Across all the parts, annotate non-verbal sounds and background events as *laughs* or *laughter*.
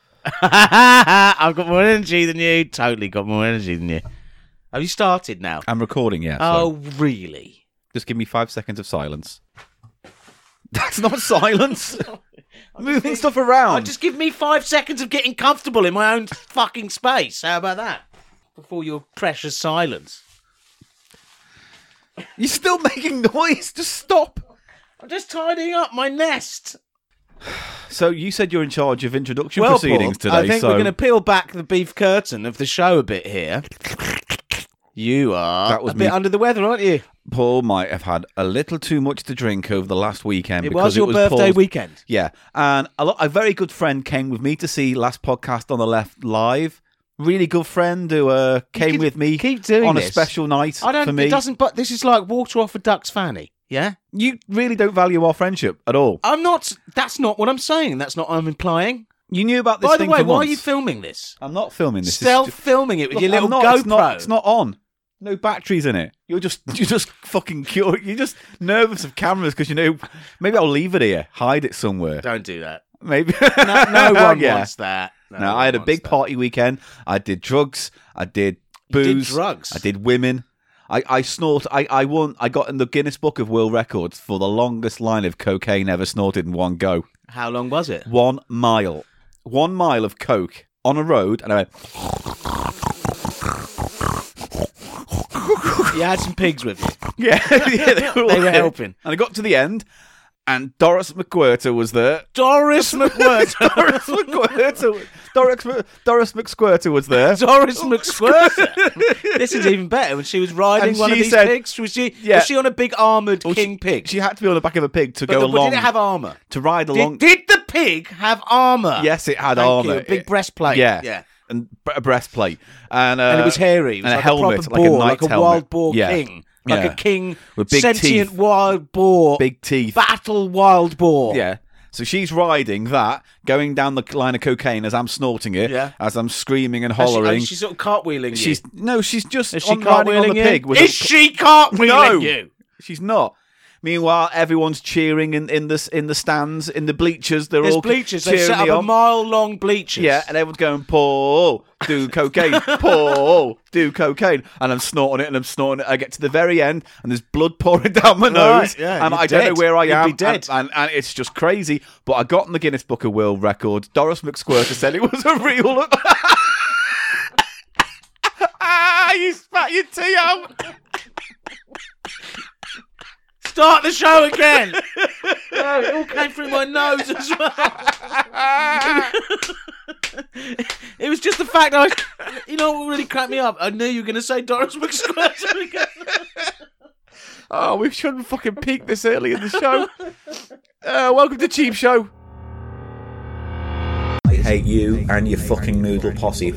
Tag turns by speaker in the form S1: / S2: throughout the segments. S1: *laughs* I've got more energy than you. Totally got more energy than you. Have you started now?
S2: I'm recording yet.
S1: oh,
S2: so
S1: really?
S2: just give me five seconds of silence. *laughs* That's
S1: *laughs*
S2: not silence. Moving stuff
S1: Oh,
S2: around.
S1: just give me five seconds of getting comfortable in my own fucking space. How about that? Before your precious silence.
S2: You're still making noise. Just stop.
S1: I'm just tidying up my nest.
S2: So you said you're in charge of introduction
S1: Well,
S2: proceedings
S1: Paul,
S2: today.
S1: I think
S2: so
S1: we're going to peel back the beef curtain of the show a bit here. You are
S2: That was
S1: a bit
S2: me.
S1: under the weather, aren't you?
S2: Paul might have had a little too much to drink over the last weekend.
S1: It
S2: because
S1: was your
S2: it was
S1: birthday
S2: Paul's-
S1: weekend.
S2: Yeah, and a, lot, a very good friend came with me to see last podcast on the left live. Really good friend who uh, came
S1: keep-
S2: with me
S1: keep doing
S2: on a
S1: this.
S2: special night
S1: I don't.
S2: for me.
S1: It doesn't. But this is like water off a duck's fanny. Yeah.
S2: You really don't value our friendship at all.
S1: I'm not. That's not what I'm saying. That's not what I'm implying.
S2: You knew about this
S1: By the
S2: thing
S1: way,
S2: for
S1: why are
S2: months.
S1: you filming this?
S2: I'm not filming this. It's
S1: Self
S2: ju-
S1: filming it with
S2: Look,
S1: your little
S2: I'm not,
S1: GoPro.
S2: It's not, it's not on. No batteries in it. You're just *laughs* you're just fucking cur You're just nervous of cameras because you know maybe I'll leave it here, hide
S1: *laughs*
S2: it somewhere.
S1: Don't do
S2: *laughs*
S1: that.
S2: Maybe
S1: No, no
S2: *laughs*
S1: one
S2: Yeah.
S1: wants that.
S2: No,
S1: one
S2: I had a
S1: wants
S2: big
S1: that.
S2: party weekend. I did drugs. I did
S1: You
S2: booze.
S1: did drugs?
S2: I did women. I, I snort. I, I won. I got in the Guinness Book of World Records for the longest line of cocaine ever snorted in one go.
S1: How long was
S2: *laughs*
S1: it?
S2: One mile. One mile of coke on a road, and I went.
S1: You had some pigs with you.
S2: *laughs* Yeah, yeah, they were, all
S1: They were
S2: there.
S1: helping.
S2: And I got to the end, and Doris McWhirter was there.
S1: *laughs*
S2: *laughs*
S1: Doris McWhirter.
S2: Doris McWhirter. Doris, Mc- Doris McSquirter was
S1: *laughs*
S2: there. *laughs*
S1: Doris McSquirter. this is even better. When she was riding
S2: And
S1: one of
S2: she
S1: these
S2: said-
S1: pigs, was she?
S2: Yeah.
S1: Was she on a big armored
S2: she-
S1: king pig?
S2: She had to be on the back of a pig to
S1: But
S2: go
S1: the-
S2: along
S1: Did it have armor?
S2: to ride along.
S1: Did, did the pig have armor?
S2: yes, it had
S1: Thank
S2: armor,
S1: you, a big
S2: It-
S1: breastplate.
S2: Yeah,
S1: Yeah.
S2: and b- a breastplate, and, uh,
S1: and it was hairy. It was
S2: and
S1: like
S2: a helmet,
S1: proper boar,
S2: like a knight's
S1: wild
S2: helmet.
S1: boar
S2: yeah.
S1: king, like
S2: Yeah.
S1: a king
S2: With big
S1: sentient
S2: teeth.
S1: wild boar,
S2: big teeth.
S1: battle wild boar.
S2: Yeah. So she's riding that, going down the line of cocaine as I'm snorting it,
S1: Yeah.
S2: as I'm screaming and
S1: And she-
S2: hollering.
S1: and she's sort of cartwheeling
S2: She's
S1: you.
S2: no, she's just
S1: Is she
S2: on riding on
S1: cartwheeling
S2: the
S1: you?
S2: pig. With
S1: Is *laughs*
S2: a-
S1: she cartwheeling
S2: No.
S1: you?
S2: she's not. Meanwhile, everyone's cheering in, in the in the stands, in the bleachers. They're
S1: There's
S2: all
S1: bleachers. They
S2: Cheering
S1: set up
S2: me
S1: a
S2: on.
S1: mile long bleachers.
S2: Yeah, and everyone's going, Paul,
S1: *laughs*
S2: do cocaine. Paul, do cocaine. And I'm snorting it and I'm snorting it. I get to the very end and there's blood pouring *laughs* down my
S1: Right,
S2: nose.
S1: yeah,
S2: and
S1: you're
S2: I
S1: dead.
S2: don't know where I
S1: You'd
S2: am.
S1: be dead.
S2: And, and, and it's just crazy. But I got in the Guinness Book of World Records. Doris McSquirter said it *laughs* was a real. ah, you spat your tea out.
S1: Start the show again.
S2: *laughs*
S1: no, it all came through my nose as well. *laughs* it was just the fact I, was, you know, what really cracked me up. I knew you were going to say Doris *laughs* McSquirter again.
S2: Oh, we shouldn't fucking peak this early in the show. Uh, welcome to Cheap Show.
S3: I hate you and your fucking noodle posse.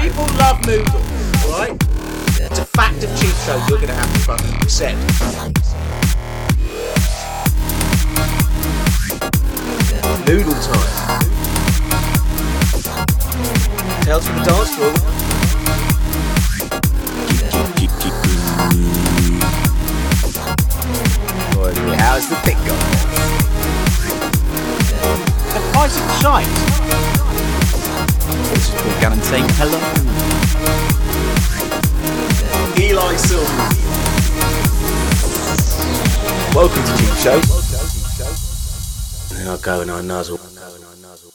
S1: People love noodles, right? It's a fact of cheap show. You're going to have to fucking accept. Noodle time. Tales from the dance floor.
S3: How's the pick going?
S1: The price of shite.
S3: Go and say hello. Eli Silver. Welcome to Cheap Show.
S1: I'll go and I nuzzle.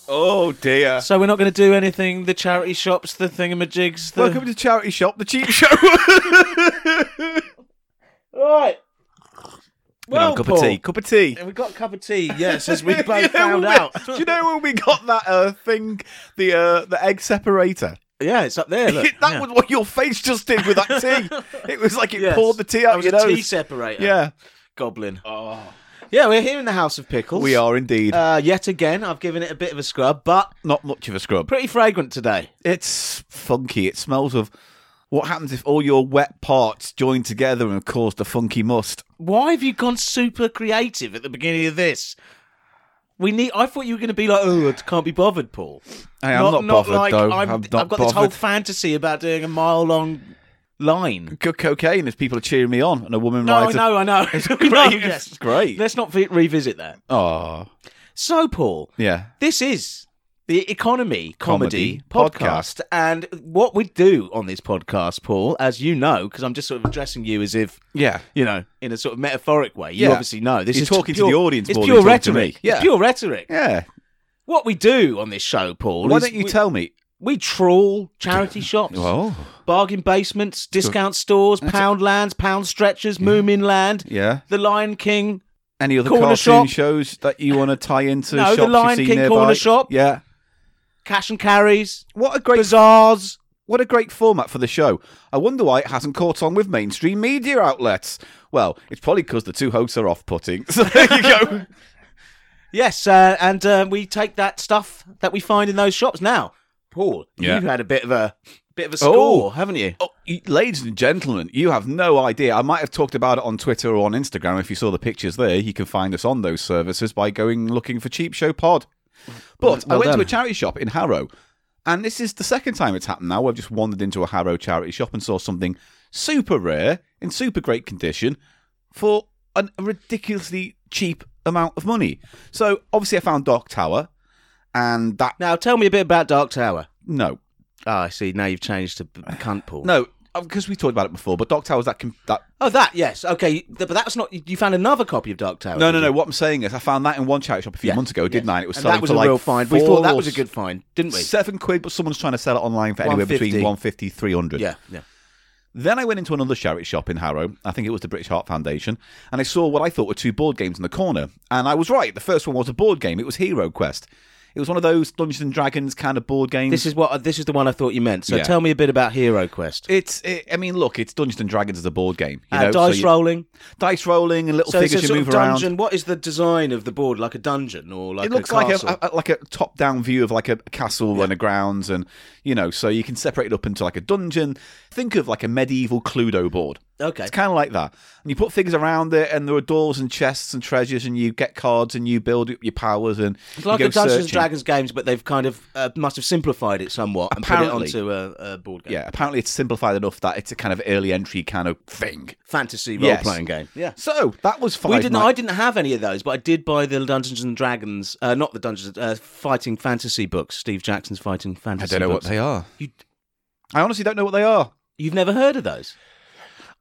S2: Oh, dear.
S1: So we're not going to do anything. The charity shops, the thingamajigs. The...
S2: Welcome to Charity Shop, the Cheap Show. *laughs*
S1: Right.
S2: Gonna have
S1: Well,
S2: a cup
S1: Paul,
S2: of tea. Cup of tea.
S1: And we got a cup of tea. Yes, as
S2: *laughs*
S1: we both
S2: You know,
S1: found
S2: when-
S1: out.
S2: Do you know when we got that uh, thing, the uh, the egg separator?
S1: *laughs* Yeah, it's up there. Look.
S2: *laughs* that was what your face just did with that
S1: *laughs*
S2: tea. it was like it poured the tea out
S1: That was
S2: your
S1: a
S2: nose.
S1: tea separator.
S2: yeah,
S1: goblin. Oh. Yeah, we're here in the House of Pickles.
S2: we are indeed.
S1: Uh, yet again, I've given it a bit of a scrub, but
S2: Not much of a scrub.
S1: pretty fragrant today.
S2: It's funky. It smells of. What happens if all your wet parts join together and cause the funky must?
S1: Why have you gone super creative at the beginning of this? We need. I thought you were going to be like, oh, I can't be bothered, Paul.
S2: Hey, I'm not bothered,
S1: like,
S2: though.
S1: I'm,
S2: I'm not
S1: have got this whole
S2: bothered.
S1: fantasy about doing a mile long
S2: line. Co- cocaine as people are cheering me on, and a woman
S1: No, I
S2: rides. a-
S1: know, I know. *laughs* No,
S2: Great,
S1: yes.
S2: it's great.
S1: Let's not vi- revisit that.
S2: Oh,
S1: So, Paul,
S2: yeah.
S1: this is the economy comedy,
S2: Comedy
S1: podcast. and what we do on this podcast paul as you know because i'm just sort of addressing you as if
S2: Yeah.
S1: you know in a sort of metaphoric way you
S2: Yeah.
S1: obviously know this
S2: You're
S1: is
S2: talking to
S1: pure,
S2: the audience
S1: it's
S2: more than
S1: pure
S2: you're talking to me.
S1: rhetoric
S2: Yeah.
S1: it's pure rhetoric
S2: Yeah.
S1: what we do on this show paul
S2: Why
S1: is
S2: don't you
S1: we,
S2: tell me?
S1: we trawl
S2: *laughs*
S1: charity shops
S2: Well,
S1: bargain basements discount stores pound lands pound stretchers moomin land
S2: yeah.
S1: the lion king
S2: Any other
S1: Corner
S2: cartoon
S1: shop.
S2: shows that you want to tie into?
S1: No, The
S2: shops you've
S1: Lion
S2: seen
S1: King
S2: nearby?
S1: corner shop.
S2: Yeah.
S1: cash and carries
S2: What a great
S1: bazaars
S2: What a great format for the show. I wonder why it hasn't caught on with mainstream media outlets. Well, it's probably because the two hosts are off putting. *laughs* So there you go.
S1: Yes, uh, and uh, we take that stuff that we find in those shops. Now, Paul,
S2: Yeah.
S1: you've had a bit of a bit of a score, haven't you?
S2: Oh, y- ladies and gentlemen, you have no idea. I might have talked about it on Twitter or on Instagram. If you saw the pictures there, you can find us on those services by going looking for Cheap Show Pod. But I
S1: well
S2: went
S1: done.
S2: to a charity shop in Harrow, and this is the second time it's happened now. where I've just wandered into a Harrow charity shop and saw something super rare in super great condition for an, a ridiculously cheap amount of money. So obviously, I found Dark Tower, and that
S1: Now, tell me a bit about Dark Tower.
S2: no,
S1: Oh, I see. Now you've changed to b- cunt, Paul.
S2: no, because we talked about it before. But Dark Tower was that com- that
S1: Oh, that yes. Okay, th- but that's not. You found another copy of Dark Tower.
S2: No, no,
S1: did
S2: no.
S1: you?
S2: What I'm saying is, I found that in one charity shop a few months ago, didn't I? And it was
S1: And
S2: selling
S1: that was
S2: for
S1: a
S2: like
S1: real find. We
S2: four
S1: thought that
S2: or
S1: was a good find, didn't we?
S2: seven quid, but someone's trying to sell it online for anywhere between
S1: 150.
S2: 150 300.
S1: yeah, yeah.
S2: Then I went into another charity shop in Harrow. I think it was the British Heart Foundation, and I saw what I thought were two board games in the corner. And I was right. The first one was a board game. It was Hero Quest. It was one of those Dungeons and Dragons kind of board games.
S1: This is what. uh, This is the one I thought you meant. So
S2: Yeah.
S1: tell me a bit about Hero Quest.
S2: It's. It, I mean, look, it's Dungeons and Dragons as a board game. You
S1: Uh,
S2: know, so
S1: dice
S2: you-
S1: rolling.
S2: dice rolling, and little
S1: So it's
S2: figures
S1: a
S2: you
S1: sort
S2: move
S1: of
S2: around.
S1: dungeon. What is the design of the board? Like a dungeon or like
S2: it looks
S1: a
S2: like
S1: castle?
S2: a, a like a top down view of like a castle and a grounds and you know so you can separate it up into like a dungeon think of like a medieval cluedo board
S1: okay.
S2: it's kind of like that and you put figures around it and there are doors and chests and treasures and you get cards and you build up your powers and
S1: It's like
S2: you
S1: a
S2: go
S1: Dungeons and
S2: searching.
S1: Dragons games, but they've kind of uh, must have simplified it somewhat and
S2: Apparently.
S1: put it onto a, a board game.
S2: yeah apparently it's simplified enough that it's a kind of early entry kind of thing
S1: fantasy role
S2: Yes.
S1: playing game. Yeah,
S2: so that was five
S1: we didn't.
S2: nights-
S1: I didn't have any of those, but I did buy the Dungeons and Dragons, uh, not the Dungeons, uh, fighting fantasy books. Steve Jackson's fighting
S2: I
S1: fantasy.
S2: don't know what
S1: books.
S2: they are
S1: You,
S2: i honestly don't know what they are
S1: you've never heard of those?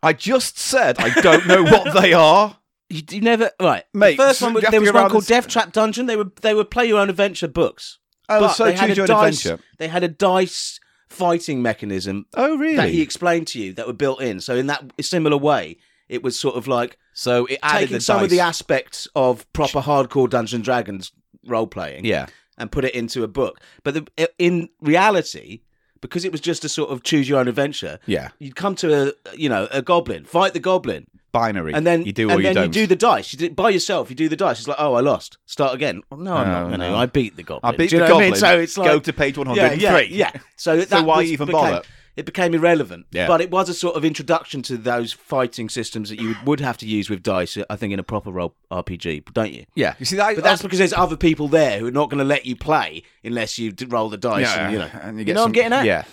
S2: i just said i don't know what they are
S1: You, you never right. the
S2: Mate,
S1: first
S2: so
S1: one
S2: you
S1: was,
S2: have
S1: there
S2: to
S1: was
S2: go
S1: one
S2: around
S1: called
S2: and-
S1: Death Trap Dungeon. They were they were play your own adventure books. *laughs*
S2: Oh,
S1: but
S2: so
S1: they had
S2: choose
S1: a
S2: your own
S1: dice,
S2: adventure.
S1: They had a dice fighting mechanism
S2: oh really
S1: that he explained to you that were built in. So in that similar way, it was sort of like
S2: so it added
S1: taking
S2: the
S1: some of the
S2: dice.
S1: aspects of proper hardcore Dungeons and Dragons role playing,
S2: yeah
S1: and put it into a book. But the, in reality, because it was just a sort of choose your own adventure,
S2: Yeah.
S1: you'd come to a you know a goblin, fight the goblin,
S2: binary.
S1: and then
S2: you do
S1: and
S2: or you
S1: then
S2: don't.
S1: do the dice. You do, by yourself. You do the dice. It's like oh, I lost. Start again. Well, no, I'm
S2: No,
S1: not going to.
S2: Oh, no.
S1: I beat the goblin.
S2: I beat
S1: Do you
S2: the
S1: know what
S2: goblin.
S1: I mean? So it's like
S2: go to page one hundred
S1: yeah,
S2: and
S1: yeah,
S2: three.
S1: yeah. So, that
S2: why
S1: was-
S2: even
S1: became,
S2: bother?
S1: It became irrelevant.
S2: Yeah.
S1: But it was a sort of introduction to those fighting systems that you would, would have to use with dice, I think, in a proper role RPG, don't you?
S2: yeah. You see that?
S1: But that's because there's other people there who are not going to let you play unless you d- roll the dice.
S2: yeah,
S1: and, you know,
S2: and
S1: you
S2: get
S1: know what
S2: some-
S1: I'm getting at?
S2: Yeah.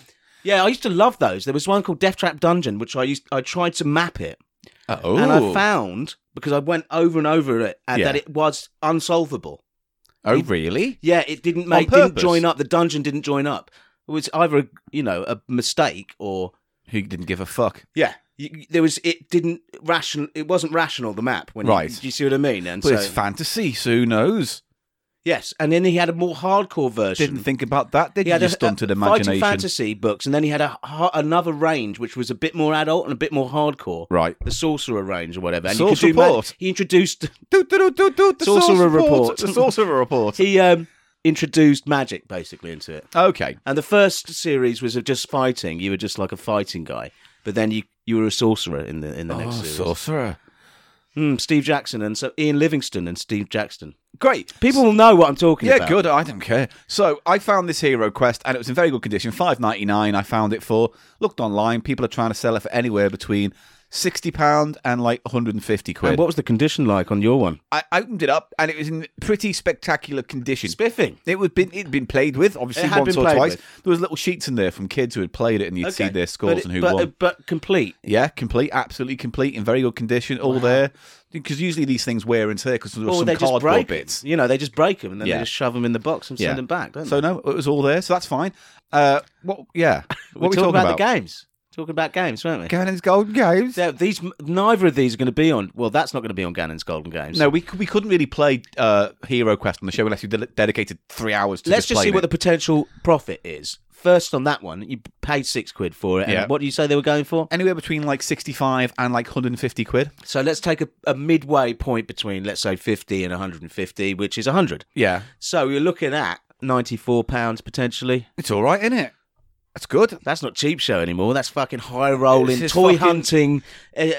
S1: Yeah, I used to love those. There was one called Death Trap Dungeon, which I used. I tried to map it,
S2: Oh,
S1: and I found because I went over and over it, and
S2: Yeah.
S1: that it was unsolvable.
S2: oh really?
S1: Yeah, it didn't make
S2: On
S1: didn't
S2: purpose?
S1: join up. The dungeon didn't join up. It was either a, you know a mistake or
S2: Who didn't give a fuck?
S1: yeah. You, you- there was it didn't ration. It wasn't rational. The map when you-
S2: Right.
S1: do you see what I mean? And
S2: But
S1: so
S2: it's fantasy, so who knows?
S1: yes, and then he had a more hardcore version.
S2: Didn't think about that. Did
S1: he
S2: you?
S1: had
S2: Just
S1: a,
S2: stunted
S1: a
S2: imagination.
S1: uh, fighting fantasy books, and then he had a, ha- another range which was a bit more adult and a bit more hardcore.
S2: Right.
S1: the sorcerer range or whatever. And
S2: Sorcerer
S1: you could do ma-
S2: Report.
S1: he introduced
S2: Do, do, do, do, do, the
S1: Sorcerer Report.
S2: The sorcerer
S1: *laughs*
S2: report.
S1: he um, introduced magic basically into it.
S2: okay.
S1: And the first series was of just fighting. You were just like a fighting guy, but then you you were a sorcerer in the in the next
S2: Oh,
S1: series.
S2: sorcerer.
S1: Mm, Steve Jackson and so Ian Livingston and Steve Jackson.
S2: Great.
S1: People will know what I'm talking
S2: Yeah,
S1: about.
S2: good. I don't care. So I found this Hero Quest, and it was in very good condition. Five ninety nine. I found it for. Looked online. People are trying to sell it for anywhere between sixty pound and like one hundred and fifty quid.
S1: And what was the condition like on your one?
S2: I opened it up and it was in pretty spectacular condition.
S1: Spiffing.
S2: It was been it'd been played with obviously
S1: It had
S2: once
S1: been
S2: or
S1: played
S2: twice.
S1: with.
S2: There was little sheets in there from kids who had played it, and you'd see
S1: Okay.
S2: their scores
S1: But-
S2: and who
S1: but,
S2: won.
S1: But complete.
S2: yeah, complete, absolutely complete, in very good condition, all there. Because usually these things wear and tear because there were
S1: Or
S2: some
S1: Oh, they just
S2: cardboard
S1: break
S2: bits.
S1: bits. You know, they just break them and then
S2: Yeah.
S1: they just shove them in the box and
S2: Yeah.
S1: send them back. Don't
S2: So
S1: they?
S2: no, it was all there, so that's fine. Uh, what? Yeah,
S1: *laughs* we're
S2: what are we
S1: talking,
S2: talking
S1: about, the games. Talking about games, weren't we?
S2: Gannon's Golden Games.
S1: So these neither of these are going to be on. Well, that's not going to be on Gannon's Golden Games.
S2: No, we c- we couldn't really play uh, Hero Quest on the show unless you de- dedicated three hours to.
S1: let's just see
S2: playing
S1: what the
S2: it.
S1: potential profit is. First on that one, you paid six quid for it. And
S2: Yeah.
S1: What do you say they were going for?
S2: anywhere between like sixty-five and like hundred and fifty quid.
S1: So let's take a, a midway point between, let's say, fifty and one hundred and fifty, which is hundred.
S2: Yeah,
S1: So you're looking at ninety-four pounds potentially.
S2: it's all right, isn't it? That's good.
S1: That's not cheap show anymore. That's fucking high rolling,
S2: This is
S1: toy
S2: fucking-
S1: hunting. Uh,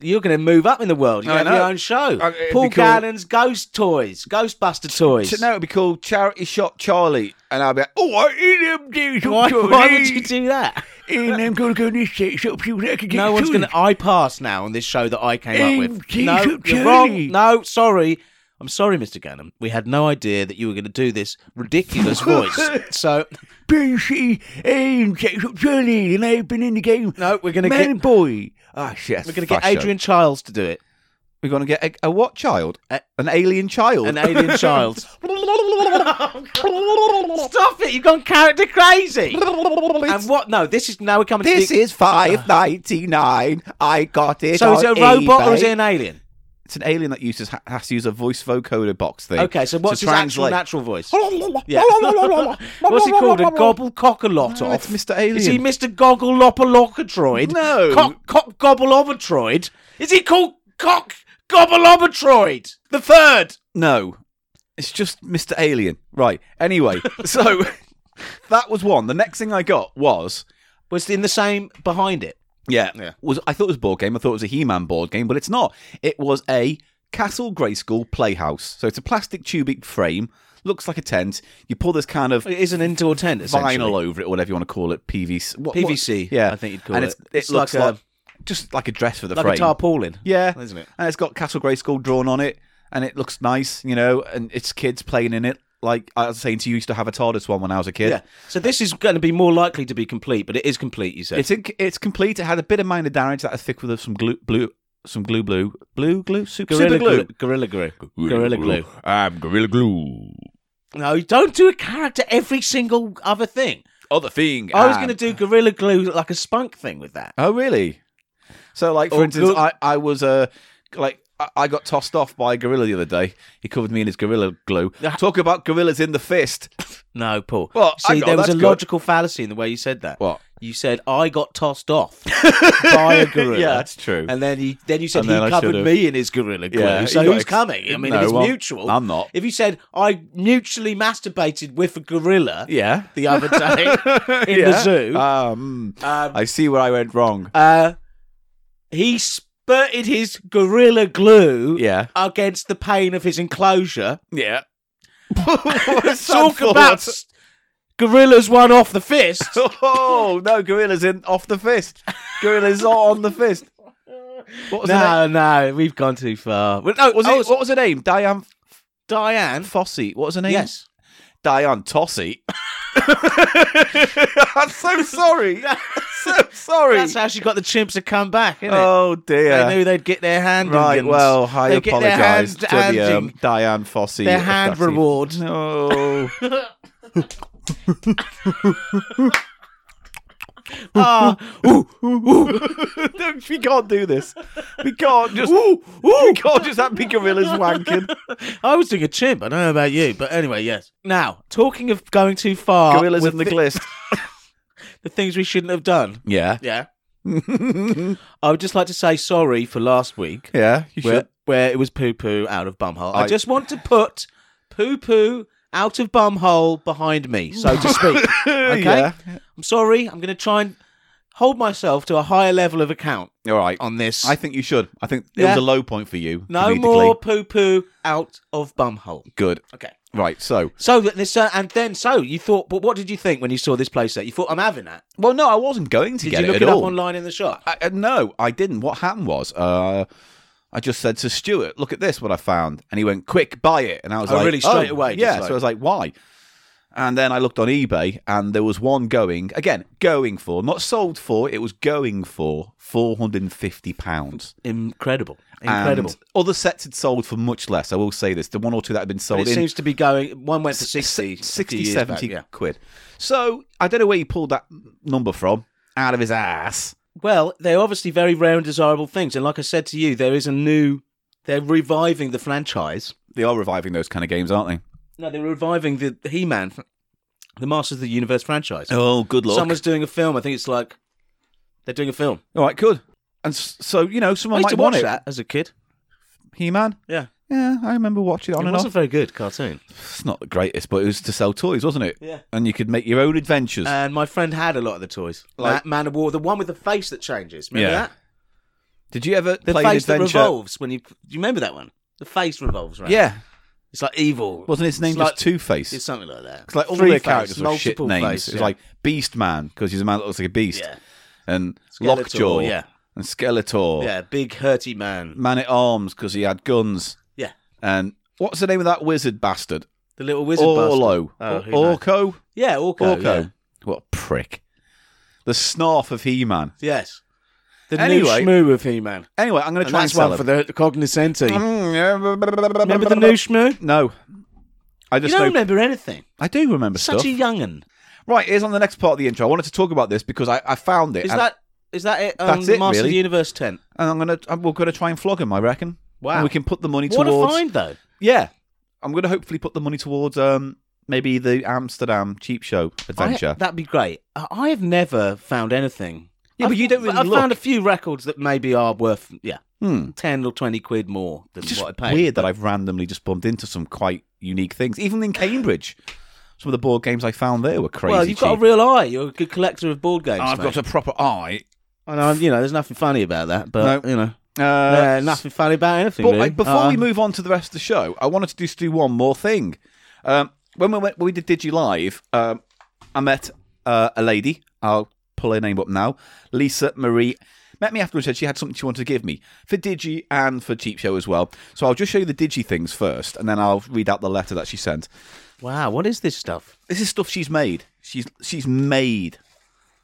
S1: you're going to move up in the world. You're
S2: I
S1: going to have your
S2: know.
S1: own show.
S2: Uh, it'd
S1: Paul
S2: be cool.
S1: Gannon's Ghost Toys, Ghostbuster Toys.
S2: No, it'd be called Charity Shop Charlie, and I'll be like, oh, I eat them things,
S1: why,
S2: Charlie.
S1: why would you do that?
S2: And I'm gonna go in this sex shop so that I can
S1: *laughs*
S2: get
S1: No one's
S2: some.
S1: going to. I pass now on this show that I came up
S2: Um,
S1: with.
S2: Jesus,
S1: No, you're
S2: Charlie.
S1: wrong. No, sorry. I'm sorry, Mr. Gannon. We had no idea that you were going to do this ridiculous
S2: *laughs*
S1: voice. So
S2: Brucey and sex shop Charlie, and I've been in the game.
S1: no, we're going to
S2: Man
S1: get
S2: and boy. Ah, shit.
S1: we're going to get Adrian Childs to do it.
S2: We're going to get a, a what child?
S1: A-
S2: an alien child. *laughs*
S1: An alien Childs. Stop it! You've gone character crazy.
S2: It's-
S1: And what? No, this is now we're coming.
S2: this
S1: to the,
S2: is five
S1: *laughs*
S2: ninety nine. I got it.
S1: so is
S2: on
S1: it a robot or is
S2: eBay.
S1: it an alien?
S2: It's an alien that uses ha- has to use a voice vocoder box thing.
S1: Okay, so what's
S2: to
S1: his actual
S2: translate.
S1: natural voice? Yeah.
S2: *laughs* Yeah.
S1: *laughs* What's he called? A gobble cockalotoff?
S2: No, it's Mr. Alien.
S1: Is he Mr. Goggle Lopalocatroid?
S2: No.
S1: Cock, cock Gobbleobatroid? Is he called Cock Gobbleobatroid? The third.
S2: No, it's just Mr. Alien. Right. Anyway, *laughs* so that was one. The next thing I got was
S1: Was in the same behind it.
S2: yeah,
S1: Yeah.
S2: was I thought it was a board game. I thought it was a He-Man board game, but it's not. It was a Castle Grayskull playhouse. So it's a plastic tubic frame. Looks like a tent. You pull this kind of
S1: It is an indoor tent, essentially.
S2: vinyl over it, whatever you want to call it, PVC. What, what-
S1: PVC,
S2: yeah,
S1: I think you'd call
S2: and
S1: it.
S2: It's, it
S1: It's
S2: looks
S1: like
S2: like,
S1: a-
S2: just like a dress for the
S1: Like
S2: frame.
S1: a tarpaulin.
S2: Yeah,
S1: Isn't it?
S2: And it's got Castle Grayskull drawn on it, and it looks nice, you know. And it's kids playing in it. Like I was saying to you, used to have a TARDIS one when I was a kid.
S1: Yeah. So this is going to be more likely to be complete, but it is complete, you said.
S2: It's in, it's complete. It had a bit of minor damage that I thick with some glue, blue, some glue, blue, blue glue, super, super glue.
S1: Gorilla glue. Gorilla glue.
S2: I'm gorilla glue.
S1: No, don't do a character every single other thing.
S2: Other thing.
S1: I was
S2: I'm-
S1: going to do Gorilla Glue like a spunk thing with that.
S2: Oh, really? So, like, for
S1: Or
S2: instance,
S1: glu-
S2: I, I was uh, like, I- I got tossed off by a gorilla the other day. He covered me in his gorilla glue. Talk about gorillas in the fist.
S1: No, Paul.
S2: Well,
S1: See,
S2: hang on,
S1: there was a
S2: that's good.
S1: logical fallacy in the way you said that.
S2: What?
S1: You said I got tossed
S2: *laughs*
S1: off by a gorilla.
S2: Yeah, that's true.
S1: And then you then you said
S2: And
S1: he
S2: then I
S1: covered
S2: should've.
S1: me in his gorilla glue.
S2: Yeah,
S1: so
S2: you got
S1: who's
S2: ex-
S1: coming? I mean,
S2: No,
S1: if it's
S2: well,
S1: mutual,
S2: I'm not.
S1: If you said I mutually masturbated with a gorilla
S2: *laughs* Yeah.
S1: the other day in the
S2: Yeah.
S1: zoo,
S2: Um,
S1: um,
S2: I see where I went wrong.
S1: uh, he spurted his gorilla glue
S2: Yeah.
S1: against the pane of his enclosure.
S2: *laughs* Yeah.
S1: *laughs*
S2: What's
S1: Talk about s- gorillas one off the fist.
S2: *laughs* Oh no, gorillas in off the fist. Gorillas are on the fist. What was her name?
S1: No, no, we've gone too far. Well, no,
S2: Was
S1: oh,
S2: it,
S1: so
S2: what was her name? Diane
S1: Diane?
S2: Fossey. What was her name?
S1: Yes. *laughs*
S2: Diane Tossey. I'm
S1: *laughs*
S2: so sorry. so sorry.
S1: That's how she got the chimps to come back, isn't it?
S2: oh dear.
S1: They knew they'd get their hand.
S2: Right,
S1: organs.
S2: well, I
S1: They'd get their
S2: apologise
S1: hand-
S2: to the um,
S1: handing-
S2: Diane Fossey. Oh.
S1: their hand
S2: abductee.
S1: reward.
S2: *laughs* No.
S1: Ah,
S2: *laughs* No, we can't do this. We can't just. We can't just have big gorillas wanking.
S1: I was doing a chimp. I don't know about you, but anyway, yes. Now, talking of going too far,
S2: Gorillas
S1: with
S2: in
S1: *laughs*
S2: the glist.
S1: the things we shouldn't have done.
S2: Yeah. *laughs*
S1: Yeah. I would just like to say sorry for last week,
S2: Yeah. You
S1: where,
S2: should.
S1: where it was poo poo out of bumhole. I,
S2: I-
S1: just want to put poo poo out of *laughs*
S2: *laughs*
S1: bumhole behind me, so to speak. Okay.
S2: Yeah.
S1: I'm sorry. I'm going to try and hold myself to a higher level of account
S2: All right.
S1: on this.
S2: I think you should. I think it
S1: Yeah.
S2: was a low point for you.
S1: no
S2: comedically.
S1: more poo poo out of bumhole.
S2: Good.
S1: Okay.
S2: Right. So,
S1: So that this, uh, and then so you thought, but what did you think when you saw this playset? You thought I'm having that.
S2: well, no, I wasn't going to
S1: Did
S2: get
S1: you look
S2: it
S1: it,
S2: at
S1: up
S2: all.
S1: online in the shop?
S2: I, uh, no, I didn't. What happened was, uh, I just said to Stuart, "Look at this, what I found," and he went, "Quick, buy it." And I was
S1: Oh,
S2: like,
S1: really? Straight away, just
S2: Yeah.
S1: like-
S2: So I was like, "Why?" And then I looked on eBay, and there was one going again, going for not sold for. It was going for four hundred and fifty pounds.
S1: Incredible, incredible.
S2: Other Um, sets had sold for much less. I will say this: the one or two that had been
S1: But
S2: sold
S1: it
S2: in
S1: seems to be going. One went for
S2: s-
S1: 60,
S2: s-
S1: 60
S2: 60
S1: years
S2: 70
S1: back, yeah.
S2: quid. So I don't know where he pulled that number from out of his ass.
S1: Well, they're obviously very rare and desirable things. And like I said to you, there is a new. They're reviving the franchise.
S2: They are reviving those kind of games, aren't they?
S1: No, they're reviving the He-Man, fr- the Masters of the Universe franchise.
S2: Oh, good luck.
S1: Someone's doing a film. I think it's like they're doing a film.
S2: All right, good. And s- so you know,
S1: I
S2: someone
S1: used
S2: might
S1: to
S2: want
S1: watch
S2: it.
S1: that as a kid.
S2: He-Man.
S1: Yeah,
S2: Yeah, I remember watching it on
S1: it
S2: and
S1: wasn't
S2: off.
S1: a very good cartoon.
S2: It's not the greatest, but it was to sell toys, wasn't it?
S1: Yeah. Uh,
S2: And you could make your own adventures.
S1: And my friend had a lot of the toys.
S2: Like-
S1: Like Man of War, the one with the face that changes. Remember
S2: Yeah.
S1: that?
S2: Did you ever
S1: The
S2: play an
S1: face that
S2: adventure?
S1: revolves when you. Do you remember that one? The face revolves around.
S2: Yeah.
S1: It's like evil.
S2: Wasn't his name
S1: It's
S2: just
S1: like-
S2: Two Face?
S1: It's something like that.
S2: It's like all
S1: Three
S2: their
S1: face,
S2: characters were shit
S1: multiple
S2: names.
S1: face,
S2: it was
S1: yeah.
S2: like Beast Man because he's a man that looks like a beast.
S1: Yeah.
S2: And
S1: Skeletor,
S2: Lockjaw.
S1: yeah.
S2: And Skeletor.
S1: yeah, big hurty man.
S2: Man at Arms because he had guns.
S1: Yeah.
S2: And what's the name of that wizard bastard?
S1: The little wizard.
S2: Orlo.
S1: bastard. Oh, who knows?
S2: Orco?
S1: Yeah, Orko.
S2: Orco.
S1: yeah.
S2: What a prick. The snarf of He Man.
S1: Yes. The
S2: Anyway-
S1: new shmoo of He-Man.
S2: Anyway, I'm going to
S1: And
S2: try and
S1: that's
S2: sell
S1: one for
S2: him.
S1: the cognoscenti.
S2: Mm, yeah.
S1: Um, Remember the new shmoo?
S2: No. I
S1: You
S2: just
S1: don't
S2: know.
S1: remember anything.
S2: I do remember
S1: Such
S2: stuff.
S1: a young'un.
S2: Right, here's on the next part of the intro. I wanted to talk about this because I, I found it.
S1: Is
S2: and,
S1: that is that it? Um,
S2: That's
S1: the
S2: it,
S1: Master of
S2: really.
S1: the Universe tent.
S2: and I'm gonna I'm, we're gonna try and flog him, I reckon.
S1: Wow.
S2: And we can put the money
S1: What
S2: towards
S1: a find though.
S2: Yeah. I'm gonna hopefully put the money towards um maybe the Amsterdam cheap show adventure.
S1: I- that'd be great. I- I have never found anything.
S2: Yeah, but
S1: I've-
S2: you don't really
S1: I've
S2: look.
S1: found a few records that maybe are worth yeah
S2: Hmm.
S1: ten or twenty quid more than
S2: It's just
S1: what I paid.
S2: weird that I've randomly just bumped into some quite unique things. Even in Cambridge. Some of the board games I found there were crazy.
S1: well, you've got a
S2: cheap. Oh,
S1: real eye. You're a good collector of board games.
S2: I've
S1: mate.
S2: got a proper eye.
S1: I know, you know, there's nothing funny about that, but you know,
S2: Uh,
S1: uh, nothing funny about anything.
S2: But
S1: really.
S2: I, before
S1: Uh,
S2: we move on to the rest of the show, I wanted to just do one more thing. Um, when we went, when we did Digi Live, um, I met uh, a lady. I'll pull her name up now. Lisa Marie met me afterwards. Said she had something she wanted to give me for Digi and for Cheap Show as well. So I'll just show you the Digi things first, and then I'll read out the letter that she sent.
S1: wow, what is this stuff?
S2: This is stuff she's made. She's she's made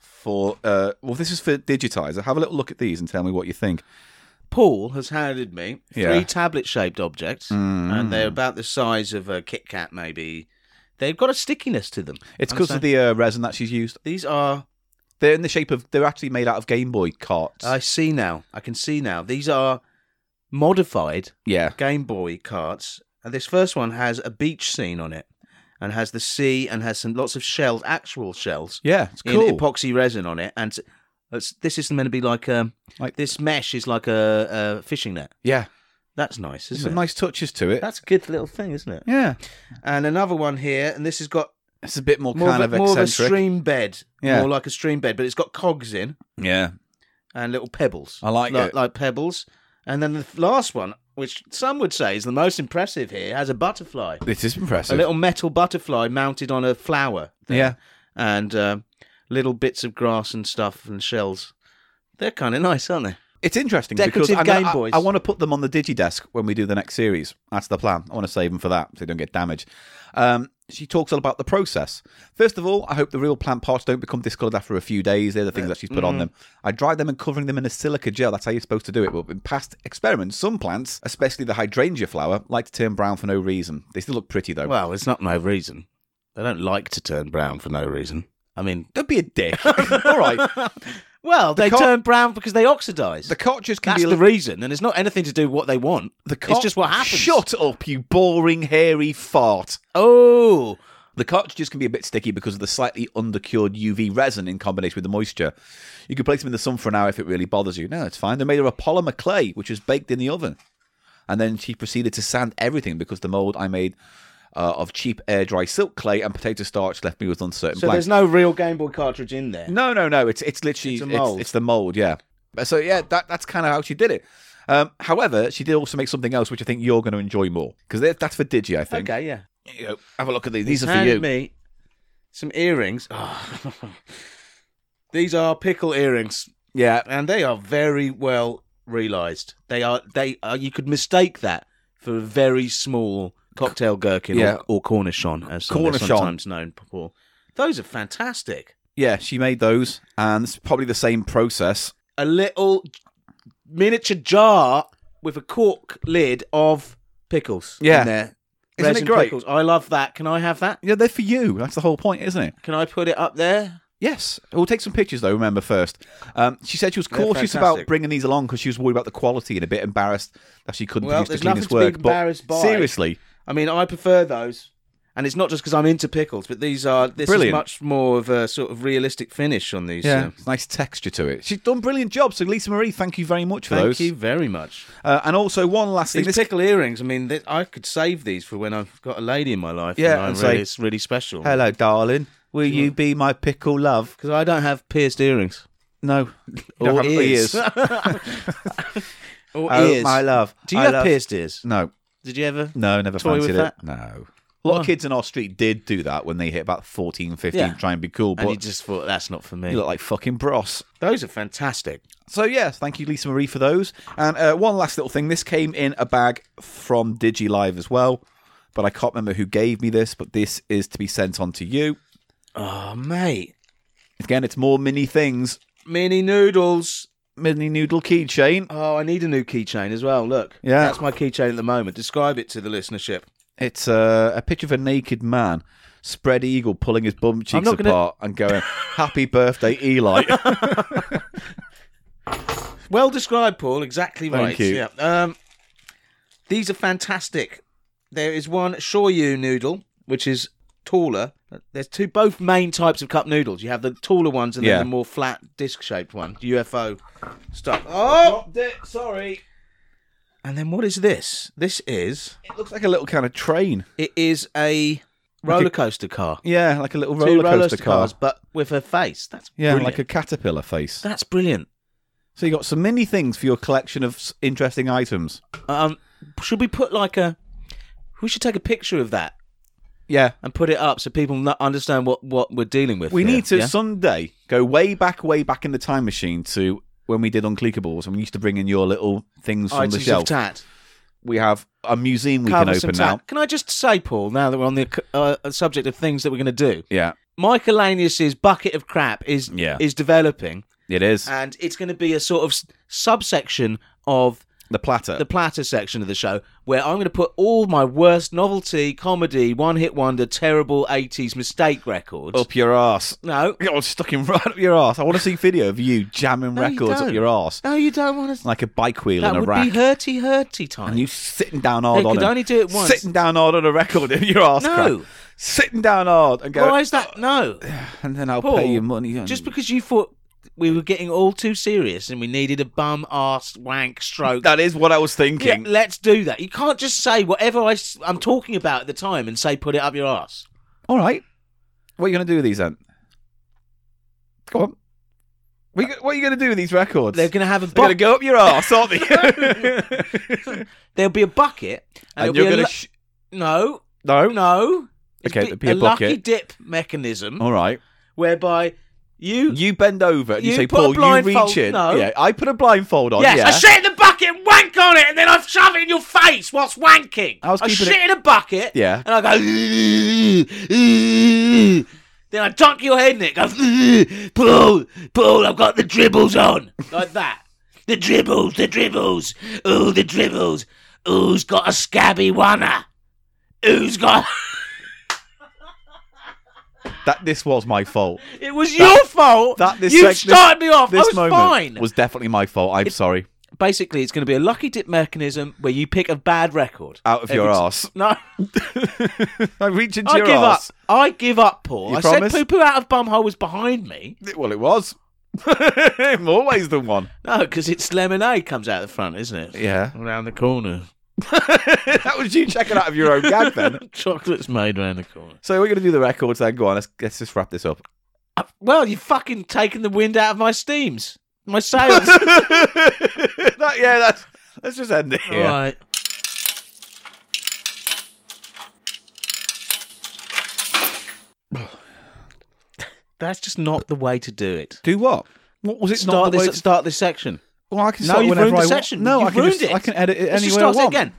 S2: for. Uh, well, this is for Digitizer. Have a little look at these and tell me what you think.
S1: Paul has handed me
S2: Yeah.
S1: three tablet-shaped objects, and they're about the size of a Kit Kat, maybe. They've got a stickiness to them.
S2: It's because of the uh, resin that she's used.
S1: These are.
S2: They're in the shape of. They're actually made out of Game Boy carts.
S1: I see now. I can see now. These are modified
S2: yeah.
S1: Game Boy carts, and this first one has a beach scene on it, and has the sea, and has some lots of shells, actual shells.
S2: Yeah. It's
S1: in
S2: cool.
S1: epoxy resin on it, and it's, this is meant to be like um
S2: Like-
S1: like this mesh is like a, a fishing net.
S2: yeah.
S1: That's nice,
S2: There's
S1: isn't
S2: some
S1: it?
S2: nice touches to it.
S1: That's a good little thing, isn't it?
S2: yeah.
S1: And another one here, and this has got
S2: It's a bit more,
S1: more,
S2: kind
S1: of,
S2: of,
S1: a, more of a
S2: eccentric.
S1: stream bed,
S2: Yeah.
S1: more like a stream bed, but it's got cogs in
S2: yeah.
S1: and little pebbles.
S2: I like
S1: like,
S2: it.
S1: like pebbles. And then the last one, which some would say is the most impressive here, has a butterfly,
S2: This is
S1: a
S2: impressive.
S1: little metal butterfly mounted on a flower. thing.
S2: yeah.
S1: and uh, little bits of grass and stuff and shells. They're kind of nice, aren't they?
S2: It's interesting
S1: Decorative
S2: because I'm
S1: Game
S2: gonna,
S1: Boys.
S2: I, want to put them on the DigiDesk when we do the next series. That's the plan. I want to save them for that so they don't get damaged. Um, she talks all about the process. First of all, I hope the real plant parts don't become discoloured after a few days. They're the things that she's put on
S1: Mm-hmm.
S2: them. I dry them and covering them in a silica gel. That's how you're supposed to do it. But in past experiments, some plants, especially the hydrangea flower, like to turn brown for no reason. They still look pretty though.
S1: Well, it's not no reason. They don't like to turn brown for no reason. I mean,
S2: don't be
S1: *laughs*
S2: a dick. all right.
S1: well, they
S2: co-
S1: turn brown because they oxidize.
S2: The cotters can
S1: That's
S2: be a
S1: the reason, and it's not anything to do with what they want.
S2: The
S1: it's just what happens.
S2: Shut up, you boring, hairy fart.
S1: Oh,
S2: The cartridges can be a bit sticky because of the slightly undercured UV resin in combination with the moisture. You can place them in the sun for an hour if it really bothers you. No, it's fine. They're made of a polymer clay, which is baked in the oven. And then she proceeded to sand everything because the mold I made uh, of cheap air dry silk clay and potato starch left me with uncertain
S1: So there's
S2: blanks.
S1: no real Game Boy cartridge in there.
S2: No, no, no. It's it's literally
S1: It's a
S2: it's,
S1: mould.
S2: it's the mold. Yeah. So yeah, that that's kind of how she did it. Um, however, she did also make something else, which I think you're going to enjoy more because that's for Digi. I think.
S1: Okay, yeah.
S2: Here you go. have a look at these. These are for
S1: Handed
S2: you.
S1: me some earrings. *laughs* Oh. These are pickle earrings,
S2: Yeah.
S1: and they are very well realised. They are they are. You could mistake that for a very small cocktail gherkin
S2: Yeah.
S1: or, or cornichon, as cornichon.
S2: Cornichon.
S1: sometimes known. Paul. Those are fantastic.
S2: Yeah. She made those, and it's probably the same process.
S1: A little miniature jar with a cork lid of pickles.
S2: Yeah.
S1: in there.
S2: Isn't it
S1: Resin
S2: great?
S1: Pickles. I love that. Can I have that?
S2: Yeah, they're for you. That's the whole point, isn't it?
S1: Can I put it up there?
S2: Yes. We'll take some pictures, though, remember first. Um, she said she was
S1: They're
S2: cautious
S1: fantastic.
S2: about bringing these along because she was worried about the quality and a bit embarrassed that she couldn't
S1: Well,
S2: produce
S1: there's
S2: the cleanest
S1: nothing to be
S2: work.
S1: embarrassed
S2: but
S1: by.
S2: seriously,
S1: I mean, I prefer those, and it's not just because I'm into pickles, but these are this
S2: Brilliant.
S1: is much more of a sort of realistic finish on these.
S2: yeah,
S1: uh,
S2: it's nice texture to it. She's done a brilliant job. So, Lisa Marie, thank you very much for
S1: thank
S2: those.
S1: you very much.
S2: Uh, and also, one last thing.
S1: These
S2: This,
S1: pickle earrings. I mean, th- I could save these for when I've got a lady in my life.
S2: Yeah,
S1: and I'm
S2: and say-
S1: really, it's really special. Because
S2: Hello, darling. Will you be my pickle love?
S1: I don't have pierced earrings
S2: *laughs* No.
S1: or
S2: Don't have *laughs*
S1: ears. *laughs* or
S2: Oh,
S1: ears.
S2: my love.
S1: Do you
S2: I
S1: have
S2: love-
S1: pierced ears?
S2: No.
S1: Did you ever?
S2: No, never
S1: Toy
S2: fancied
S1: with
S2: it.
S1: that?
S2: No. A lot of kids in our street did do that when they hit about 14, 15,
S1: Yeah.
S2: try and be cool,
S1: And
S2: but
S1: you just thought that's not for me.
S2: you look like fucking Bros.
S1: Those are fantastic.
S2: So yes, thank you, Lisa Marie, for those. And uh, one last little thing: this came in a bag from Digi Live as well, but I can't remember who gave me this. But this is to be sent on to you.
S1: Oh, mate,
S2: Again, it's more mini things,
S1: mini noodles.
S2: mini noodle keychain.
S1: Oh, I need a new keychain as well. Look,
S2: Yeah.
S1: that's my keychain at the moment. Describe it to the listenership.
S2: It's uh, a picture of a naked man, spread eagle, pulling his bum cheeks
S1: not gonna-
S2: apart and going, "Happy birthday,
S1: *laughs*
S2: Eli."
S1: Well described, Paul. Exactly
S2: Thank
S1: right.
S2: you.
S1: Yeah. Um, these are fantastic. There is one shoyu noodle, which is taller. There's two both main types of cup noodles. You have the taller ones and
S2: Yeah.
S1: then the more flat disc shaped one. UFO stuff. Oh,
S2: Sorry,
S1: and then what is this? This is
S2: it looks like a little kind of train.
S1: it is a roller coaster car.
S2: Yeah, like a little
S1: two
S2: roller coaster car.
S1: cars, but with a face. That's
S2: Yeah,
S1: brilliant.
S2: like a caterpillar face.
S1: that's brilliant.
S2: So you got some mini things for your collection of s- interesting items.
S1: Um, should we put like a? We should take a picture of that
S2: Yeah,
S1: and put it up so people n- understand what, what we're dealing with.
S2: we
S1: here,
S2: need to
S1: yeah?
S2: someday go way back, way back in the time machine to when we did Unclickables, and we used to bring in your little things from
S1: Items
S2: the
S1: of
S2: shelf.
S1: tat.
S2: We have a museum we
S1: Cover
S2: can
S1: some
S2: open
S1: tat.
S2: now.
S1: Can I just say, Paul, now that we're on the uh, subject of things that we're going to do,
S2: Yeah,
S1: Michaelanius's bucket of crap is
S2: Yeah.
S1: is developing,
S2: it is
S1: and it's going to be a sort of s- subsection of
S2: the platter.
S1: the platter section of the show where I'm going to put all my worst novelty, comedy, one hit wonder, terrible 80s mistake records.
S2: up your ass.
S1: No,
S2: I was stuck in *laughs* right up your ass. I want to see video of you jamming
S1: No, you
S2: records up
S1: don't.
S2: your ass
S1: no, you don't want to.
S2: like a bike wheel
S1: That
S2: in a
S1: would
S2: rack.
S1: be hurty, hurty time.
S2: and you sitting down hard
S1: They
S2: on
S1: could
S2: them.
S1: only do it once.
S2: Sitting down hard on a record *laughs* in your ass.
S1: No.
S2: crack. Sitting down hard and going,
S1: Why is that? No.
S2: *sighs* and then I'll
S1: Paul,
S2: pay you money. and-
S1: Just because you thought we were getting all too serious and we needed a bum ass wank stroke.
S2: that is what I was
S1: Yeah,
S2: thinking.
S1: let's do that. You can't just say whatever I am talking about at the time and say put it up your ass.
S2: All right. What are you going to do with these then? Go on. What are you, what are you going to do with these records?
S1: They're going to have a
S2: They're gonna
S1: bucket.
S2: go up your arse,
S1: *laughs*
S2: aren't *laughs* they? and,
S1: There'll be a bucket, and, it'll
S2: you're
S1: be a
S2: going
S1: lu-
S2: to. Sh-
S1: no,
S2: no?
S1: no. It's
S2: Okay,
S1: be-
S2: there'll be a
S1: lucky
S2: bucket.
S1: dip mechanism
S2: All right.
S1: whereby you.
S2: You bend over and you,
S1: You
S2: say,
S1: put a
S2: Paul, you
S1: blindfold-
S2: reach in.
S1: no.
S2: Yeah, I put a blindfold on.
S1: Yes,
S2: yeah.
S1: I shit in the bucket, and wank on it, and then I shove it in your face whilst wanking.
S2: I was keeping
S1: shit
S2: it-
S1: in a bucket,
S2: Yeah.
S1: and I go. *laughs* Then I dunk your head in it. Go, *laughs* Paul, Paul, I've got the dribbles on, like that. The dribbles, the dribbles, oh the dribbles. Who's got a scabby wanna? Who's got? *laughs*
S2: That this was my fault.
S1: It was your fault.
S2: that- this
S1: you
S2: sec- this-
S1: started me off.
S2: This
S1: I was
S2: moment
S1: fine.
S2: was definitely my fault. I'm sorry.
S1: Basically, it's going to be a lucky dip mechanism where you pick a bad record
S2: Out of your
S1: Every-
S2: arse.
S1: No. *laughs*
S2: I reach into
S1: I
S2: your
S1: give
S2: arse.
S1: up. I give up, Paul.
S2: You
S1: I
S2: promise?
S1: said poo poo out of bumhole was behind me.
S2: Well,
S1: *laughs*
S2: it was. More ways than one.
S1: No, because it's lemonade comes out the front, isn't it?
S2: Yeah.
S1: Around the corner.
S2: *laughs*
S1: *laughs*
S2: that was you checking out of your own gag then.
S1: Chocolate's made round the corner.
S2: So we're going to do the records then. Go on, let's, let's just
S1: *laughs*
S2: wrap this up.
S1: Uh, Well, you've fucking taken the wind out of my steams. My *laughs* sails.
S2: That- yeah, that's, let's just end it
S1: All
S2: here.
S1: right. *sighs* That's just not the way to do it.
S2: Do what? What was it?
S1: Start
S2: not the way
S1: this.
S2: to-
S1: Start this section.
S2: Well, I can
S1: No,
S2: start
S1: you've
S2: whenever
S1: ruined the
S2: I want.
S1: section.
S2: No, I
S1: You've
S2: can
S1: ruined
S2: just,
S1: it.
S2: I can edit it
S1: Let's
S2: any
S1: just
S2: way I
S1: start it
S2: want.
S1: again.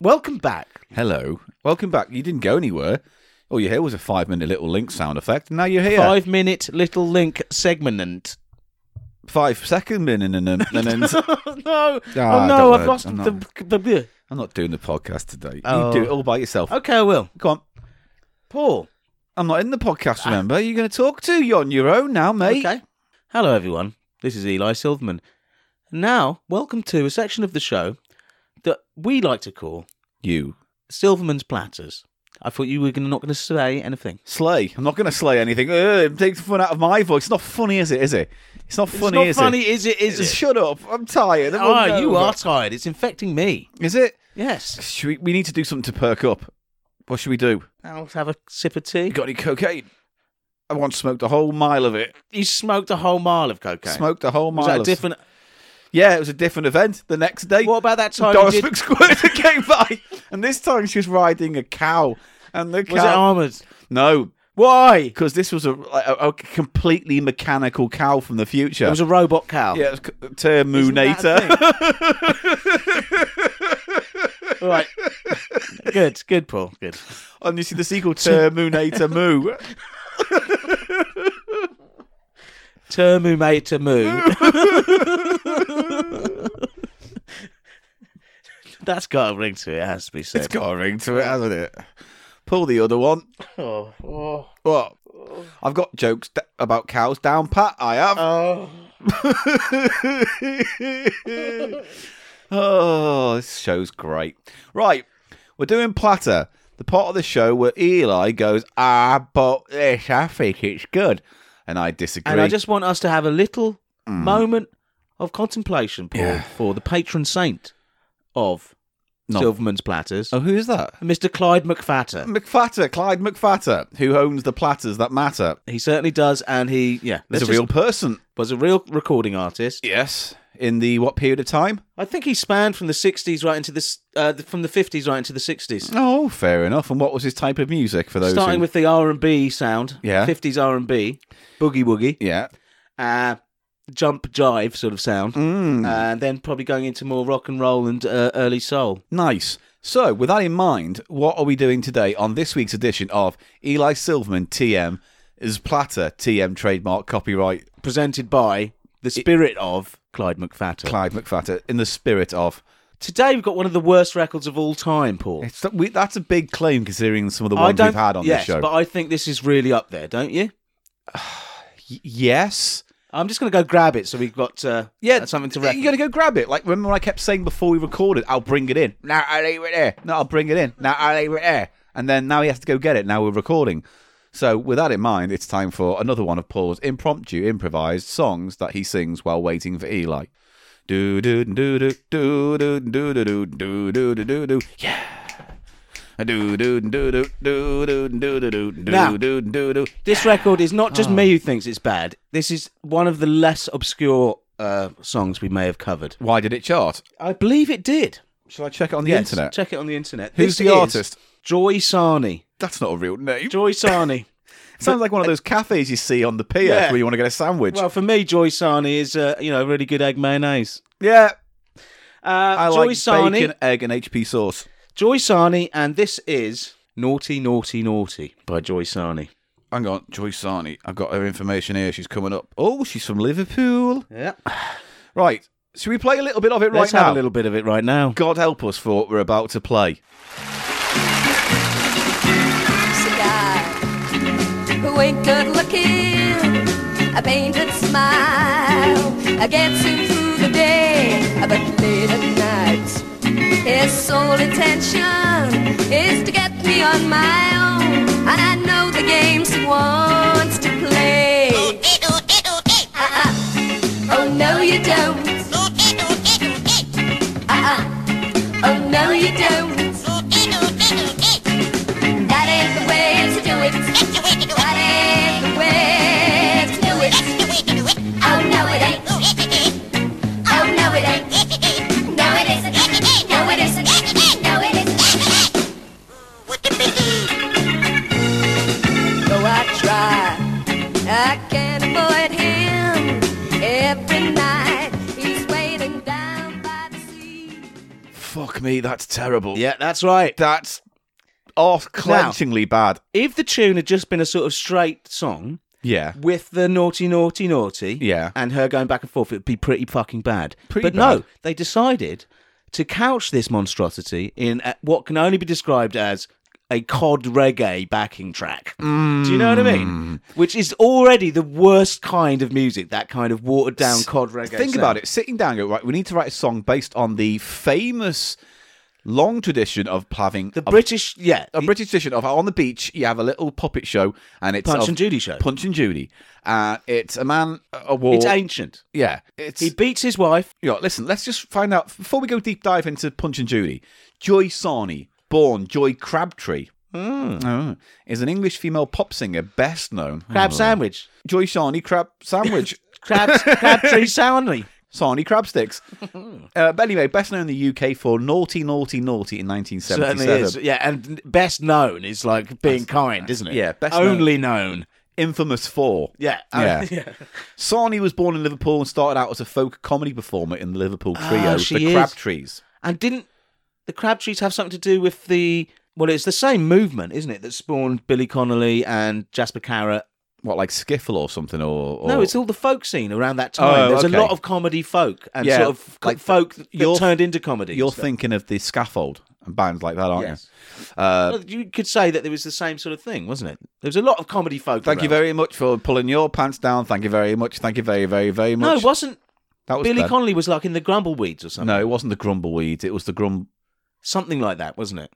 S1: Welcome back.
S2: Hello, welcome back. You didn't go anywhere. All you hear was a five-minute little link sound effect. and Now you're here.
S1: Five minute little link
S2: *laughs*
S1: segment.
S2: five second minute, and then and then-
S1: no.
S2: Ah,
S1: oh
S2: don't
S1: no, I've
S2: worry.
S1: lost
S2: I'm
S1: the, the, the-
S2: I'm not doing the podcast today.
S1: Oh.
S2: You do it all by yourself.
S1: Okay, I will.
S2: Come on.
S1: Paul.
S2: I'm not in the podcast, remember? You're going to talk to. You're on your own now, mate.
S1: Okay. Hello, everyone. This is Eli Silverman. Now, welcome to a section of the show that we like to call
S2: You.
S1: Silverman's Platters. I thought you were gonna, not going to say anything.
S2: Slay. I'm not going to slay anything. Ugh, it takes the fun out of my voice. It's not funny, is it? Is it? It's not funny,
S1: it's not
S2: is
S1: funny,
S2: it?
S1: is it? Is it?
S2: Shut up. I'm tired. I'm
S1: Ah,
S2: all
S1: you
S2: over.
S1: are tired. It's infecting me.
S2: Is it?
S1: Yes.
S2: Should we, we need to do something to perk up. What should we do?
S1: I'll have a sip of tea.
S2: You got any cocaine? I once smoked a whole mile of it.
S1: You smoked a whole mile of cocaine.
S2: Smoked a whole mile
S1: Was that
S2: of
S1: different?
S2: Yeah, it was a different event the next day.
S1: What about that time?
S2: Doris
S1: you did,
S2: McSquirter came by, and this time she was riding a cow. And the cow.
S1: was it armoured?
S2: No,
S1: Why?
S2: because this was a, a, a completely mechanical cow from the future.
S1: It was a robot cow.
S2: yeah, it was c- Terminator.
S1: Isn't
S2: *laughs*
S1: All right. Good, good, Paul. Good.
S2: *laughs* and you see the sequel, Terminator
S1: *laughs*
S2: Moo.
S1: Terminator
S2: *laughs*
S1: moo. *laughs* That's got a ring to it, it has to be said.
S2: It's got a ring to it, hasn't it? Pull the other one.
S1: Oh, oh,
S2: What? I've got jokes d- about cows down pat. I have.
S1: oh.
S2: *laughs* oh, this show's great. Right, we're doing platter. The part of the show where Eli goes, ah, but this, I think it's good. And I disagree.
S1: And I just want us to have a little moment of contemplation, Paul,
S2: Mm. Yeah.
S1: for the patron saint of
S2: Not-
S1: Silverman's Platters,
S2: Oh, who's that?
S1: Mr. Clyde McFatter.
S2: McFatter, Clyde McFatter, who owns the platters that matter.
S1: He certainly does, and he, yeah,
S2: Is
S1: let's
S2: a
S1: just-
S2: real person.
S1: was a real recording artist.
S2: Yes. In the what period of time?
S1: I think he spanned from the 60s right into the, s- uh, the- from the 50s right into the 60s.
S2: Oh, fair enough. And what was his type of music for those?
S1: Starting
S2: who-
S1: with the R&B sound,
S2: Yeah.
S1: 50s R&B, boogie woogie,
S2: yeah,
S1: uh, jump jive sort of sound,
S2: Mm.
S1: and then probably going into more rock and roll and uh, early soul.
S2: nice. So, with that in mind, what are we doing today on this week's edition of Eli Silverman TM is Platter TM trademark copyright
S1: Presented by the spirit of Clyde McFatter.
S2: Clyde McFatter in the spirit of.
S1: Today we've got one of the worst records of all time, Paul.
S2: It's, we, that's a big claim considering some of the
S1: I
S2: ones
S1: don't,
S2: we've had on
S1: yes,
S2: this show.
S1: but I think this is really up there, don't you?
S2: Y- yes.
S1: I'm just going to go grab it so we've got uh,
S2: Yeah,
S1: something to
S2: You-
S1: reference.
S2: You gotta go grab it. Like remember when I kept saying before we recorded, I'll bring it in. Now I leave it there. No, I'll bring it in. Now I leave it there. And then now he has to go get it. Now we're recording. So with that in mind, it's time for another one of Paul's impromptu, improvised songs that he sings while waiting for Eli. Do do do do do do do do do do do do do do. Yeah. Do do do do do do do do do
S1: Now-
S2: do do do do.
S1: This record is not
S2: Oh.
S1: just me who thinks it's bad. This is one of the less obscure uh, songs we may have covered.
S2: Why did it chart?
S1: I believe it did.
S2: Shall I check it on the
S1: Yes,
S2: internet?
S1: Check it on the internet.
S2: Who's
S1: This
S2: the
S1: is
S2: artist?
S1: Joy Sarni.
S2: That's not a real name.
S1: Joy
S2: *laughs*
S1: Sarni.
S2: Sounds like one of those cafes you see on the pier
S1: Yeah.
S2: where you want to get a sandwich.
S1: well, for me, Joy Sarni is uh, you know really good egg mayonnaise.
S2: yeah,
S1: Uh,
S2: I
S1: Joy
S2: like
S1: Sarni.
S2: bacon, egg, and HP sauce.
S1: Joy Sarni, and this is "Naughty, Naughty, Naughty" by Joy Sarni.
S2: Hang on, Joyce Sarni. I've got her information here. She's coming up. Oh, she's from Liverpool.
S1: Yeah.
S2: Right. Should we play a little bit of it
S1: Let's
S2: right
S1: have
S2: now?
S1: a little bit of it right now.
S2: God help us for what we're about to play.
S4: He's a guy who ain't good looking. A painted smile gets him through the day, but late at night, his sole intention is to get me on my own. And I know the games he wants to play. Uh-uh. Oh no, Uh-uh. Oh, night. He's waiting down by the sea.
S2: Fuck me, that's terrible.
S1: Yeah, that's right.
S2: That's arse clenchingly bad.
S1: If the tune had just been a sort of straight song
S2: Yeah.
S1: with the naughty, naughty, naughty,
S2: Yeah.
S1: and her going back and forth, it'd be pretty fucking bad.
S2: Pretty
S1: but
S2: bad.
S1: no, they decided to couch this monstrosity in uh, what can only be described as a cod reggae backing track. Do you know what I mean? Which is already the worst kind of music, that kind of watered down cod reggae.
S2: Think about it. Sitting down, go right. We need to write a song based on the famous long tradition of having
S1: The
S2: a-
S1: British, yeah.
S2: a British tradition of on the beach, you have a little puppet show, and it's
S1: Punch
S2: of-
S1: and Judy show.
S2: Punch and Judy. Uh, it's a man, a war.
S1: it's ancient.
S2: yeah, it's
S1: He beats his wife.
S2: you know, listen, let's just find out before we go deep dive into Punch and Judy. Joy Sarny, born Joy Crabtree,
S1: Hmm.
S2: oh, is an English female pop singer best known.
S1: Crab
S2: Oh.
S1: sandwich.
S2: Joy Sarny Crab
S1: *laughs*
S2: Sandwich.
S1: Crab, crab
S2: *laughs*
S1: tree soundly.
S2: Sarny
S1: *laughs*
S2: Crab Sticks. uh, but anyway, best known in the UK for Naughty, Naughty, Naughty in 1977.
S1: Certainly is. Yeah, and best known is like being kind, isn't it?
S2: yeah, best
S1: only known.
S2: Infamous for.
S1: Yeah,
S2: Yeah.
S1: uh, *laughs* yeah.
S2: Sarny was born in Liverpool and started out as a folk comedy performer in the Liverpool trio,
S1: Ah, she
S2: the
S1: is.
S2: Crabtrees.
S1: And didn't the Crabtrees have something to do with the? Well, it's the same movement, isn't it? That spawned Billy Connolly and Jasper Carrot.
S2: What, like Skiffle or something? Or, or
S1: No, it's all the folk scene around that time.
S2: Oh,
S1: There's
S2: okay.
S1: a lot of comedy folk and
S2: Yeah,
S1: sort of
S2: like
S1: folk that
S2: you're-
S1: turned into comedy.
S2: You're thinking of the Scaffold and bands like that, aren't
S1: Yes.
S2: you? Uh,
S1: Well, you could say that there was the same sort of thing, wasn't it? There was a lot of comedy folk.
S2: Thank you
S1: around.
S2: very much for pulling your pants down. Thank you very much. Thank you very, very, very
S1: No,
S2: much.
S1: it wasn't
S2: that was
S1: Billy
S2: Ben.
S1: Connolly was like in the Grumbleweeds or something.
S2: No, it wasn't the Grumbleweeds. It was the Grum.
S1: something like that, wasn't it?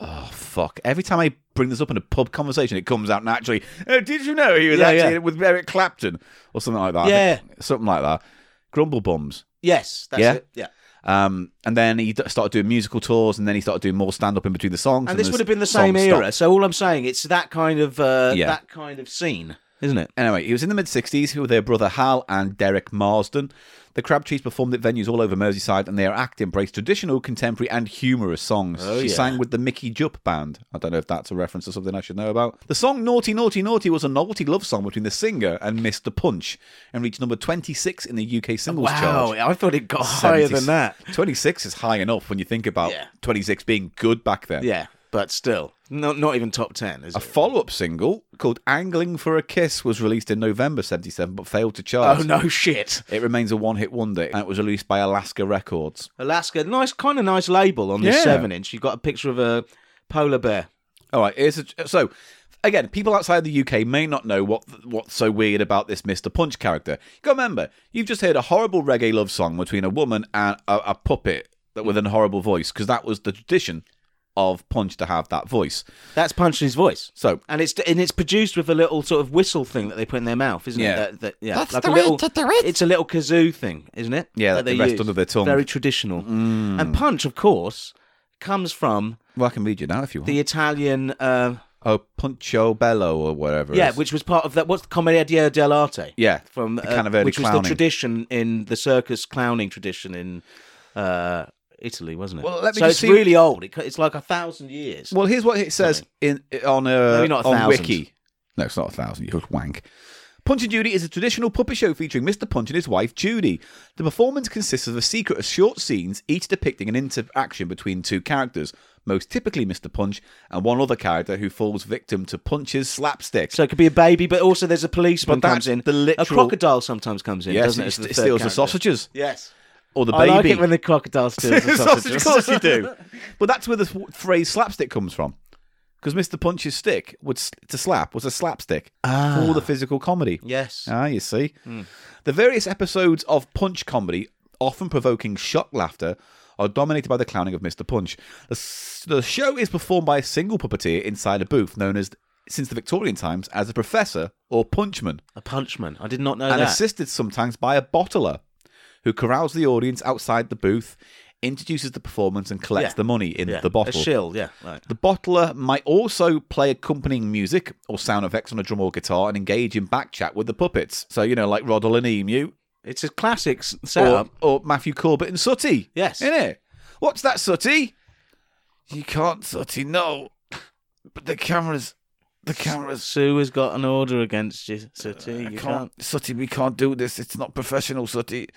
S2: Oh fuck! Every time I bring this up in a pub conversation, it comes out naturally. Oh, did you know he was
S1: Yeah,
S2: actually
S1: yeah.
S2: with Eric Clapton or something like that? I
S1: Yeah.
S2: think- something like that. Grumble bums.
S1: Yes, that's
S2: Yeah?
S1: it. Yeah.
S2: Um, and then he d- started doing musical tours, and then he started doing more stand up in between the songs.
S1: and this
S2: the
S1: would have been the
S2: songs
S1: same
S2: stopped.
S1: era. So all I'm saying, it's that kind of uh,
S2: Yeah.
S1: that kind of scene, isn't it?
S2: Anyway, he was in the mid 60s with their brother Hal and Derek Marsden. The Crabtrees performed at venues all over Merseyside and their act embraced traditional, contemporary, and humorous songs. she
S1: Oh, yeah.
S2: sang with the Mickey Jupp Band. I don't know if that's a reference to something I should know about. The song Naughty Naughty Naughty was a novelty love song between the singer and Mr. Punch and reached number 26 in the UK singles chart.
S1: I thought it got
S2: 70s. 26 is high enough when you think about
S1: Yeah.
S2: 26 being good back then.
S1: Yeah, but still, not not even top ten. Is
S2: A
S1: it?
S2: follow up single called Angling for a Kiss was released in November 77 but failed to chart.
S1: Oh no, *laughs* shit!
S2: It remains a one hit wonder and it was released by Alaska Records.
S1: Alaska, nice kind of nice label on this
S2: Yeah.
S1: seven inch. You've got a picture of a polar bear.
S2: All right, here's a, so again, people outside the UK may not know what what's so weird about this Mr. Punch character. You got remember, you've just heard a horrible reggae love song between a woman and a, a puppet that with an horrible voice because that was the tradition of Punch to have that voice.
S1: That's Punchley's voice.
S2: So
S1: And it's and it's produced with a little sort of whistle thing that they put in their mouth, isn't
S2: Yeah.
S1: it? That, that, yeah,
S2: That's
S1: like
S2: the
S1: a
S2: way
S1: little,
S2: to do it.
S1: It's a little kazoo thing, isn't it?
S2: Yeah, that they rest
S1: use.
S2: under their tongue. Mm.
S1: Very traditional. And punch, of course, comes from
S2: well, I can read you now if you want.
S1: the Italian. Uh,
S2: oh, Puncho Bello or whatever. it
S1: yeah,
S2: is.
S1: which was part of that. What's the Commedia dell'arte?
S2: yeah,
S1: from
S2: the
S1: uh,
S2: kind of early
S1: which was
S2: clowning.
S1: the tradition in the circus clowning tradition in uh, Italy, wasn't it?
S2: Well, let me
S1: so
S2: just
S1: it's
S2: see-
S1: really old. It, co- it's like a thousand years.
S2: Well, here's what it says in on uh,
S1: Maybe not a
S2: on
S1: thousand.
S2: Wiki. No, it's not a thousand. You wank. Punch and Judy is a traditional puppet show featuring Mr. Punch and his wife Judy. The performance consists of a secret of short scenes, each depicting an interaction between two characters, most typically Mr. Punch and one other character who falls victim to Punch's slapstick.
S1: So it could be a baby, but also there's a policeman
S2: But
S1: comes
S2: that's
S1: in.
S2: the
S1: A
S2: literal-
S1: crocodile sometimes comes in,
S2: yes,
S1: doesn't
S2: it,
S1: it? as
S2: st-
S1: the
S2: it
S1: third
S2: steals the
S1: character?
S2: sausages
S1: Yes.
S2: or the
S1: I like
S2: baby.
S1: it when the crocodile *laughs* steals the
S2: sausage,
S1: sausages.
S2: of course you do. but that's where the th- phrase slapstick comes from. Because Mr. Punch's stick would s- to slap was a slapstick for all the physical comedy.
S1: yes.
S2: Ah, you see. The various episodes of Punch comedy, often provoking shock laughter, are dominated by the clowning of Mr. Punch. The, s- the show is performed by a single puppeteer inside a booth known as, since the Victorian times, as a professor or punchman,
S1: A punchman. I did not know
S2: and
S1: that.
S2: assisted sometimes by a bottler who corrals the audience outside the booth, introduces the performance, and collects
S1: Yeah.
S2: the money in
S1: Yeah.
S2: the bottle.
S1: A shill, yeah. Right.
S2: The bottler might also play accompanying music or sound effects on a drum or guitar and engage in back chat with the puppets. So, you know, like Roddle and Emu
S1: It's a classic s-
S2: or,
S1: setup.
S2: or Matthew Corbett and Sooty.
S1: Yes.
S2: Innit? What's that, Sooty? You can't, Sooty, no. But the camera's The cameras.
S1: Sue has got an order against you, Sooty. You Uh, can't.
S2: Sooty, we can't do this. It's not professional, Sooty.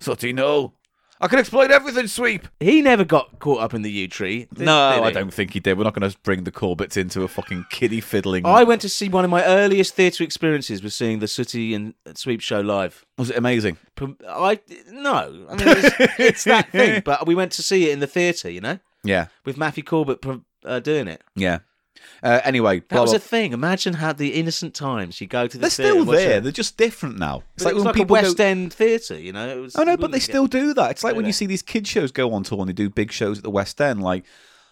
S2: Sooty, no. I can exploit everything, Sweep.
S1: He never got caught up in the yew tree. did- did
S2: I
S1: he?
S2: don't think he did. We're not going to bring the Corbets into a fucking kiddie fiddling.
S1: I went to see one of my earliest theatre experiences was seeing the Sooty and Sweep show live.
S2: Was it amazing?
S1: Prom- I no, I mean
S2: *laughs*
S1: it's, it's that thing. But we went to see it in the theatre, you know,
S2: Yeah,
S1: with Matthew Corbett pro- uh, doing it.
S2: yeah. Uh, anyway,
S1: That
S2: blah,
S1: was
S2: blah.
S1: a thing. Imagine how the innocent times you go to the
S2: they're
S1: theatre
S2: still
S1: and watch
S2: there.
S1: it.
S2: They're just different now. It's
S1: But it was like a
S2: go-
S1: West End theatre, you know. It was,
S2: Oh no,
S1: you
S2: but they
S1: wouldn't get-
S2: still do that. It's like
S1: do
S2: when
S1: they?
S2: you see these kid shows go on tour and they do big shows at the West End, like,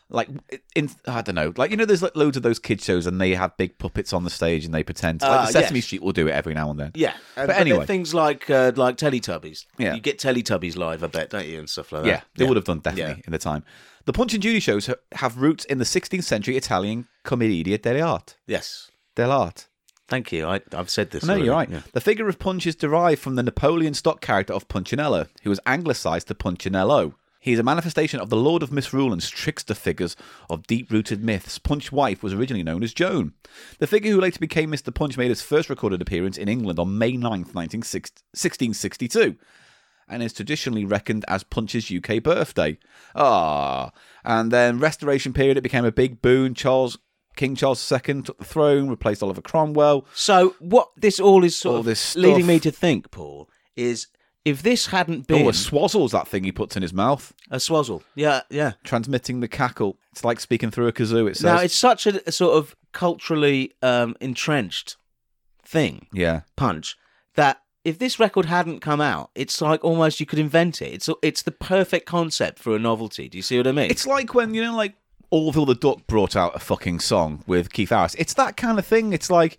S2: like in I don't know, like you know, there's like loads of those kid shows and they have big puppets on the stage and they pretend. To, like
S1: Ah,
S2: the Sesame
S1: yes.
S2: Street will do it every now and then.
S1: Yeah,
S2: But
S1: but, anyway,
S2: anyway.
S1: things like uh, like Teletubbies.
S2: Yeah.
S1: you get Teletubbies live, I bet, don't you, and stuff like that.
S2: Yeah, they would have done definitely
S1: Yeah.
S2: in the time. The Punch and Judy shows ha- have roots in the 16th century Italian commedia dell'arte.
S1: Yes,
S2: Dell'arte.
S1: thank you. I, I've said this.
S2: No,
S1: already.
S2: you're right.
S1: Yeah.
S2: The figure of Punch is derived from the Napoleon stock character of Punchinello, who was anglicised to Punchinello. He is a manifestation of the Lord of Misrule and trickster figures of deep rooted myths. Punch's wife was originally known as Joan. The figure who later became Mr. Punch made his first recorded appearance in England on May 9th, 1662, and is traditionally reckoned as Punch's UK birthday. Ah. And then, restoration period, it became a big boon. Charles. King Charles II took the throne, replaced Oliver Cromwell.
S1: So what this all is sort
S2: All
S1: of
S2: this
S1: leading
S2: stuff.
S1: me to think, Paul, is if this hadn't been
S2: Oh, a swazzle's that thing he puts in his mouth,
S1: a swazzle, yeah, yeah.
S2: transmitting the cackle. It's like speaking through a kazoo, it says.
S1: Now it's such a, a sort of culturally um, entrenched thing,
S2: yeah.
S1: punch, that if this record hadn't come out, it's like almost you could invent it. It's it's the perfect concept for a novelty. Do you see what I mean?
S2: It's like when, you know, like Orville the Duck brought out a fucking song with Keith Harris. It's that kind of thing. It's like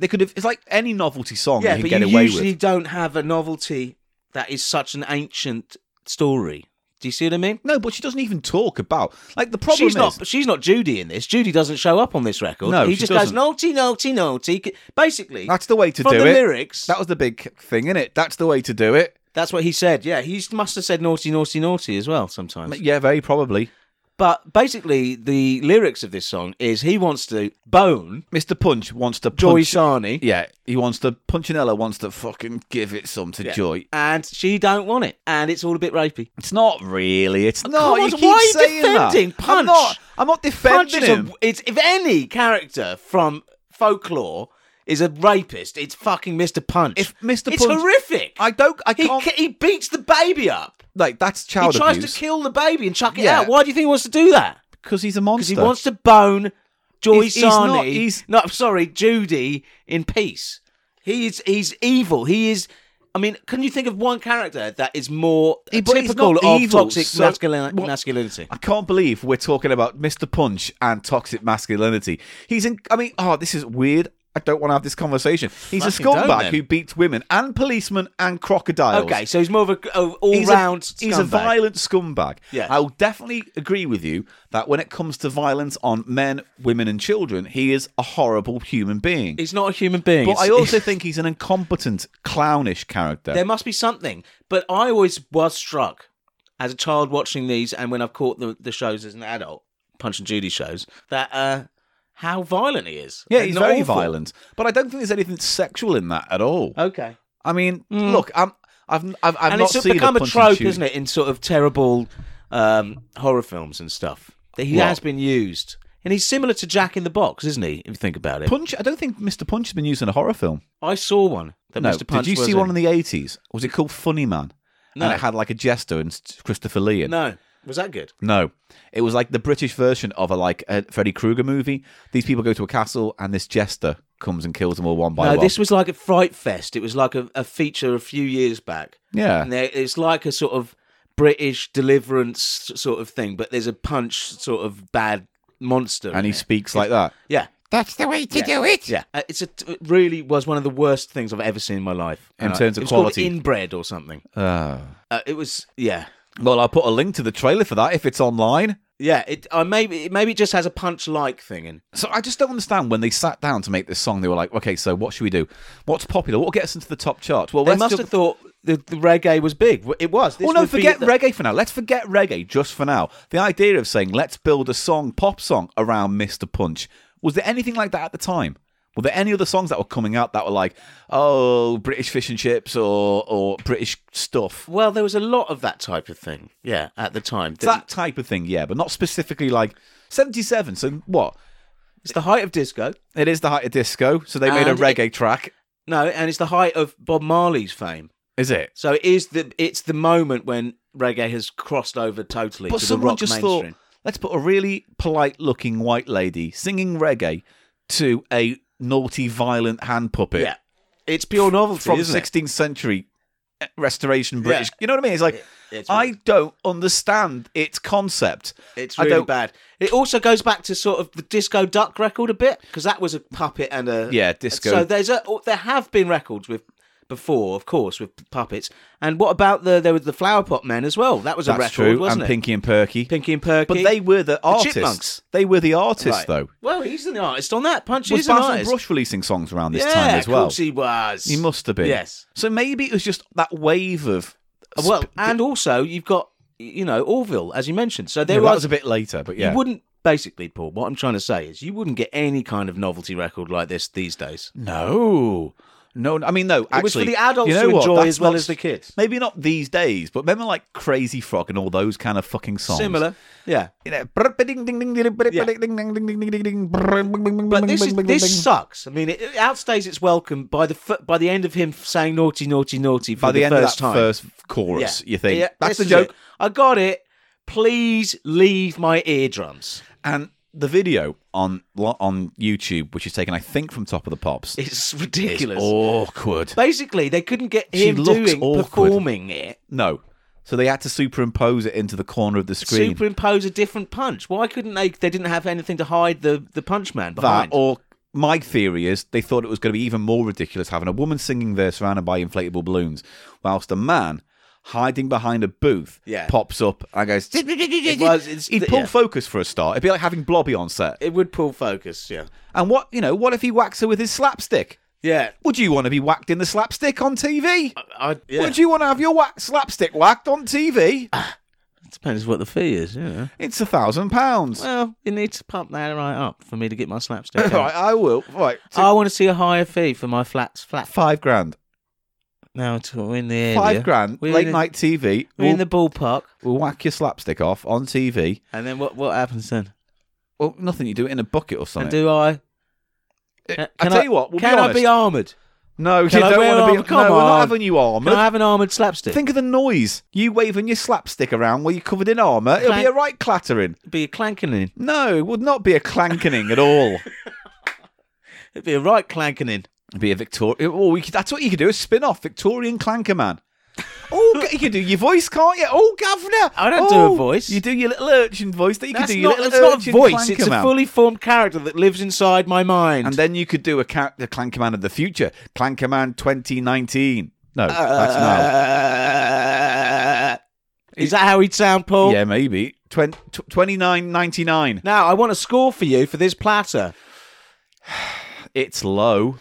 S2: they could have, it's like any novelty song
S1: yeah,
S2: you
S1: but
S2: can get
S1: you
S2: away
S1: usually
S2: with.
S1: don't have a novelty that is such an ancient story. Do you see what I mean?
S2: No, but she doesn't even talk about. Like, the problem
S1: she's
S2: is.
S1: not. She's not Judy in this. Judy doesn't show up on this record.
S2: No,
S1: he
S2: she
S1: just goes
S2: doesn't.
S1: naughty, naughty, naughty. Basically,
S2: that's the way to
S1: from
S2: do
S1: the
S2: it.
S1: lyrics.
S2: That was the big thing, innit? That's the way to do it.
S1: that's what he said. Yeah, he must have said naughty, naughty, naughty as well sometimes.
S2: Yeah, very probably.
S1: But basically, the lyrics of this song is he wants to bone
S2: Mr. Punch wants to punch.
S1: Joy Shani,
S2: Yeah, he wants to. Punchinella wants to fucking give it some to Joy.
S1: and she don't want it, and it's all a bit rapey.
S2: It's not really. It's not.
S1: Oh, come on,
S2: you keep
S1: why are you
S2: saying
S1: defending
S2: that. I'm
S1: Punch?
S2: not, I'm not
S1: Punch
S2: defending
S1: is
S2: him.
S1: a, it's if any character from folklore is a rapist, it's fucking Mr. Punch.
S2: If Mr.
S1: it's
S2: Punch-
S1: horrific.
S2: I don't. I
S1: he,
S2: can't.
S1: ca- he beats the baby up.
S2: like that's child
S1: he tries
S2: abuse.
S1: to kill the baby and chuck it
S2: Yeah.
S1: out. Why do you think he wants to do that?
S2: because he's a monster.
S1: Because he wants to bone Joy
S2: He's- he's
S1: Sarni.
S2: not- he's-
S1: No, I'm sorry, Judy in peace. He is he's evil. He is. I mean, can you think of one character that is more
S2: He- but he's
S1: typical
S2: not
S1: of
S2: evil,
S1: toxic
S2: so-
S1: masculin-
S2: what-
S1: masculinity?
S2: I can't believe we're talking about Mr. Punch and toxic masculinity. He's in. I mean, oh, this is weird. I don't want to have this conversation. He's a
S1: Fucking don't
S2: scumbag
S1: then.
S2: who beats women and policemen and crocodiles.
S1: Okay, so he's more of a, a
S2: He's a-
S1: all-round.
S2: He's a
S1: scumbag.
S2: violent scumbag.
S1: Yeah.
S2: I will definitely agree with you that when it comes to violence on men, women, and children, he is a horrible human being.
S1: He's not a human being.
S2: But
S1: It's-
S2: I also think he's an incompetent, clownish character.
S1: there must be something. But I always was struck as a child watching these, and when I've caught the, the shows as an adult, Punch and Judy shows, that uh, how violent he is.
S2: yeah,
S1: And
S2: he's very
S1: awful.
S2: violent. But I don't think there's anything sexual in that at all.
S1: Okay,
S2: I mean, look, I'm, I've, I've, I've
S1: Hmm. and
S2: not
S1: it's
S2: seen
S1: become
S2: a,
S1: a,
S2: punch and
S1: trope,
S2: shoot.
S1: isn't it, in sort of terrible um, horror films and stuff that he
S2: What?
S1: has been used. And he's similar to Jack in the Box, isn't he? If you think about it,
S2: Punch. I don't think Mr. Punch has been used in a horror film.
S1: I saw one that
S2: No,
S1: Mr. Punch
S2: did you
S1: was
S2: see one
S1: in.
S2: in the eighties? Was it called Funny Man?
S1: No.
S2: And it had like a jester and s- Christopher Lee. in it.
S1: No, was that good?
S2: No, it was like the British version of a like a Freddy Krueger movie. These people go to a castle and this jester comes and kills them all one by
S1: No,
S2: one.
S1: this was like a Fright Fest. It was like a, a feature a few years back.
S2: Yeah.
S1: And there, it's like a sort of British deliverance sort of thing, but there's a punch sort of bad monster.
S2: and
S1: in
S2: he
S1: it.
S2: speaks like that.
S1: Yeah.
S2: That's the way to do it.
S1: Yeah. Uh, it's a, t- it really was one of the worst things I've ever seen in my life.
S2: In
S1: Uh,
S2: terms of
S1: it was called
S2: quality. Ah.
S1: Inbred or something. Uh, it was, yeah.
S2: Well, I'll put a link to the trailer for that if it's online.
S1: Yeah, it uh, maybe maybe it just has a punch like thing in.
S2: So I just don't understand when they sat down to make this song, they were like, okay, so what should we do? What's popular? What will get us into the top charts? Well,
S1: They
S2: let's
S1: must
S2: just-
S1: have thought the, the reggae was big. It was. This
S2: Well, no,
S1: would be
S2: forget
S1: the-
S2: reggae for now. Let's forget reggae just for now. The idea of saying let's build a song, pop song around Mr. Punch Was there anything like that at the time? Were there any other songs that were coming out that were like, oh, British fish and chips or or British stuff?
S1: Well, there was a lot of that type of thing. Yeah, at the time.
S2: That type of thing, yeah, but not specifically like 77. So what?
S1: it's the height of disco.
S2: It is the height of disco, so they made a
S1: And it-
S2: reggae track.
S1: No, and it's the height of Bob Marley's fame.
S2: Is it?
S1: So it is the it's the moment when reggae has crossed over totally
S2: But
S1: to the
S2: someone
S1: rock
S2: just
S1: mainstream.
S2: thought, let's put a really polite looking white lady singing reggae to a naughty, violent hand puppet
S1: yeah, it's pure novelty
S2: from
S1: isn't it?
S2: 16th century eh, restoration British. You know what I mean? It's like,
S1: It's
S2: I don't understand its concept.
S1: It's
S2: I
S1: really
S2: don't-
S1: bad. It also goes back to sort of the Disco Duck record a bit because that was a puppet and a
S2: Yeah, disco.
S1: So there's a oh, there have been records with before, of course, with puppets. And what about the there was the Flower Pot Men as well? That was a
S2: That's
S1: record,
S2: true.
S1: wasn't
S2: and
S1: it?
S2: Pinky and Perky.
S1: Pinky and Perky.
S2: But they were the artists.
S1: Chipmunks.
S2: They were the artists, though.
S1: Well, he's an artist on that. Punch
S2: Was
S1: is an
S2: Basil
S1: artist.
S2: Brush releasing songs around this
S1: yeah,
S2: time as
S1: of
S2: well?
S1: course he was.
S2: He must have been.
S1: Yes.
S2: So maybe it was just that wave of.
S1: Well,
S2: sp-
S1: and also you've got you know Orville as you mentioned. So there
S2: Yeah, that
S1: was
S2: was a bit later, but yeah.
S1: You wouldn't basically, Paul. What I'm trying to say is, you wouldn't get any kind of novelty record like this these days.
S2: No. No, I mean, no. Actually,
S1: It was for the adults
S2: you know
S1: to
S2: what?
S1: enjoy
S2: That's
S1: as well
S2: not-
S1: as the kids.
S2: Maybe not these days, but remember like Crazy Frog and all those kind of fucking songs.
S1: Similar, yeah.
S2: You know, ding ding ding ding ding ding ding ding ding ding ding. But
S1: But this is this sucks. I mean, it, it outstays its welcome by the f- by the end of him saying naughty, naughty, naughty for
S2: by the, end of that
S1: first time.
S2: first chorus,
S1: Yeah.
S2: you think
S1: Yeah,
S2: that's the
S1: this is
S2: joke.
S1: it. I got it. Please leave my eardrums.
S2: And the video on on YouTube, which is taken, I think, from Top of the Pops,
S1: It's
S2: is
S1: ridiculous.
S2: awkward.
S1: Basically, they couldn't get
S2: She
S1: him
S2: looks
S1: doing
S2: awkward.
S1: performing it.
S2: No, so they had to superimpose it into the corner of the screen.
S1: Superimpose a different punch. Why couldn't they? They didn't have anything to hide the the punch man
S2: that,
S1: behind.
S2: or my theory is they thought it was going to be even more ridiculous having a woman singing there surrounded by inflatable balloons, whilst a man hiding behind a booth
S1: Yeah.
S2: pops up and goes. It
S1: was- it's-
S2: He'd pull
S1: yeah.
S2: focus for a start. It'd be like having Blobby on set.
S1: it would pull focus. Yeah,
S2: And what you know? What if he whacks her with his slapstick?
S1: yeah.
S2: Would you want to be whacked in the slapstick on TV?
S1: I, Uh, yeah.
S2: Would you want to have your whack slapstick whacked on TV?
S1: Depends what the fee is. Yeah.
S2: It's a thousand pounds.
S1: Well, you need to pump that right up for me to get my slapstick.
S2: *laughs* Right,
S1: out.
S2: I will. Right, so
S1: I want to see a higher fee for my flats. Flat.
S2: five grand.
S1: Now it's- we're in the area.
S2: Five grand.
S1: We're
S2: late
S1: in the-
S2: night TV.
S1: We're in the ballpark,
S2: We'll whack your slapstick off on TV.
S1: and then what? What happens then?
S2: Well, nothing. You do it in a bucket or
S1: And
S2: something. Uh,
S1: do I?
S2: I,
S1: Can I
S2: tell you what. We'll
S1: can
S2: be
S1: I
S2: honest.
S1: be armored?
S2: no,
S1: Can
S2: you
S1: I
S2: don't
S1: wear
S2: want to
S1: arm-
S2: be.
S1: come
S2: no, we're not
S1: on.
S2: having you
S1: Can I
S2: armoured.
S1: have an armored slapstick?
S2: Think of the noise. You waving your slapstick around while you're covered in armour. It'll be
S1: Clank.
S2: a right clattering.
S1: It'd be a clankening.
S2: No, it would not be a clankening
S1: *laughs*
S2: at all.
S1: It'd be a right clankening.
S2: It'd be a Victorian. Oh, we could, that's what you could do. A spin-off, Victorian
S1: *laughs*
S2: Clankerman. Oh, Ga- you can do your voice, can't you? Oh, Governor.
S1: I don't do a
S2: oh,
S1: voice.
S2: You do your little urchin voice that you
S1: That's
S2: can do.
S1: not,
S2: your
S1: that's
S2: little
S1: not a
S2: urchin
S1: voice. It's a
S2: Clankerman.
S1: fully formed character that lives inside my mind.
S2: And then you could do a, ca- a Clan Command of the future, Clan Command 2019. No, that's now.
S1: Uh, is that how he'd sound, Paul?
S2: Yeah, maybe. Twen- tw- 29.99.
S1: Now I want a score for you for this platter.
S2: It's low.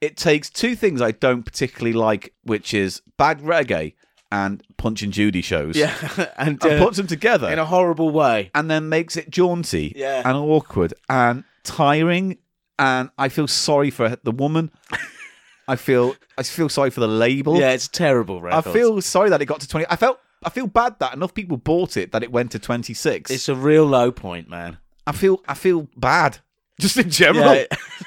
S2: It takes two things I don't particularly like, which is bad reggae and Punch and Judy shows.
S1: *laughs* and
S2: And
S1: uh,
S2: puts them together
S1: in a horrible way.
S2: and then makes it jaunty
S1: Yeah.
S2: and awkward and tiring. And I feel sorry for
S1: *laughs*
S2: the woman. I feel I feel sorry for the label.
S1: Yeah, it's a terrible
S2: I
S1: record.
S2: feel sorry that it got to twenty. I felt I feel bad that enough people bought it that it went to twenty six.
S1: it's a real low point,
S2: *laughs*
S1: man.
S2: I feel I feel bad *laughs* just in general.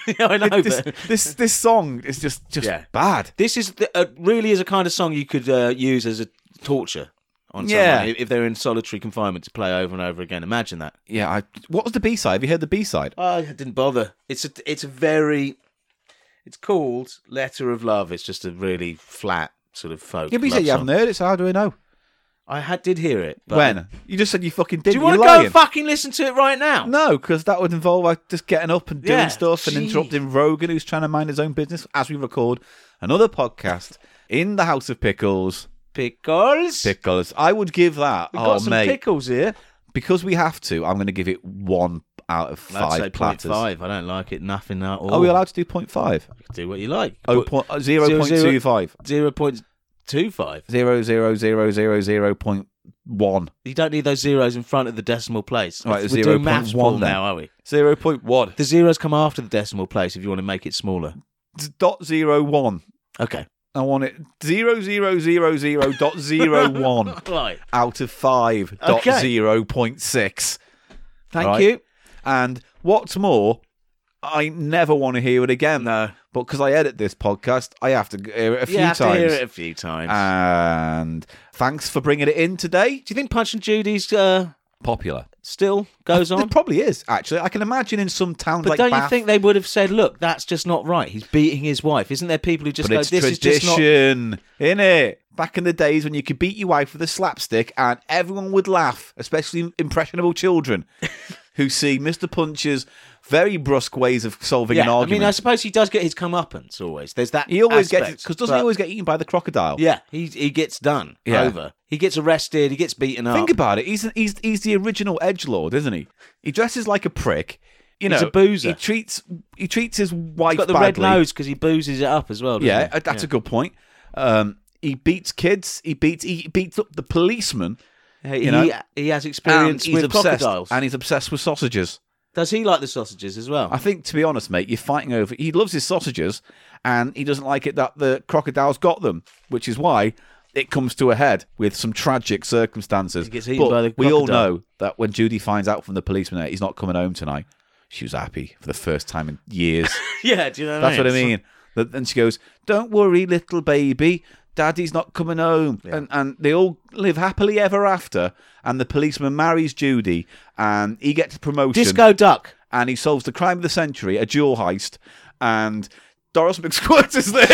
S1: Yeah, *laughs* I know.
S2: this,
S1: but
S2: this this song is just just
S1: Yeah.
S2: bad.
S1: this is the, uh, really is a kind of song you could uh, use as a torture on
S2: Yeah.
S1: someone if- if they're in solitary confinement to play over and over again. Imagine that.
S2: Yeah, I, what was the B side? Have you heard the B side?
S1: I didn't bother. It's a it's a very it's called Letter of Love. It's just a really flat sort of folk.
S2: Yeah, but you
S1: love
S2: said you
S1: song.
S2: haven't heard it, so how do I know?
S1: I had, did hear it. but-
S2: when you just said you fucking did.
S1: Do you
S2: want to
S1: go and fucking listen to it right now?
S2: No, because that would involve like, just getting up and doing
S1: Yeah,
S2: stuff and
S1: gee.
S2: interrupting Rogan, who's trying to mind his own business as we record another podcast in the House of Pickles.
S1: Pickles.
S2: Pickles. I would give that.
S1: We've
S2: oh,
S1: got some
S2: mate.
S1: pickles here.
S2: because we have to, I'm going to give it one out of 5
S1: I'd say
S2: platters.
S1: 0.5. I don't like it. Nothing at all.
S2: Are we allowed to do 0.5?
S1: Do what you like.
S2: Oh,
S1: Put
S2: point, uh, 0.25.
S1: zero point two five.
S2: 0.00000.0.0 one.
S1: You don't need those zeros in front of the decimal place.
S2: Right,
S1: We're doing maths
S2: 0.1
S1: Paul,
S2: then.
S1: now, are we?
S2: Zero point one.
S1: The zeros come after the decimal place if you want to make it smaller.
S2: Dot zero one. *laughs*
S1: Okay.
S2: I want it zero zero zero zero dot
S1: *laughs*
S2: zero one
S1: Right.
S2: out of five dot
S1: Okay.
S2: zero point six.
S1: Thank
S2: Right.
S1: you.
S2: And what's more, I never want to hear it again. No. But because I edit this podcast, I have to hear it a few
S1: yeah, I have to
S2: times.
S1: hear it a few times.
S2: And thanks for bringing it in today.
S1: Do you think Punch and Judy's uh,
S2: Popular.
S1: still goes on?
S2: It probably is, actually. I can imagine in some towns
S1: But
S2: like
S1: don't you
S2: Bath,
S1: think they would have said, "Look, that's just not right. He's beating his wife." Isn't there people who just
S2: but
S1: go,
S2: it's
S1: "This is just not."
S2: tradition, in it? Back in the days when you could beat your wife with a slapstick and everyone would laugh, especially impressionable
S1: *laughs*
S2: children who see Mr. Punch's very brusque ways of solving
S1: Yeah,
S2: an
S1: I
S2: argument.
S1: mean, I suppose he does get his comeuppance always. There's that.
S2: He always
S1: aspect,
S2: gets because doesn't
S1: but-
S2: he always get eaten by the crocodile?
S1: Yeah, he he gets done
S2: Yeah.
S1: over. He gets arrested. He gets beaten up.
S2: Think about it. He's he's he's the original edge lord, isn't he? He dresses like a prick. You
S1: He's
S2: know,
S1: a boozer.
S2: He treats he treats his wife
S1: He's got the red
S2: badly.
S1: nose because he boozes it up as well. doesn't
S2: Yeah,
S1: he?
S2: uh, that's a good point. Um, he beats kids. He beats he beats up the policeman.
S1: Yeah, he,
S2: you know,
S1: he has
S2: And
S1: experience
S2: he's
S1: with
S2: obsessed.
S1: crocodiles.
S2: And he's obsessed with sausages.
S1: does he like the sausages as well?
S2: I *laughs* think, to be honest, mate, you're fighting over. He loves his sausages, and he doesn't like it that the crocodiles got them, which is why it comes to a head with some tragic circumstances.
S1: He gets eaten
S2: but
S1: by the
S2: we all
S1: crocodile.
S2: know that when Judy finds out from the policeman that he's not coming home tonight, she was happy for the first time in
S1: *laughs*
S2: years.
S1: yeah, do you know?
S2: That's what I mean. That- And she goes, "Don't worry, little baby." Daddy's not coming home, and and they all live happily ever after. And the policeman marries Judy, and he gets a promotion
S1: Disco
S2: *laughs*
S1: duck.
S2: and he solves the crime of the century, a dual heist, and Doris *laughs* McSquirt is there.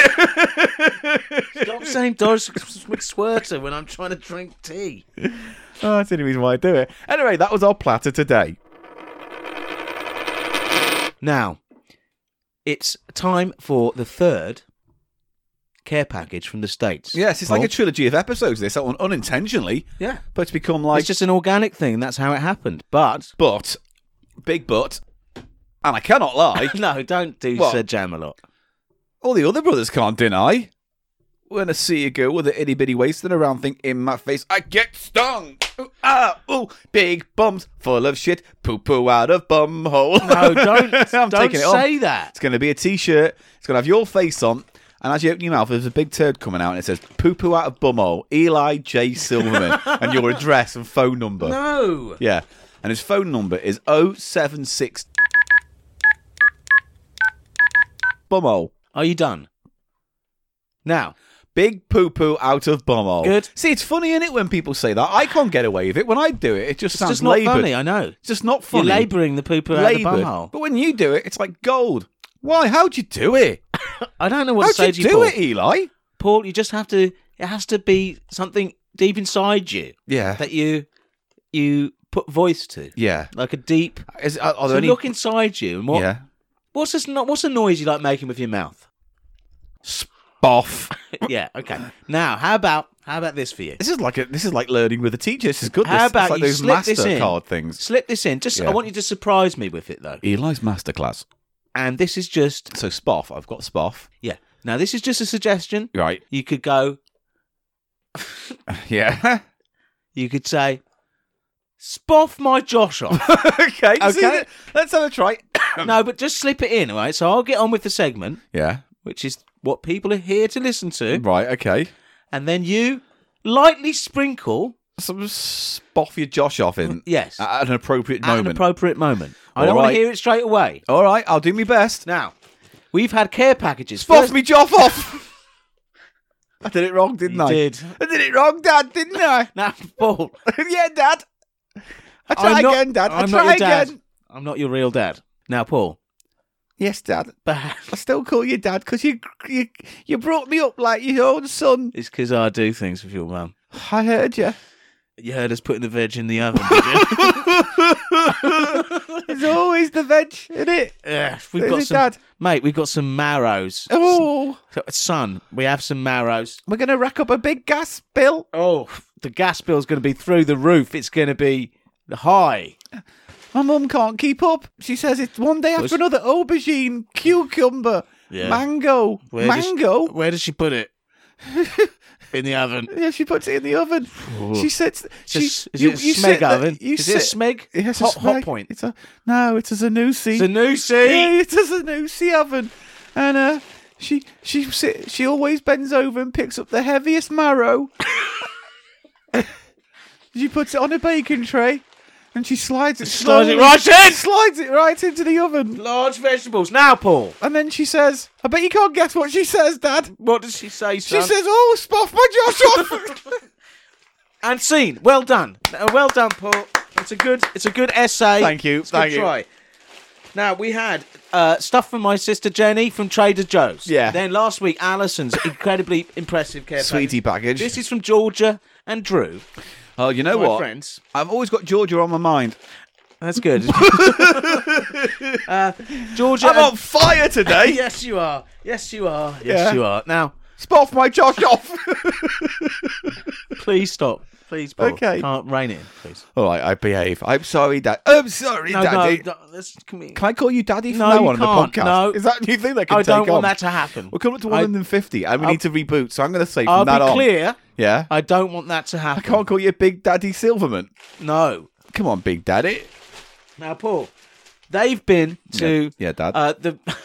S1: Stop saying Doris McSwerter when I'm trying to drink tea.
S2: *laughs* oh, that's the only reason why I do it. Anyway, that was our platter today.
S1: Now, it's time for the third care package from the States.
S2: Yes, it's
S1: Paul.
S2: like a trilogy of episodes. This that one unintentionally,
S1: Yeah.
S2: but it's become like
S1: It's just an organic thing. That's how it happened. But. *laughs*
S2: but big but, and I cannot *laughs* lie.
S1: No, don't do
S2: What?
S1: Sir Jam a lot.
S2: all the other brothers can't deny. When I see a girl with an itty bitty waist and a round thing in my face, I get stung. Ooh, ah, ooh, big bums full of shit, poo poo out of bum hole.
S1: No, don't.
S2: *laughs* I'm
S1: don't
S2: taking it off.
S1: say that.
S2: It's going to be a T-shirt. It's going to have your face on. And as you open your mouth, there's a big turd coming out, and it says "poo poo out of bumhole." Eli
S1: *laughs*
S2: J Silverman, and your address and phone number.
S1: No.
S2: Yeah, and his phone number is 076 bumhole.
S1: Are you done? Now,
S2: Big poo poo out of bumhole.
S1: Good.
S2: See, it's funny in it when people say that. I can't get away with it. When I do it, it just
S1: it's
S2: sounds
S1: just not
S2: laboured.
S1: funny. I know.
S2: It's just not
S1: You're
S2: funny.
S1: labouring the poo poo out of the
S2: Laboured.
S1: bumhole.
S2: But when you do it, it's like gold. Why? How'd you do it?
S1: I don't know what to
S2: How'd
S1: say
S2: you
S1: to you,
S2: do
S1: Paul.
S2: it, Eli?
S1: Paul, you just have to. It has to be something deep inside you
S2: Yeah.
S1: that you you put voice to,
S2: Yeah.
S1: like a deep.
S2: Is, are, are
S1: So
S2: there any?
S1: look inside you and what?
S2: Yeah.
S1: What's this? No, what's the noise you like making with your mouth?
S2: Boff.
S1: yeah. Okay. Now, how about how about this for you?
S2: *laughs* This is like a, this is like learning with a teacher. This is good.
S1: How
S2: This- it's
S1: about
S2: like
S1: you
S2: those
S1: slip this in?
S2: Mastercard things?
S1: Slip this in. Just I
S2: Yeah.
S1: want you to surprise me with it though.
S2: Eli's masterclass.
S1: And this is just
S2: So spoff. I've got spoff.
S1: yeah. Now this is just a suggestion.
S2: Right. *laughs*
S1: You could go.
S2: Yeah.
S1: You could say, "Spoff my Josh off."
S2: *laughs* *laughs* okay.
S1: Okay.
S2: see that- let's have a *coughs* try.
S1: no, but just slip it in, all right? So I'll get on with the segment,
S2: yeah.
S1: which is what people are here to listen to,
S2: Right. Okay.
S1: and then you lightly sprinkle
S2: Some spoff your Josh off in.
S1: Yes.
S2: At an appropriate
S1: at an
S2: moment.
S1: appropriate moment. I
S2: All
S1: don't want
S2: right.
S1: to hear it straight away.
S2: All right. I'll do my best.
S1: Now, we've had care packages.
S2: Spoff
S1: First-
S2: me Joff off. *laughs* I did it wrong, didn't
S1: You
S2: I?
S1: did.
S2: I did it wrong, Dad, didn't *laughs* I?
S1: Now, Paul.
S2: *laughs* yeah, Dad. I
S1: I'm
S2: try
S1: not-
S2: again, Dad. I
S1: I'm
S2: try
S1: not your dad.
S2: again.
S1: I'm not your real dad. Now, Paul.
S2: Yes, Dad.
S1: Perhaps
S2: I still call you dad because you, you you brought me up like your own son.
S1: *laughs* it's because I do things with your mum.
S2: I heard you.
S1: You heard us putting the veg in the
S2: *laughs*
S1: oven, did you?
S2: It's always the veg in it.
S1: yeah, we've
S2: Is
S1: got
S2: it
S1: some,
S2: Dad?
S1: mate. We've got some marrows.
S2: Oh,
S1: Son, we have some marrows.
S2: we're gonna rack up a big gas bill.
S1: Oh, the gas bill's going to be through the roof. It's going to be high.
S2: My mum can't keep up. She says it's one day after
S1: Was-
S2: another. Aubergine, cucumber,
S1: Yeah.
S2: mango,
S1: Where does-
S2: mango. *laughs*
S1: where does she put it? in the oven.
S2: Yeah, she puts it in the oven. She said, she,
S1: Is it- is it a smeg
S2: that-
S1: oven?
S2: you
S1: Is it a
S2: said-
S1: smeg?
S2: Yeah, it's a
S1: Hot- hot
S2: smeg.
S1: point.
S2: It's a no. It's a Zanussi.
S1: Zanussi.
S2: *laughs* Yeah, it's a Zanussi oven, and uh, she she sit, she always bends over and picks up the heaviest marrow. *laughs* she puts it on a baking tray, and she slides it
S1: Slides it
S2: slowly-
S1: right in!
S2: Slides it right into the oven,
S1: Large vegetables. Now, Paul.
S2: and then she says, "I bet you can't guess what she says, Dad."
S1: What does she say,
S2: She
S1: son?
S2: says, "Oh,
S1: *laughs*
S2: spoff my Josh off."
S1: and scene. Well done. Uh, well done, Paul. It's a good. It's a good essay.
S2: Thank you,
S1: It's a good
S2: thank you.
S1: try. Now we had uh, stuff from my sister Jenny from Trader Joe's.
S2: Yeah.
S1: Then last week, Alison's incredibly impressive care.
S2: Sweetie
S1: package.
S2: package.
S1: This is from Georgia and Drew,
S2: oh, you know
S1: my
S2: what?
S1: friends.
S2: I've always got Georgia on my mind.
S1: That's
S2: *laughs*
S1: good. Uh, Georgia.
S2: I'm
S1: and-
S2: on
S1: *laughs*
S2: fire today.
S1: Yes, you are. Yes, you are. Yes,
S2: Yeah.
S1: you are. Now,
S2: Spoff my Josh off. *laughs*
S1: please stop. Please, Paul.
S2: Okay.
S1: Can't rein it in, please.
S2: All right, I behave. I'm sorry, Dad. I'm sorry,
S1: No,
S2: Daddy.
S1: no, no. This can be...
S2: Can I call you Daddy from
S1: No,
S2: now
S1: you
S2: on on
S1: can't.
S2: the podcast?
S1: No.
S2: Is that you think they can
S1: I
S2: take
S1: don't
S2: on?
S1: want that to happen.
S2: We're coming up to
S1: I-
S2: 150, and we
S1: I'll-
S2: need to reboot. So I'm going to say from
S1: I'll
S2: that
S1: be
S2: on.
S1: clear.
S2: Yeah, I
S1: I don't want that to happen.
S2: can't call you Big Daddy Silverman.
S1: No.
S2: Come on, Big Daddy.
S1: Now, Paul, they've been to
S2: Yeah, yeah, Dad.
S1: uh, the *laughs*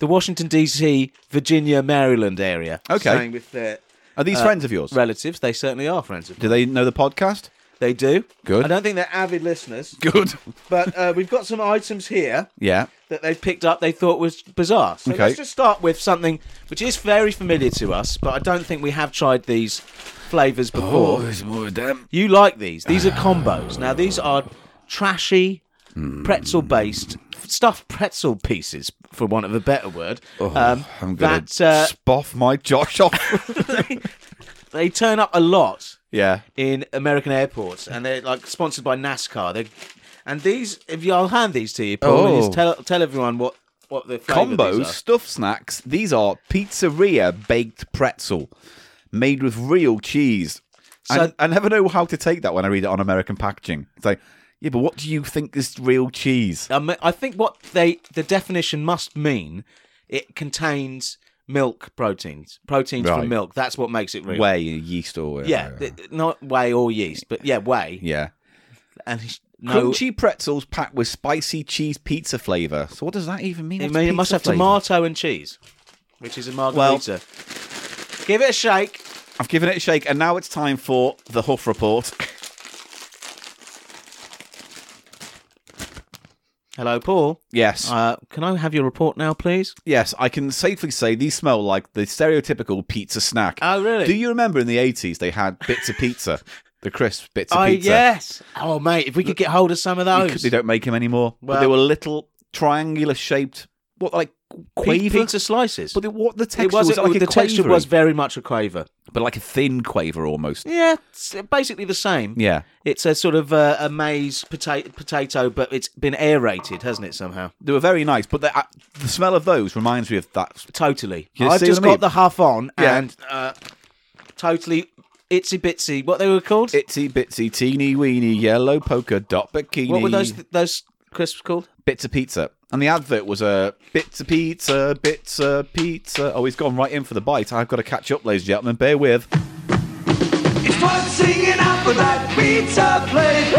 S1: the Washington D.C., Virginia, Maryland area.
S2: Okay.
S1: staying with their
S2: Are
S1: uh,
S2: these friends of yours?
S1: relatives. They certainly are friends of.
S2: Do they know the podcast?
S1: They do.
S2: Good.
S1: I don't think they're avid listeners,
S2: Good.
S1: but uh, we've got some items here
S2: yeah.
S1: that they've picked up. They thought was bizarre. So
S2: Okay.
S1: let's just start with something which is very familiar to us, but I don't think we have tried these flavors before.
S2: more of them.
S1: You like these. These are combos. Now, these are trashy, pretzel based stuffed pretzel pieces, for want of a better word. um,
S2: Oh, I'm going
S1: that,
S2: to
S1: uh,
S2: spoff my Josh off. *laughs*
S1: they turn up a lot
S2: yeah.
S1: in American airports, and they're like sponsored by NASCAR. They and these, if you, I'll hand these to you, Paul, and
S2: Oh.
S1: just tell tell everyone what what the flavour these
S2: combos, stuffed snacks. These are pizzeria baked pretzel made with real cheese.
S1: So-
S2: And I, never know how to take that when I read it on American packaging. It's like, yeah, but what do you think is real cheese?
S1: are. I, mean, I think what they the definition must mean it contains milk proteins, proteins
S2: Right.
S1: from milk. That's what makes it real.
S2: Whey, yeast, or
S1: Yeah, th- not whey or yeast, but yeah, whey.
S2: yeah.
S1: And he- no,
S2: Crunchy pretzels packed with spicy cheese pizza flavor. So what does that even mean?
S1: it,
S2: What's
S1: mean, it must
S2: pizza
S1: have
S2: flavour?
S1: tomato and cheese, which is a margarita. Give it a shake.
S2: I've given it a shake, and now it's time for the Huff report. *laughs*
S1: Hello, Paul.
S2: Yes,
S1: Uh, can I have your report now, please?
S2: yes, I can safely say these smell like the stereotypical pizza snack.
S1: Oh, really?
S2: Do you remember in the 80s they had bits of
S1: *laughs*
S2: pizza, the crisp bits of
S1: Oh,
S2: pizza?
S1: yes. Oh, mate, if we could get hold of some of
S2: You
S1: those.
S2: could- They don't make them anymore. but they
S1: Well-
S2: were little triangular shaped, what, like
S1: Pe-
S2: quaver?
S1: pizza slices.
S2: But the, what the
S1: it
S2: texture was,
S1: wasn't,
S2: like a
S1: the texture
S2: quavery,
S1: was very much a quaver.
S2: but like a thin quaver almost.
S1: Yeah, it's basically the same.
S2: Yeah.
S1: It's a sort of uh, a maize potato, potato, but it's been aerated, hasn't it, somehow?
S2: They were very nice, but the, uh, the smell of those reminds me of that.
S1: Totally.
S2: You
S1: I've
S2: see
S1: just
S2: what I mean?
S1: got the huff on
S2: Yeah.
S1: and uh, totally itsy bitsy. What they were called?
S2: Itsy bitsy teeny weeny yellow polka dot bikini.
S1: what were those those crisps called?
S2: bits of pizza? And the advert was uh, bits of pizza, bits of pizza. Oh, he's gone right in for the bite. I've got to catch up, ladies and gentlemen. Bear with.
S5: It's fun singing out for that pizza plate.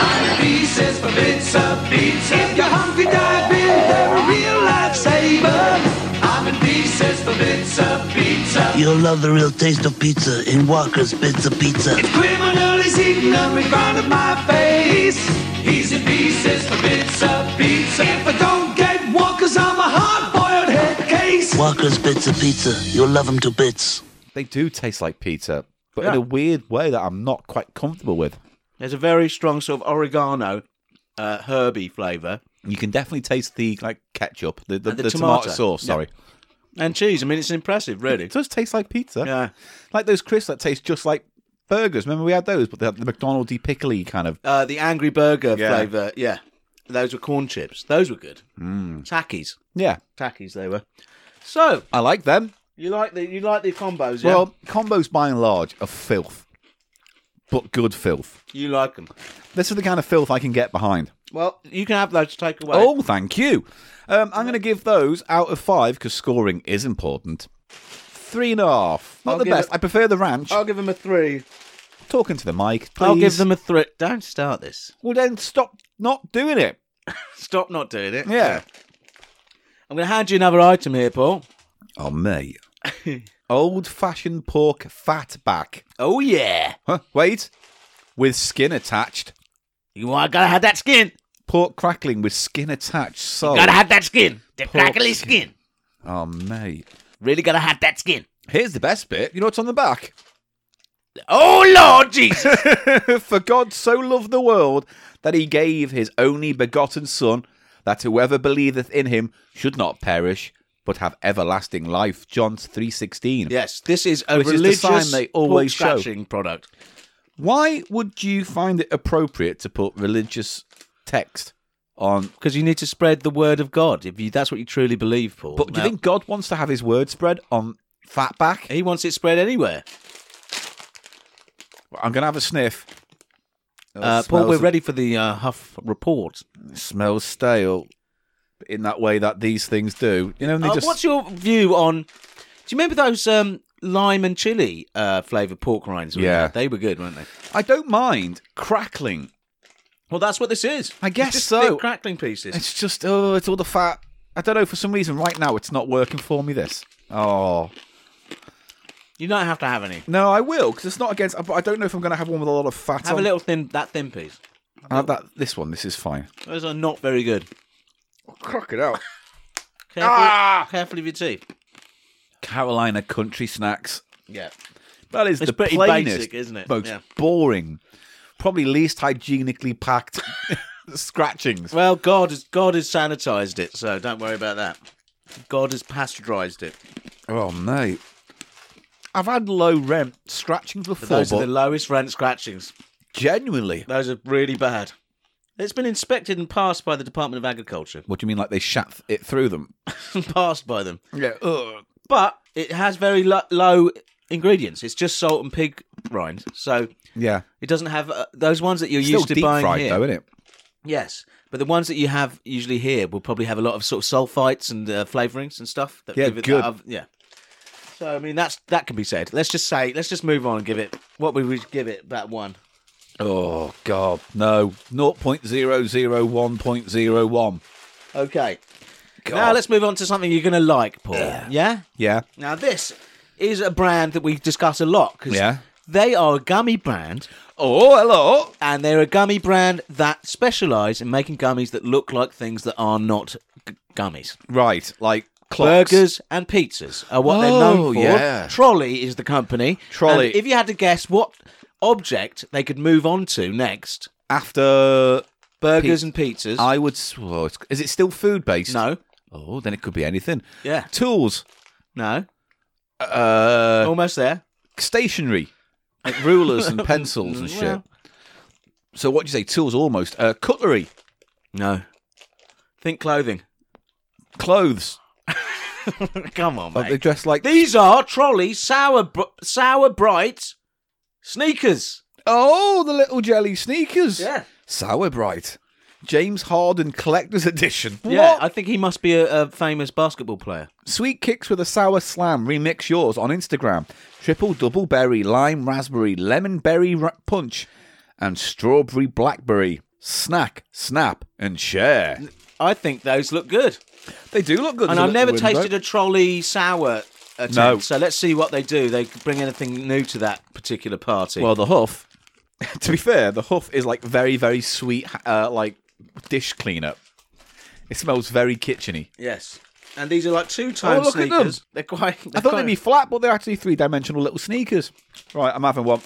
S5: And pieces for bits of pizza. If you're hungry, dive in. They're a real lifesaver. I'm in pieces for bits of pizza.
S6: You'll love the real taste of pizza in Walker's Pizza Pizza.
S5: Criminal is eating up in front of my face. He's in pieces for bits of pizza. If I don't get walkers, I'm a hard-boiled head case.
S6: Walker's Pizza Pizza. You'll love 'em to bits.
S2: They do taste like pizza, but in
S1: Yeah.
S2: a weird way that I'm not quite comfortable with.
S1: There's a very strong sort of oregano, uh, herby flavour
S2: You can definitely taste the like ketchup, the the,
S1: And the
S2: the tomato.
S1: tomato.
S2: sauce.
S1: Yeah.
S2: Sorry,
S1: and cheese. I mean, it's impressive, really.
S2: it does taste like pizza.
S1: Yeah.
S2: like those crisps that taste just like burgers. Remember we had those, but they had the McDonald's pickly kind of.
S1: Uh, the angry burger
S2: Yeah.
S1: flavour. Yeah. Those were corn chips. Those were good. Mm. Tackies.
S2: Yeah,
S1: Tackies. They were. So
S2: I like them.
S1: you like the you like the combos? Yeah.
S2: Well, combos by and large are filth, but good filth.
S1: you like them.
S2: This is the kind of filth I can get behind.
S1: Well, you can have those to take away.
S2: Oh, thank you. Um, I'm going to give those out of five because scoring is important. Three and a half. Not
S1: I'll
S2: the
S1: give
S2: best.
S1: it-
S2: I prefer the ranch.
S1: I'll give them a three.
S2: Talking to the mic, please.
S1: I'll give them a three. Don't start this.
S2: Well, then stop not doing it.
S1: Stop not doing it. *laughs*
S2: Yeah.
S1: I'm going to hand you another item here, Paul.
S2: Oh, *laughs* mate. Old fashioned pork fat back.
S1: Oh, yeah.
S2: Huh? Wait. With skin attached.
S1: You want, gotta have that skin.
S2: Pork crackling with skin attached. So.
S1: Gotta have that skin. The
S2: Pork
S1: crackly
S2: skin.
S1: skin.
S2: Oh, mate.
S1: Really gotta have that skin.
S2: Here's the best bit. You know what's on the back?
S1: Oh, Lord Jesus.
S2: For God so loved the world that he gave his only begotten Son, that whoever believeth in him should not perish, but have everlasting life. John
S1: *laughs*
S2: 3.16.
S1: yes, this is a
S2: Which is the
S1: religious
S2: sign they always
S1: pork
S2: show.
S1: scratching product.
S2: Why would you find it appropriate to put religious text on?
S1: Because you need to spread the word of God. If you, That's what you truly believe, Paul.
S2: But do
S1: Now,
S2: you think God wants to have his word spread on fatback?
S1: He wants it spread anywhere.
S2: I'm going to have a sniff. Oh,
S1: Uh,
S2: it
S1: Paul, we're
S2: smells-
S1: ready for the uh, Huff report.
S2: it smells stale in that way that these things do. You know, and they
S1: Uh,
S2: just
S1: What's your view on? Do you remember those um, lime and chili uh, flavored pork rinds? we
S2: Yeah.
S1: had? they were good, weren't they?
S2: I don't mind crackling.
S1: Well, that's what this is.
S2: I
S1: It's
S2: guess
S1: just
S2: so.
S1: thick crackling pieces.
S2: It's just oh, it's all the fat. I don't know for some reason right now it's not working for me. This oh
S1: you don't have to have any.
S2: no, I will because it's not against. But I don't know if I'm going to have one with a lot of fat.
S1: Have
S2: on.
S1: a little thin that thin piece.
S2: I'll have that this one. This is fine.
S1: Those are not very good.
S2: Crock it out.
S1: Carefully,
S2: Ah!
S1: carefully with your teeth.
S2: Carolina country snacks.
S1: Yeah,
S2: That is
S1: It's
S2: the
S1: pretty
S2: plainest,
S1: basic, isn't it?
S2: most
S1: Yeah.
S2: boring, probably least hygienically packed *laughs* scratchings.
S1: Well, God has God has sanitized it, so don't worry about that. God has pasteurized it.
S2: Oh mate, I've had low rent scratchings before,
S1: But those
S2: but
S1: are the lowest rent scratchings.
S2: genuinely.
S1: Those are really bad. It's been inspected and passed by the Department of Agriculture. *laughs*
S2: What do you mean, like they shat it through them?
S1: passed by them.
S2: Yeah. Ugh.
S1: but it has very lo- low ingredients. It's just salt and pig rind, so
S2: Yeah.
S1: it doesn't have uh, those ones that you're
S2: Still
S1: used to
S2: deep
S1: buying
S2: fried
S1: here.
S2: though, isn't it?
S1: yes, but the ones that you have usually here will probably have a lot of sort of sulfites and uh, flavorings and stuff. That
S2: Yeah,
S1: give it
S2: good.
S1: That, other- yeah. So I mean, that's that can be said. Let's just say, let's just move on and give it what would we give it that one.
S2: Oh god, no. 0.001.01.
S1: Okay.
S2: God.
S1: Now let's move on to something you're going to like, Paul. Yeah.
S2: Yeah.
S1: Now this is a brand that we discuss a lot because
S2: Yeah.
S1: they are a gummy brand.
S2: Oh, hello.
S1: and they're a gummy brand that specialise in making gummies that look like things that are not g- gummies.
S2: Right, like clocks.
S1: Burgers and pizzas are what they're
S2: Oh,
S1: known for.
S2: yeah.
S1: Trolley is the company.
S2: Trolley.
S1: And if you had to guess what object they could move on to next,
S2: After
S1: burgers
S2: Pi-
S1: and pizzas.
S2: I would. s- Oh, it's, is it still food based?
S1: no,
S2: Oh, then it could be anything.
S1: Yeah.
S2: Tools.
S1: no,
S2: Uh,
S1: almost there.
S2: stationery. Like
S1: *laughs*
S2: rulers and pencils and shit.
S1: Well.
S2: So what do you say? Tools almost. Uh, cutlery.
S1: No. Think clothing. *laughs*
S2: Clothes.
S1: Come on,
S2: Like
S1: mate.
S2: they dress like.
S1: These are trolley sour br- sour bright sneakers.
S2: oh, the little jelly sneakers.
S1: Yeah.
S2: Sour Bright. James Harden Collector's *laughs* Edition.
S1: Yeah,
S2: What?
S1: I think he must be a, a famous basketball player.
S2: Sweet Kicks with a Sour Slam. Remix yours on Instagram. Triple Double Berry, Lime Raspberry, Lemon Berry ra- Punch, and Strawberry Blackberry. Snack, snap, and share.
S1: I think those look good.
S2: They do look good.
S1: And
S2: There's a
S1: I've never
S2: little window.
S1: tasted a trolley sour attempt.
S2: No.
S1: So let's see what they do. They bring anything new to that particular party.
S2: Well, the Huff. *laughs* to be fair, the Huff is like very, very sweet, uh, like dish cleanup. It smells very kitcheny.
S1: yes. And these are like two tone
S2: Oh, look at them.
S1: sneakers. They're quite.
S2: I thought they'd be flat, but they're actually three dimensional little sneakers. Right, I'm having one.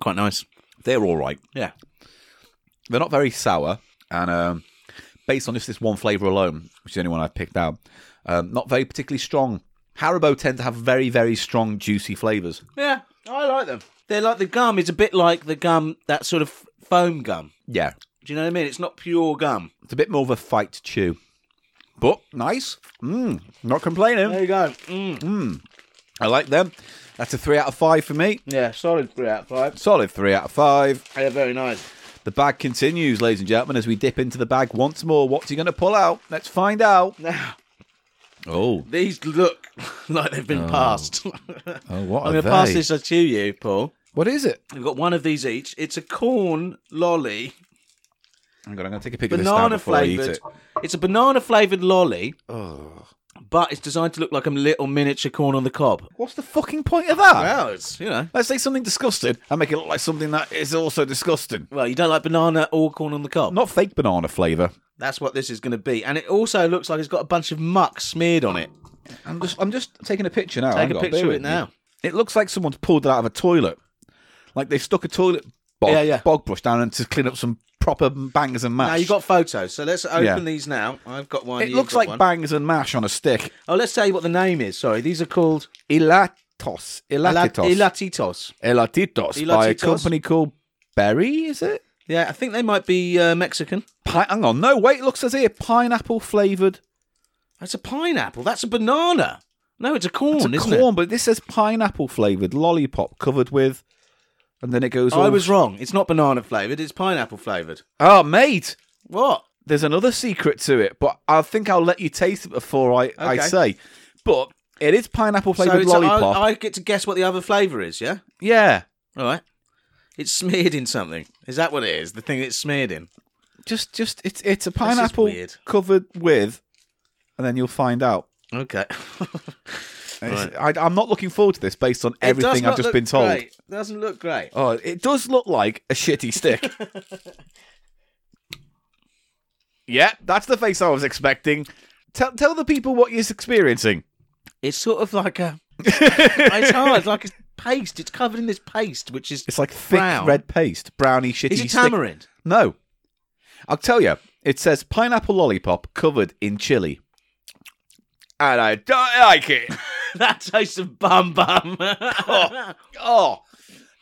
S1: quite nice.
S2: Hmm. They're all right.
S1: Yeah.
S2: they're not very sour, and um, based on just this one flavour alone, which is the only one I've picked out, um, not very particularly strong. Haribo tend to have very, very strong, juicy flavours.
S1: Yeah, I like them. They're like the gum. It's a bit like the gum, that sort of foam gum.
S2: Yeah,
S1: Do you know what I mean? It's not pure gum.
S2: it's a bit more of a fight to chew, but nice. Mm, not complaining.
S1: you go. Mm.
S2: I like them. That's a three out of five for me.
S1: Yeah, solid three out of five.
S2: Solid three out of five.
S1: They're very nice.
S2: The bag continues, ladies and gentlemen, as we dip into the bag once more. What's he going to pull out? Let's find out. Oh,
S1: These look *laughs* like they've been passed. *laughs*
S2: oh what
S1: I'm
S2: are
S1: going to pass
S2: they?
S1: this to you, Paul.
S2: What is it?
S1: We've got one of these each. It's a corn lolly,
S2: Hang on, I'm going to take a pic of
S1: banana
S2: this now before I eat
S1: flavored.
S2: it.
S1: It's a banana flavored lolly, but it's designed to look like a little miniature corn on the cob.
S2: What's the fucking point of that?
S1: Well, it's you know.
S2: Let's say something disgusting and make it look like something that is also disgusting.
S1: Well, you don't like banana or corn on the cob.
S2: Not fake banana flavour.
S1: That's what this is going to be, and it also looks like it's got a bunch of muck smeared on it.
S2: I'm just, I'm just taking a picture now.
S1: Take
S2: Hang
S1: a
S2: on,
S1: picture
S2: bear
S1: of
S2: with
S1: it
S2: me.
S1: now.
S2: It looks like someone's pulled it out of a toilet. Like they've stuck a toilet bog,
S1: Yeah, yeah.
S2: bog brush down and to clean up some proper bangers and mash.
S1: Now you got photos, so let's open
S2: Yeah.
S1: these now. I've got one.
S2: it
S1: you've
S2: looks
S1: got
S2: like
S1: one.
S2: bangers and mash on a stick.
S1: oh, let's tell you what the name is. Sorry, these are called
S2: Ilatitos.
S1: Ala- elatitos.
S2: Ilatitos. Ilatitos. By a
S1: Elatitos.
S2: company called Berry, is it?
S1: Yeah, I think they might be uh, Mexican.
S2: Pi- hang on. No, wait. It looks as here pineapple flavoured.
S1: That's a pineapple. That's a banana. No, it's a corn,
S2: It's a
S1: isn't
S2: corn, but this says pineapple flavoured lollipop covered with. And then it goes.
S1: it? I
S2: all-
S1: was wrong. It's not banana flavored. It's pineapple flavored.
S2: Oh, mate.
S1: What?
S2: there's another secret to it, but I think I'll let you taste it before I, I
S1: Okay.
S2: say. But it is pineapple
S1: so
S2: flavored
S1: it's
S2: lollipop.
S1: A, I, I get to guess what the other flavor is. Yeah.
S2: yeah,
S1: All right. It's smeared in something. Is that what it is? The thing it's smeared in.
S2: just just it's it's a pineapple
S1: weird.
S2: covered with, and then you'll find out.
S1: Okay. *laughs*
S2: It's- I, am not looking forward to this based on everything I've just been told.
S1: Great. Doesn't look great.
S2: Oh, it does look like a
S1: *laughs*
S2: shitty stick. yeah, that's the face I was expecting. Tell tell the people what you're experiencing.
S1: It's sort of like a. *laughs* it's hard. Like it's paste. It's covered in this paste, which is.
S2: It's like thick
S1: Brown.
S2: red paste, browny shitty.
S1: Is it
S2: stick-
S1: tamarind? *laughs*
S2: No. I'll tell you, it says pineapple lollipop covered in chili. And I don't
S1: *laughs*
S2: like it.
S1: that tastes of bum bum.
S2: *laughs* Oh,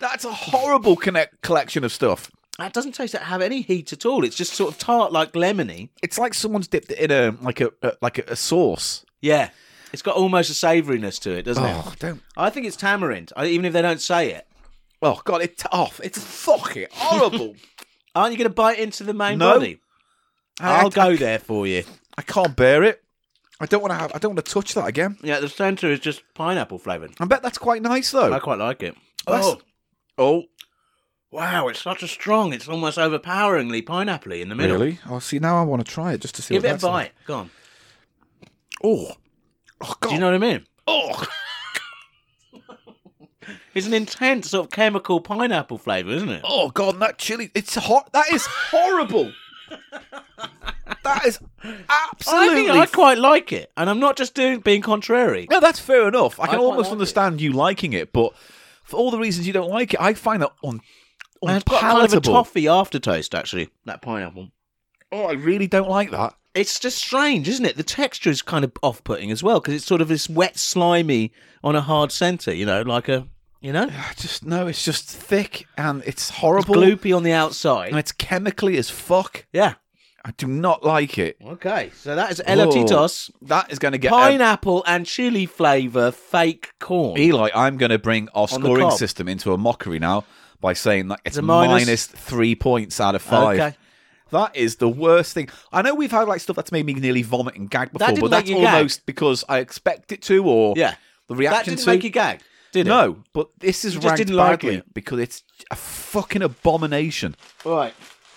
S2: that's a horrible connect- collection of stuff.
S1: *laughs* That doesn't taste that have any heat at all. It's just sort of tart like lemony.
S2: It's like someone's dipped it in a like a, a like a, a sauce.
S1: Yeah. It's got almost a savouriness to it, doesn't
S2: Oh,
S1: it?
S2: don't.
S1: I think it's tamarind, I- even if they don't say it.
S2: Oh God, it's off. It's fucking horrible.
S1: Aren't you going to bite into the main
S2: No.
S1: body? *laughs* I'll
S2: *laughs* I-
S1: go there for you.
S2: I can't bear it. I don't want to have. I don't want to touch that again.
S1: Yeah, the centre is just pineapple flavoured.
S2: I bet that's quite nice though.
S1: I quite like it.
S2: That's- oh,
S1: wow, it's such a strong, it's almost overpoweringly pineapple in the middle.
S2: really? Oh, see, now I want to try it just to see.
S1: Give
S2: what
S1: it a
S2: that's like.
S1: bite. Go on.
S2: Oh, oh God.
S1: Do you know what I mean?
S2: Oh.
S1: It's an intense sort of chemical pineapple flavour, isn't it?
S2: Oh god, that chili it's hot that
S1: *laughs*
S2: is horrible. that is
S1: I
S2: absolutely
S1: think I quite like it, and I'm not just doing being contrary.
S2: No, that's fair enough. I can
S1: quite
S2: almost
S1: like
S2: understand you liking it, but for all the reasons you don't like it, I find that un-
S1: And It's got kind of a
S2: unpalatable.
S1: toffee aftertaste, actually. That pineapple.
S2: oh, I really don't like that.
S1: It's just strange, isn't it? The texture is kind of off-putting as well because it's sort of this wet, slimy on a hard centre. You know, like a you know,
S2: I just no, it's just thick and it's
S1: it's
S2: horrible
S1: gloopy on the outside.
S2: and it's chemically as fuck.
S1: Yeah.
S2: I do not like it.
S1: Okay, so that is
S2: Elotitos.
S1: elotitos,
S2: That is going to get
S1: um, pineapple and chili flavour fake corn.
S2: Eli, I'm going to bring our
S1: On the
S2: scoring
S1: cob.
S2: system into a mockery now by saying that it's
S1: a minus-
S2: minus three points out of five.
S1: Okay.
S2: That is the worst thing. I know we've had like stuff that's made me nearly vomit and gag before,
S1: didn't
S2: but
S1: make
S2: that's
S1: you gag.
S2: almost because I expect it to or
S1: Yeah.
S2: the
S1: That
S2: reaction
S1: didn't
S2: to.
S1: make you gag, did it?
S2: no, but this is
S1: You just
S2: ranked
S1: didn't like
S2: badly
S1: it.
S2: because it's a fucking abomination.
S1: All right.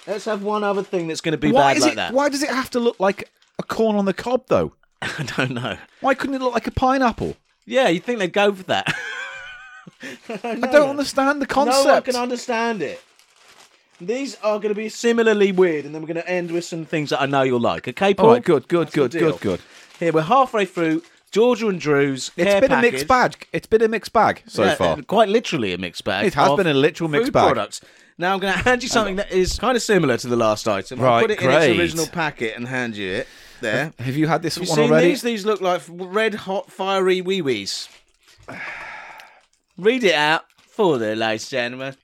S1: Let's have one other thing that's going to be
S2: why
S1: bad
S2: is
S1: like
S2: it?
S1: that.
S2: Why does it have to look like a corn on the cob though?
S1: *laughs* I don't know.
S2: Why couldn't it look like a pineapple?
S1: Yeah, you think they'd go for that?
S2: I don't understand the concept.
S1: No one can understand it. These are going to be similarly weird, and then we're going to end with some things that I know you'll like. Okay, Paul?
S2: All right, good, good,
S1: the
S2: good,
S1: deal.
S2: good, good.
S1: Here, we're halfway through Georgia and Drew's.
S2: It's
S1: care
S2: been a
S1: package.
S2: mixed bag. It's been a mixed bag so
S1: Yeah,
S2: far.
S1: uh, Quite literally a mixed bag.
S2: It has
S1: of
S2: been a literal mixed
S1: food
S2: bag.
S1: Products. Now I'm going to *laughs* hand you something that is kind of similar to the last item. I'll
S2: Right,
S1: put it in
S2: great.
S1: its original packet and hand you it. There.
S2: Have you had this
S1: You
S2: one
S1: seen
S2: already?
S1: these? These look like red hot fiery wee wees. *sighs* Read it out for the ladies and gentlemen.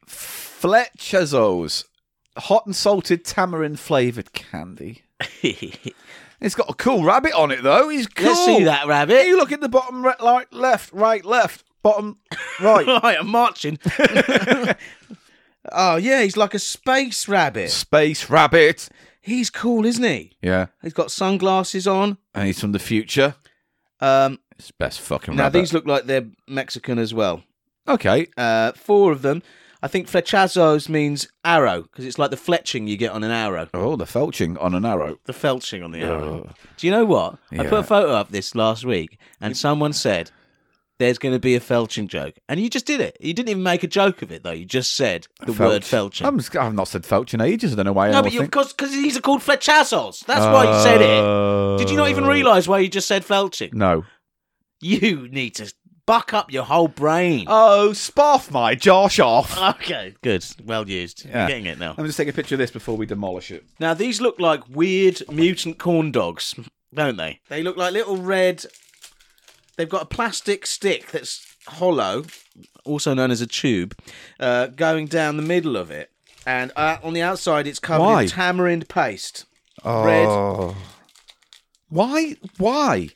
S2: Fletchazos. Hot and salted tamarind flavoured
S1: *laughs*
S2: candy. It's got a cool rabbit on it, though. He's cool.
S1: Let's see that rabbit.
S2: You look at the bottom right, right left, right, left, bottom
S1: *laughs*
S2: right.
S1: right, I'm marching. oh yeah, he's like a space rabbit.
S2: Space rabbit.
S1: He's cool, isn't he?
S2: Yeah.
S1: He's got sunglasses on.
S2: And he's from the future.
S1: Um,
S2: It's best fucking
S1: now
S2: rabbit.
S1: these look like they're Mexican as well.
S2: okay.
S1: Uh, four of them. I think flechazos means arrow because it's like the fletching you get on an arrow.
S2: Oh, the felching on an arrow.
S1: The felching on the arrow. Do you know what? I
S2: Yeah.
S1: put a photo up this last week, and someone said there's going to be a felching joke, and you just did it. You didn't even make a joke of it though. You just said the word felching.
S2: I'm, sc- I've not said felch in ages. I don't know why.
S1: no,
S2: anyone
S1: but you, of
S2: think- Uh,
S1: course, because these are called flechazos. That's why you said it. Did you not even realise why you just said felching?
S2: No.
S1: You need to buck up your whole brain.
S2: Oh, spaff my Josh off.
S1: Okay, good. Well used.
S2: Yeah.
S1: You're getting it now.
S2: I'm just take a picture of this before we demolish it.
S1: Now these look like weird mutant corn dogs, don't they? They look like little red. They've got a plastic stick that's hollow, also known as a tube, uh, going down the middle of it, and uh, on the outside it's covered
S2: Why?
S1: in tamarind paste.
S2: Oh. Why? *laughs* Why?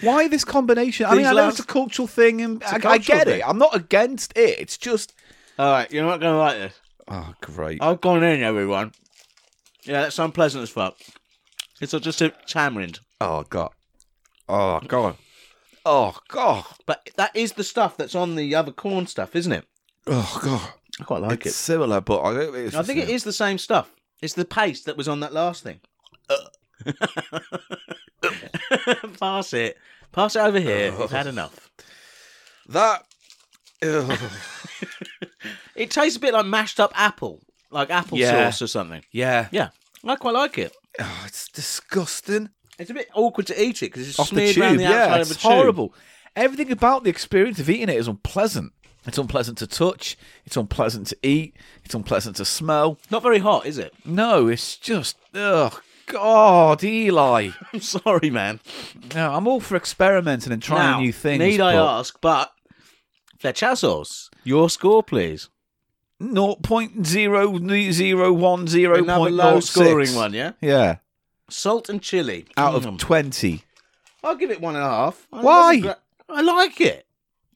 S2: Why this combination? I
S1: These
S2: mean, I know
S1: last-
S2: it's a cultural thing, and I, I
S1: cultural
S2: get
S1: thing.
S2: it. I'm not against it. It's just.
S1: All right, you're not going to like this.
S2: Oh, great.
S1: I've gone in, everyone. Yeah, that's unpleasant as fuck. It's not just a tamarind,
S2: Oh god. Oh god. Oh god.
S1: but that is the stuff that's on the other corn stuff, isn't it?
S2: Oh god.
S1: I quite like
S2: It's similar, but I, don't think it's
S1: I think it is the same stuff. It's the paste that was on that last thing. *laughs* Pass it. Pass it over here. We've
S2: Oh.
S1: had enough.
S2: that. Ugh.
S1: It tastes a bit like mashed up apple, like apple
S2: Yeah.
S1: sauce or something.
S2: yeah.
S1: Yeah, I quite like it.
S2: Oh, it's disgusting.
S1: It's a bit awkward to eat it because it's
S2: Off the
S1: smeared
S2: tube.
S1: around the outside
S2: yeah,
S1: of a
S2: it's
S1: tube.
S2: horrible. Everything about the experience of eating it is unpleasant. It's unpleasant to touch. It's unpleasant to eat. It's unpleasant to smell.
S1: Not very hot, is it? *laughs*
S2: No, it's just. Oh God, Eli.
S1: I'm sorry, man.
S2: No, I'm all for experimenting and trying
S1: Now,
S2: new things.
S1: Need I
S2: but
S1: ask? But flechazos, your score, please.
S2: 0.0010.06.
S1: Another low scoring one, yeah.
S2: Yeah.
S1: Salt and chili
S2: Out of
S1: Mm.
S2: 20.
S1: I'll give it one and a half. I
S2: Why?
S1: wasn't gra- I like it.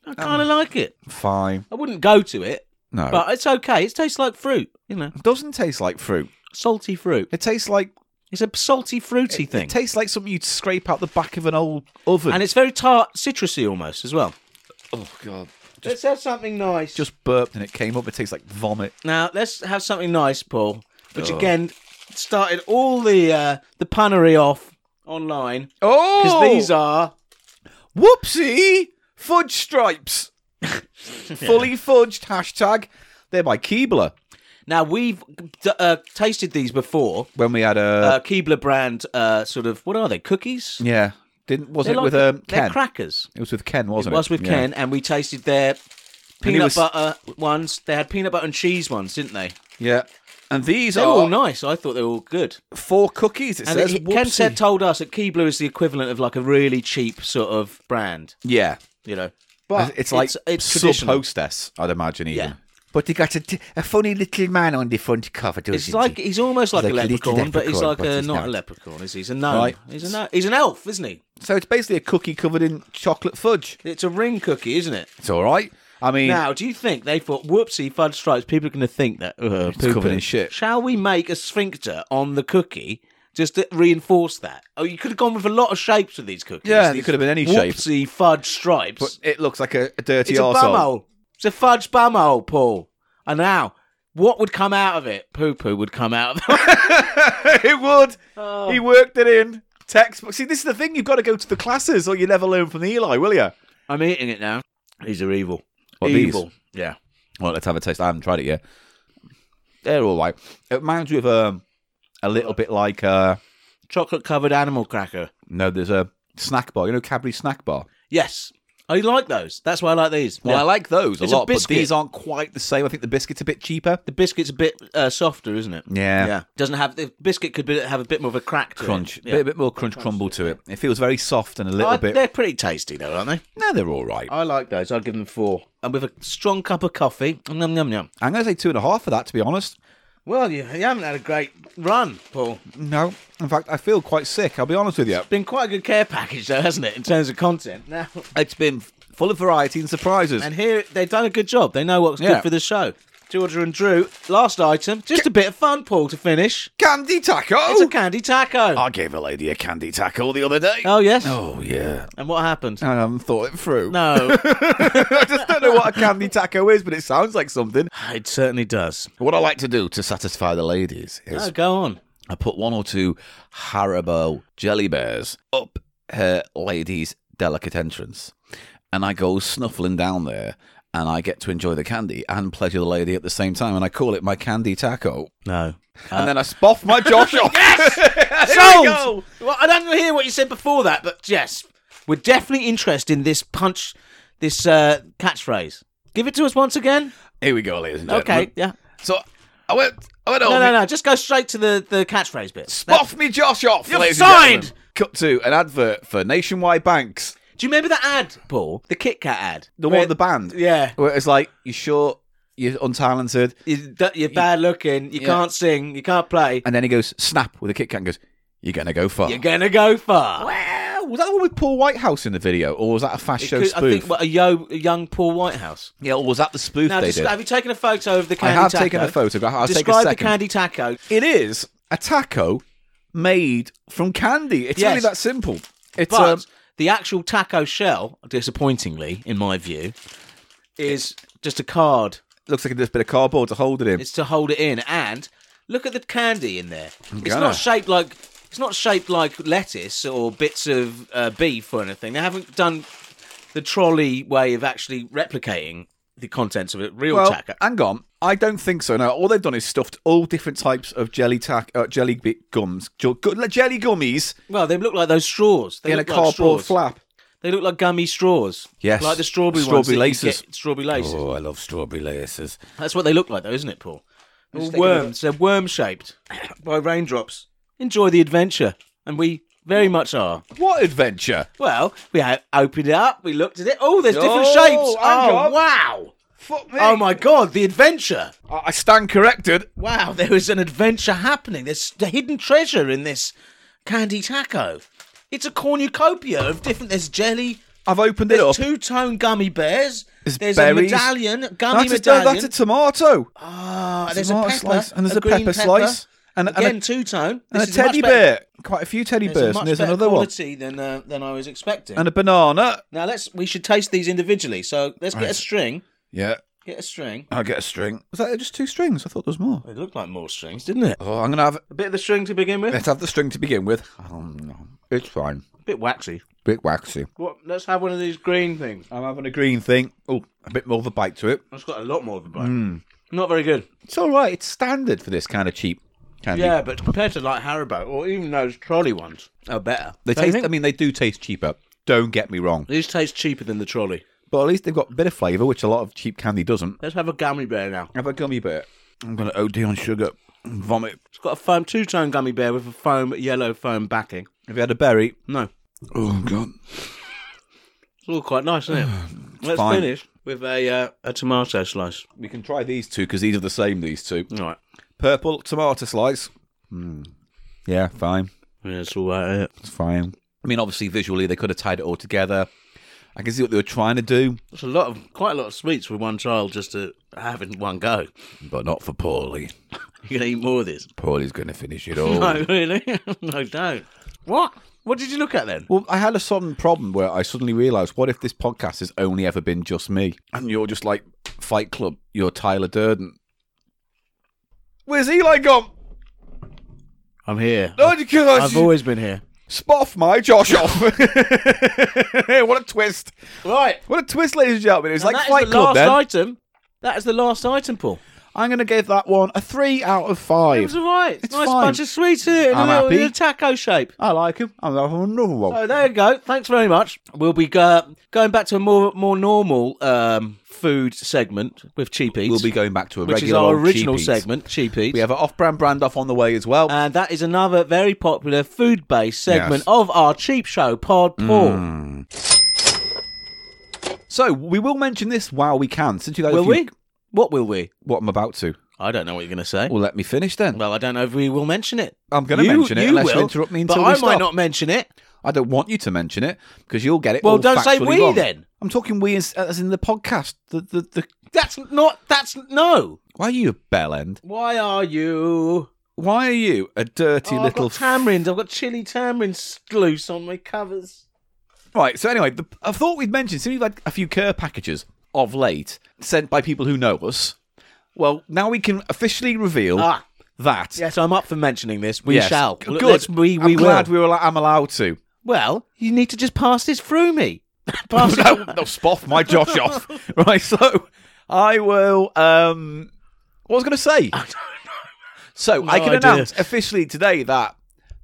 S1: I kind of like it.
S2: Fine.
S1: I wouldn't go to it,
S2: No.
S1: but it's okay. It tastes like fruit, you know,
S2: it doesn't taste like fruit.
S1: salty fruit.
S2: It tastes like
S1: It's a salty, fruity thing,
S2: it tastes like something you'd scrape out the back of an old oven.
S1: and it's very tart, citrusy almost as well.
S2: oh god.
S1: let's have something nice.
S2: Just burped and it came up. It tastes like vomit.
S1: now, let's have something nice, Paul. Which
S2: Oh.
S1: again started all the uh, the punnery off online
S2: Oh,
S1: because these are
S2: whoopsie fudge *laughs* stripes, fully fudged hashtag. They're by Keebler.
S1: now we've d- uh, tasted these before.
S2: When we had a
S1: Uh, Keebler brand, uh, sort of what are they? Cookies?
S2: yeah, didn't wasn't
S1: They're
S2: it
S1: like-
S2: with um,
S1: They're
S2: Ken?
S1: crackers.
S2: it was with Ken,
S1: It
S2: wasn't it?
S1: was with
S2: Yeah.
S1: Ken, and we tasted their
S2: he
S1: peanut
S2: was-
S1: butter ones. They had peanut butter and cheese ones, didn't they?
S2: Yeah, and these
S1: They
S2: are
S1: were all nice. I thought they were all good.
S2: four cookies. It
S1: And
S2: says
S1: it- Ken
S2: whoopsie.
S1: said told us that Keebler is the equivalent of like a really cheap sort of brand,
S2: yeah,
S1: you know.
S2: but it's like
S1: it's
S2: sub
S1: traditional.
S2: hostess, I'd imagine. Even.
S1: Yeah.
S2: But they got a, d- a funny little man on the front cover, doesn't
S1: It's like he's almost like,
S2: Like
S1: a
S2: a little
S1: leprechaun, but he's
S2: leprechaun,
S1: like
S2: but
S1: a
S2: he's
S1: not a
S2: not.
S1: leprechaun. Is he? he's a gnome?
S2: Right.
S1: He's a gnome. He's an elf, isn't he?
S2: So it's basically a cookie covered in chocolate fudge.
S1: It's a ring cookie, isn't it?
S2: It's all right. I mean,
S1: Now, do you think they thought, "Whoopsie, fudge stripes"? People are going to think that uh,
S2: It's covered
S1: poo-poo.
S2: in shit.
S1: Shall we make a sphincter on the cookie just to reinforce that? Oh, you could have gone with a lot of shapes with these cookies.
S2: Yeah,
S1: These
S2: it could have been any
S1: whoopsie
S2: shape.
S1: fudge stripes.
S2: but it looks like a, a dirty
S1: it's a
S2: arsehole.
S1: bumhole. It's a fudge bumhole, Paul. And now, what would come out of it? Poo poo would come out of it.
S2: *laughs* it would.
S1: Oh.
S2: He worked it in. Textbook. See, this is the thing. You've got to go to the classes, or you never learn from Eli, will you?
S1: I'm eating it now. These are evil.
S2: What, these?
S1: evil. Yeah.
S2: Well, let's have a taste. I haven't tried it yet. They're all right. It reminds me of um, a little bit like uh,
S1: Chocolate covered animal cracker.
S2: no, there's a snack bar. You know, Cadbury snack bar.
S1: Yes. I like those. That's why I like these.
S2: Well,
S1: Yeah.
S2: I like those a
S1: It's a
S2: lot, but
S1: biscuit.
S2: these aren't quite the same. I think the biscuit's a bit cheaper.
S1: The biscuit's a bit uh, softer, isn't it?
S2: Yeah.
S1: yeah. Doesn't have the biscuit could be, have a bit more of a crack to it.
S2: Crunch,
S1: Yeah.
S2: bit, a bit more crunch crumble to it. It feels very soft and a little
S1: I-
S2: bit.
S1: They're pretty tasty though, aren't they?
S2: No, they're all right.
S1: I like those. I'd give them four. And with a strong cup of coffee, yum yum yum.
S2: I'm going to say two and a half for that, to be honest.
S1: Well, you, you haven't had a great run, Paul.
S2: No, in fact, I feel quite sick. I'll be honest with you.
S1: Been quite a good care package though, hasn't it? In terms of content. Now,
S2: It's been full of variety and surprises.
S1: and here they've done a good job. They know what's
S2: Yeah.
S1: good for the show. Georgia and Drew. Last item, just a bit of fun, Paul, to finish.
S2: Candy taco.
S1: It's a candy taco.
S2: I gave a lady a candy taco the other day.
S1: oh yes.
S2: Oh yeah.
S1: And what happened?
S2: I haven't thought it through.
S1: No,
S2: *laughs* I just don't know what a candy taco is, but it sounds like something.
S1: it certainly does.
S2: What I like to do to satisfy the ladies is
S1: Oh, go on.
S2: I put one or two Haribo jelly bears up her lady's delicate entrance. And I go snuffling down there and I get to enjoy the candy and pleasure the lady at the same time. And I call it my candy taco.
S1: *laughs* No.
S2: and then I spoff
S1: *laughs*
S2: my Josh off.
S1: Sold! Well, I don't hear what you said before that, but yes, we're definitely interested in this punch, this uh, catchphrase. Give it to us once again.
S2: *laughs* Here Uh, we oh, go, ladies and gentlemen.
S1: Okay, yeah.
S2: So I went, I went
S1: No,
S2: over.
S1: no, no. Just go straight to the, the catchphrase bit.
S2: Spoff me Josh off.
S1: You're
S2: ladies and
S1: signed!
S2: gentlemen. Cut to an advert for Nationwide Banks.
S1: Do you remember that ad, Paul? The Kit Kat ad.
S2: The one
S1: Where-
S2: with the band.
S1: Yeah.
S2: Where it's like, you're short, you're untalented.
S1: You're, d- you're bad looking. You
S2: Yeah.
S1: can't sing. You can't play.
S2: And then he goes, snap, with a Kit Kat and goes, you're going to go far.
S1: You're gonna go far.
S2: Well, Eh, was that the one with Paul Whitehouse in the video, or was that a fast
S1: It
S2: show
S1: could- I
S2: spoof?
S1: think what, a, yo, a young Paul Whitehouse.
S2: yeah, or was that the spoof
S1: Now,
S2: they
S1: just-
S2: did?
S1: have you taken a photo of the
S2: I
S1: candy
S2: have
S1: taco?
S2: taken a photograph. I'll
S1: Describe
S2: take a
S1: the
S2: second.
S1: candy taco.
S2: It is a taco made from candy. It's
S1: Yes.
S2: really that simple. It's
S1: But
S2: um,
S1: the actual taco shell, disappointingly, in my view, is just a card.
S2: looks like there's a bit of cardboard to hold it in.
S1: It's to hold it in, and look at the candy in there. It's
S2: gonna.
S1: not shaped like it's not shaped like lettuce or bits of uh, beef or anything. They haven't done the trolley way of actually replicating the contents of a real
S2: well,
S1: taco.
S2: hang on. I don't think so. No, all they've done is stuffed all different types of jelly tac- uh, jelly bit gums, ju- gu- jelly gummies
S1: Well, they look like those straws. They
S2: in a
S1: look like
S2: cardboard
S1: straws.
S2: flap.
S1: They look like gummy straws.
S2: Yes.
S1: like the strawberry ones
S2: Strawberry
S1: that you
S2: laces.
S1: get- strawberry laces.
S2: Oh, I love strawberry laces.
S1: That's what they look like, though, isn't it, Paul? All worms. They're worm
S2: *coughs*
S1: shaped by raindrops. Enjoy the adventure, and we very much are.
S2: What adventure?
S1: Well, we ha- opened it up. We looked at it. Oh, there's different
S2: Oh,
S1: shapes.
S2: hang
S1: Oh,
S2: on.
S1: wow.
S2: Fuck me.
S1: Oh my God, the adventure!
S2: I I stand corrected.
S1: Wow, there is an adventure happening. There's the hidden treasure in this candy taco. It's a cornucopia of different. There's jelly.
S2: I've opened it up.
S1: There's two-tone gummy bears.
S2: There's
S1: There's
S2: berries.
S1: a medallion,
S2: No,
S1: gummy
S2: that's, a, no,
S1: medallion.
S2: that's a tomato.
S1: Ah, there's a
S2: tomato
S1: pepper
S2: slice, and there's a
S1: green
S2: pepper slice, and- and a-
S1: again two tone.
S2: and a teddy bear. Quite a few teddy bears. And there's another one.
S1: quality than uh, than I was expecting.
S2: And a banana.
S1: now let's we should taste these individually. So let's get a string.
S2: Yeah,
S1: Get a string.
S2: I'll get a string. Was that just two strings? I thought there was more.
S1: It looked like more strings, didn't it?
S2: Oh, I'm going to have.
S1: A bit of the string to begin with.
S2: Let's have the string to begin with. Um, It's fine.
S1: A bit waxy.
S2: Bit waxy.
S1: What? Let's have one of these green things.
S2: I'm having a green thing. Oh, a bit more of a bite to it.
S1: It's got a lot more of a bite. Not very good.
S2: It's all right. It's standard for this kind of cheap candy.
S1: Yeah, but compared to like Haribo or even those trolley ones, are Oh, better.
S2: They
S1: Don't you
S2: taste.
S1: think?
S2: I mean, they do taste cheaper. Don't get me wrong.
S1: these taste cheaper than the trolley.
S2: But at least they've got a bit of flavour, which a lot of cheap candy doesn't.
S1: Let's have a gummy bear now.
S2: Have a gummy bear. I'm going to OD on sugar. and Vomit.
S1: It's got a foam two-tone gummy bear with a foam yellow foam backing.
S2: Have you had a berry?
S1: No.
S2: Oh god.
S1: It's all quite nice, *sighs* isn't it? Let's
S2: fine.
S1: finish with a uh, a tomato slice.
S2: We can try these two because these are the same. These two.
S1: All right.
S2: Purple tomato slice. Hmm. Yeah, fine.
S1: Yeah, it's all right. It.
S2: It's fine. I mean, obviously, visually they could have tied it all together. I can see what they were trying to do,
S1: It's a lot of quite a lot of sweets for one child just to have in one go.
S2: but not for Paulie.
S1: *laughs* You're gonna eat more of this.
S2: Paulie's going to finish it *laughs* all.
S1: No, *laughs* really? no, don't. What? What did you look at then?
S2: Well, I had a sudden problem where I suddenly realised, what if this podcast has only ever been just me, and you're just like Fight Club, you're Tyler Durden. Where's Eli gone?
S1: I'm here.
S2: Oh, because
S1: I've always been here.
S2: spoff my Josh off. *laughs* what a twist!
S1: Right.
S2: What a twist, ladies and gentlemen! It's
S1: Like that
S2: like
S1: is
S2: Fight
S1: the last
S2: Club. Then
S1: item. That is the last item, Paul.
S2: I'm going to give that one a three out of
S1: It
S2: five.
S1: was all right.
S2: It's
S1: nice
S2: fine.
S1: bunch of sweets here in a
S2: I'm
S1: little,
S2: happy.
S1: little taco shape.
S2: I like him. I'm having another one.
S1: So there you go. Thanks very much. We'll be uh, going back to a more more normal um, food segment with Cheap Eats,
S2: we'll be going back to a
S1: which is
S2: regular
S1: our
S2: old
S1: original
S2: cheapies.
S1: segment, Uh, Cheap Eats.
S2: We have an off-brand brand off on the way as well.
S1: and that is another very popular food-based segment
S2: Yes. Mm.
S1: of our cheap show, Pod Paul.
S2: so we will mention this while we can, since you guys.
S1: Will
S2: if you-
S1: we? What will we?
S2: What I'm about to.
S1: I don't know what you're going to say.
S2: Well, let me finish then.
S1: Well, I don't know if we will mention it.
S2: I'm going to
S1: You-
S2: mention it
S1: you
S2: unless
S1: will,
S2: you interrupt me until
S1: but
S2: we
S1: I
S2: stop.
S1: might not mention it.
S2: I don't want you to mention it because you'll get it.
S1: Well,
S2: all
S1: don't say
S2: factually
S1: we
S2: wrong.
S1: then.
S2: I'm talking we as, as in the podcast. The, the, the,
S1: That's not. That's no.
S2: why are you a bell end?
S1: Why are you?
S2: Why are you a dirty
S1: Oh, I've
S2: little
S1: got tamarind. I've got chili tamarind sluice on my covers.
S2: Right. So anyway, the, I thought we'd mentioned since we've had a few care packages of late sent by people who know us. Well, now we can officially reveal
S1: Ah.
S2: that.
S1: Yes, I'm up for mentioning this. We
S2: Yes.
S1: shall.
S2: Good.
S1: Let's- We, we
S2: I'm
S1: will.
S2: glad we were. al- I'm allowed to.
S1: Well, you need to just pass this through me. *laughs* pass it.
S2: no, no, spoff my Josh off. *laughs* Right. So I will. um What was I going to
S1: *laughs*
S2: say? I don't know. So I can
S1: idea.
S2: announce officially today that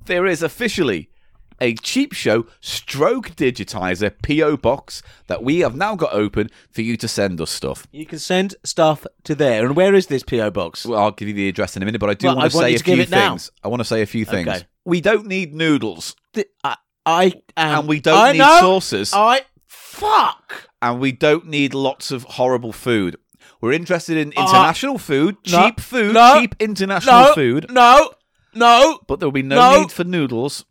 S2: there is officially a cheap show stroke digitizer PO box that we have now got open for you to send us stuff.
S1: You can send stuff to there. And where is this PO box?
S2: Well, I'll give you the address in a minute, but I do
S1: Well,
S2: want
S1: I
S2: to
S1: want
S2: say
S1: you
S2: a
S1: to give
S2: few
S1: it now.
S2: things. I want to say a few things.
S1: Okay.
S2: We don't need noodles,
S1: Th- I, I am-
S2: and we don't
S1: Um, I
S2: need
S1: know.
S2: sauces,
S1: I fuck.
S2: and we don't need lots of horrible food. We're interested in international food,
S1: Uh, no,
S2: cheap food,
S1: no,
S2: cheap international
S1: No
S2: food.
S1: No. No.
S2: But there will be no,
S1: no. Uh,
S2: need for noodles.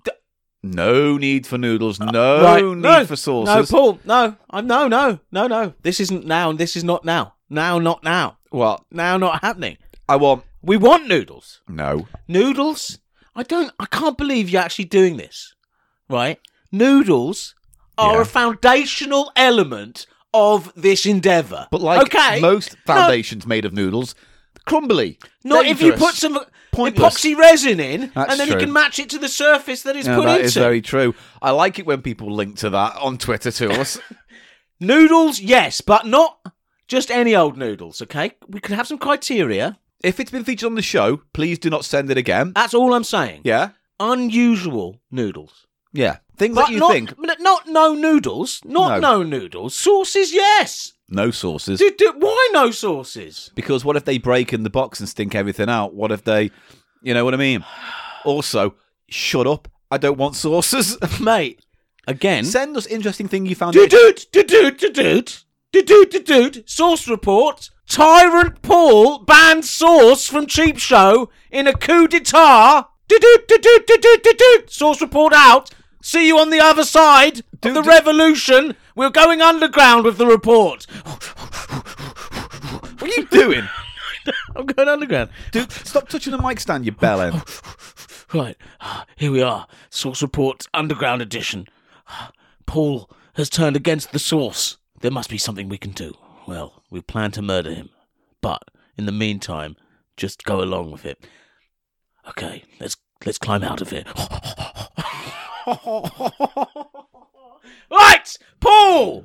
S2: No need for noodles. No
S1: Right,
S2: need
S1: no.
S2: for
S1: No,
S2: sauces.
S1: Paul. No. I'm no. No. No. No. This isn't now. and This is not now. Now. Not now.
S2: well,
S1: Now. Not happening.
S2: I want
S1: We want noodles.
S2: no.
S1: Noodles. I don't. I can't believe you're actually doing this. Right. Noodles are
S2: Yeah.
S1: a foundational element of this endeavor.
S2: But like
S1: okay,
S2: most
S1: No,
S2: foundations made of noodles, crumbly.
S1: Not if you
S2: dangerous.
S1: put some
S2: Pointless.
S1: epoxy resin in,
S2: That's
S1: and then
S2: true.
S1: you can match it to the surface that it's
S2: Yeah,
S1: put
S2: that
S1: into.
S2: is very true. I like it when people link to that on Twitter to
S1: *laughs*
S2: us.
S1: Noodles, yes, but not just any old noodles. Okay, we could have some criteria.
S2: if it's been featured on the show, please do not send it again.
S1: That's all I'm saying.
S2: Yeah,
S1: Unusual noodles,
S2: yeah. Things
S1: but
S2: that you
S1: not
S2: think
S1: n- not no noodles, not
S2: No.
S1: no, noodles. Sauces, yes.
S2: no sauces.
S1: Do, do, why no sauces?
S2: Because what if they break in the box and stink everything out? What if they, you know what I mean? Also, shut up. I don't want sauces.
S1: mate. Again,
S2: *laughs* send us interesting thing you found.
S1: do doot do doot do doot do doot do doot. Source report: Tyrant Paul banned Source from Cheap Show in a coup d'état. Do doot do doot do doot do doot. Source report out. See you on the other side of the revolution. We're going underground with the report.
S2: What are you doing?
S1: I'm going underground.
S2: Dude, stop touching the mic stand, you bell end.
S6: Right, ah, here we are. Source Report Underground Edition. Ah, Paul has turned against the source. There must be something we can do. Well, we plan to murder him. But in the meantime, just go along with it. Okay, let's let's climb out of here.
S1: Right, Paul.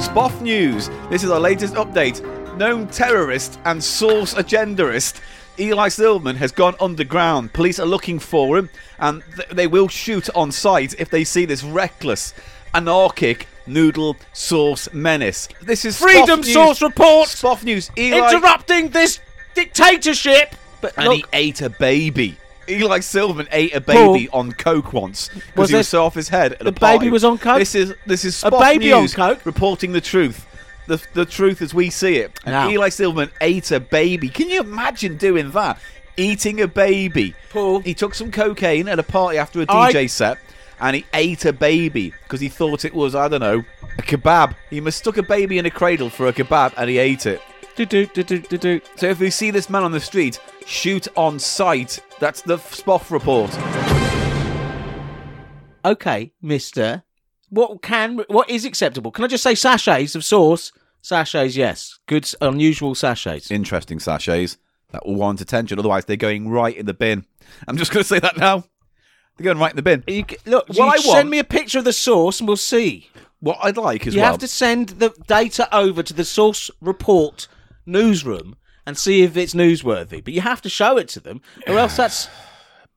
S2: Spoff News. This is our latest update. Known terrorist and source agendaist Eli Silverman has gone underground. Police are looking for him and th- they will shoot on sight if they see this reckless, anarchic noodle source menace. This is
S1: Freedom
S2: Spoff News.
S1: Source Report.
S2: Spoff News. Eli
S1: Interrupting this dictatorship. But
S2: and he
S1: look,
S2: ate a baby. Eli Silverman ate a baby on coke once because
S1: Was
S2: he was
S1: this-
S2: so off his head. At a
S1: the baby
S2: party.
S1: was on coke?
S2: This is this is
S1: A
S2: Spot
S1: baby on
S2: News
S1: coke?
S2: reporting the truth. The, the truth as we see it. And
S1: Now.
S2: Eli Silverman ate a baby. Can you imagine doing that? Eating a baby.
S1: Paul.
S2: He took some cocaine at a party after a
S1: I-
S2: DJ set and he ate a baby because he thought it was, I don't know, a kebab. He mistook a baby in a cradle for a kebab and he ate it.
S1: do do do do do do.
S2: So if we see this man on the street, shoot on sight. That's the Spoff report.
S1: okay, Mister, what can what is acceptable? Can I just say sachets of sauce? Sachets, yes, good, s- unusual sachets.
S2: Interesting sachets that will warrant attention. Otherwise, they're going right in the bin. I'm just going to say that now. They're going right in the bin.
S1: You c- look,
S2: What
S1: you
S2: I
S1: send
S2: want-
S1: me a picture of the sauce, and we'll see.
S2: What I'd like is
S1: You
S2: well,
S1: have to send the data over to the source report newsroom and see if it's newsworthy. But you have to show it to them, or else that's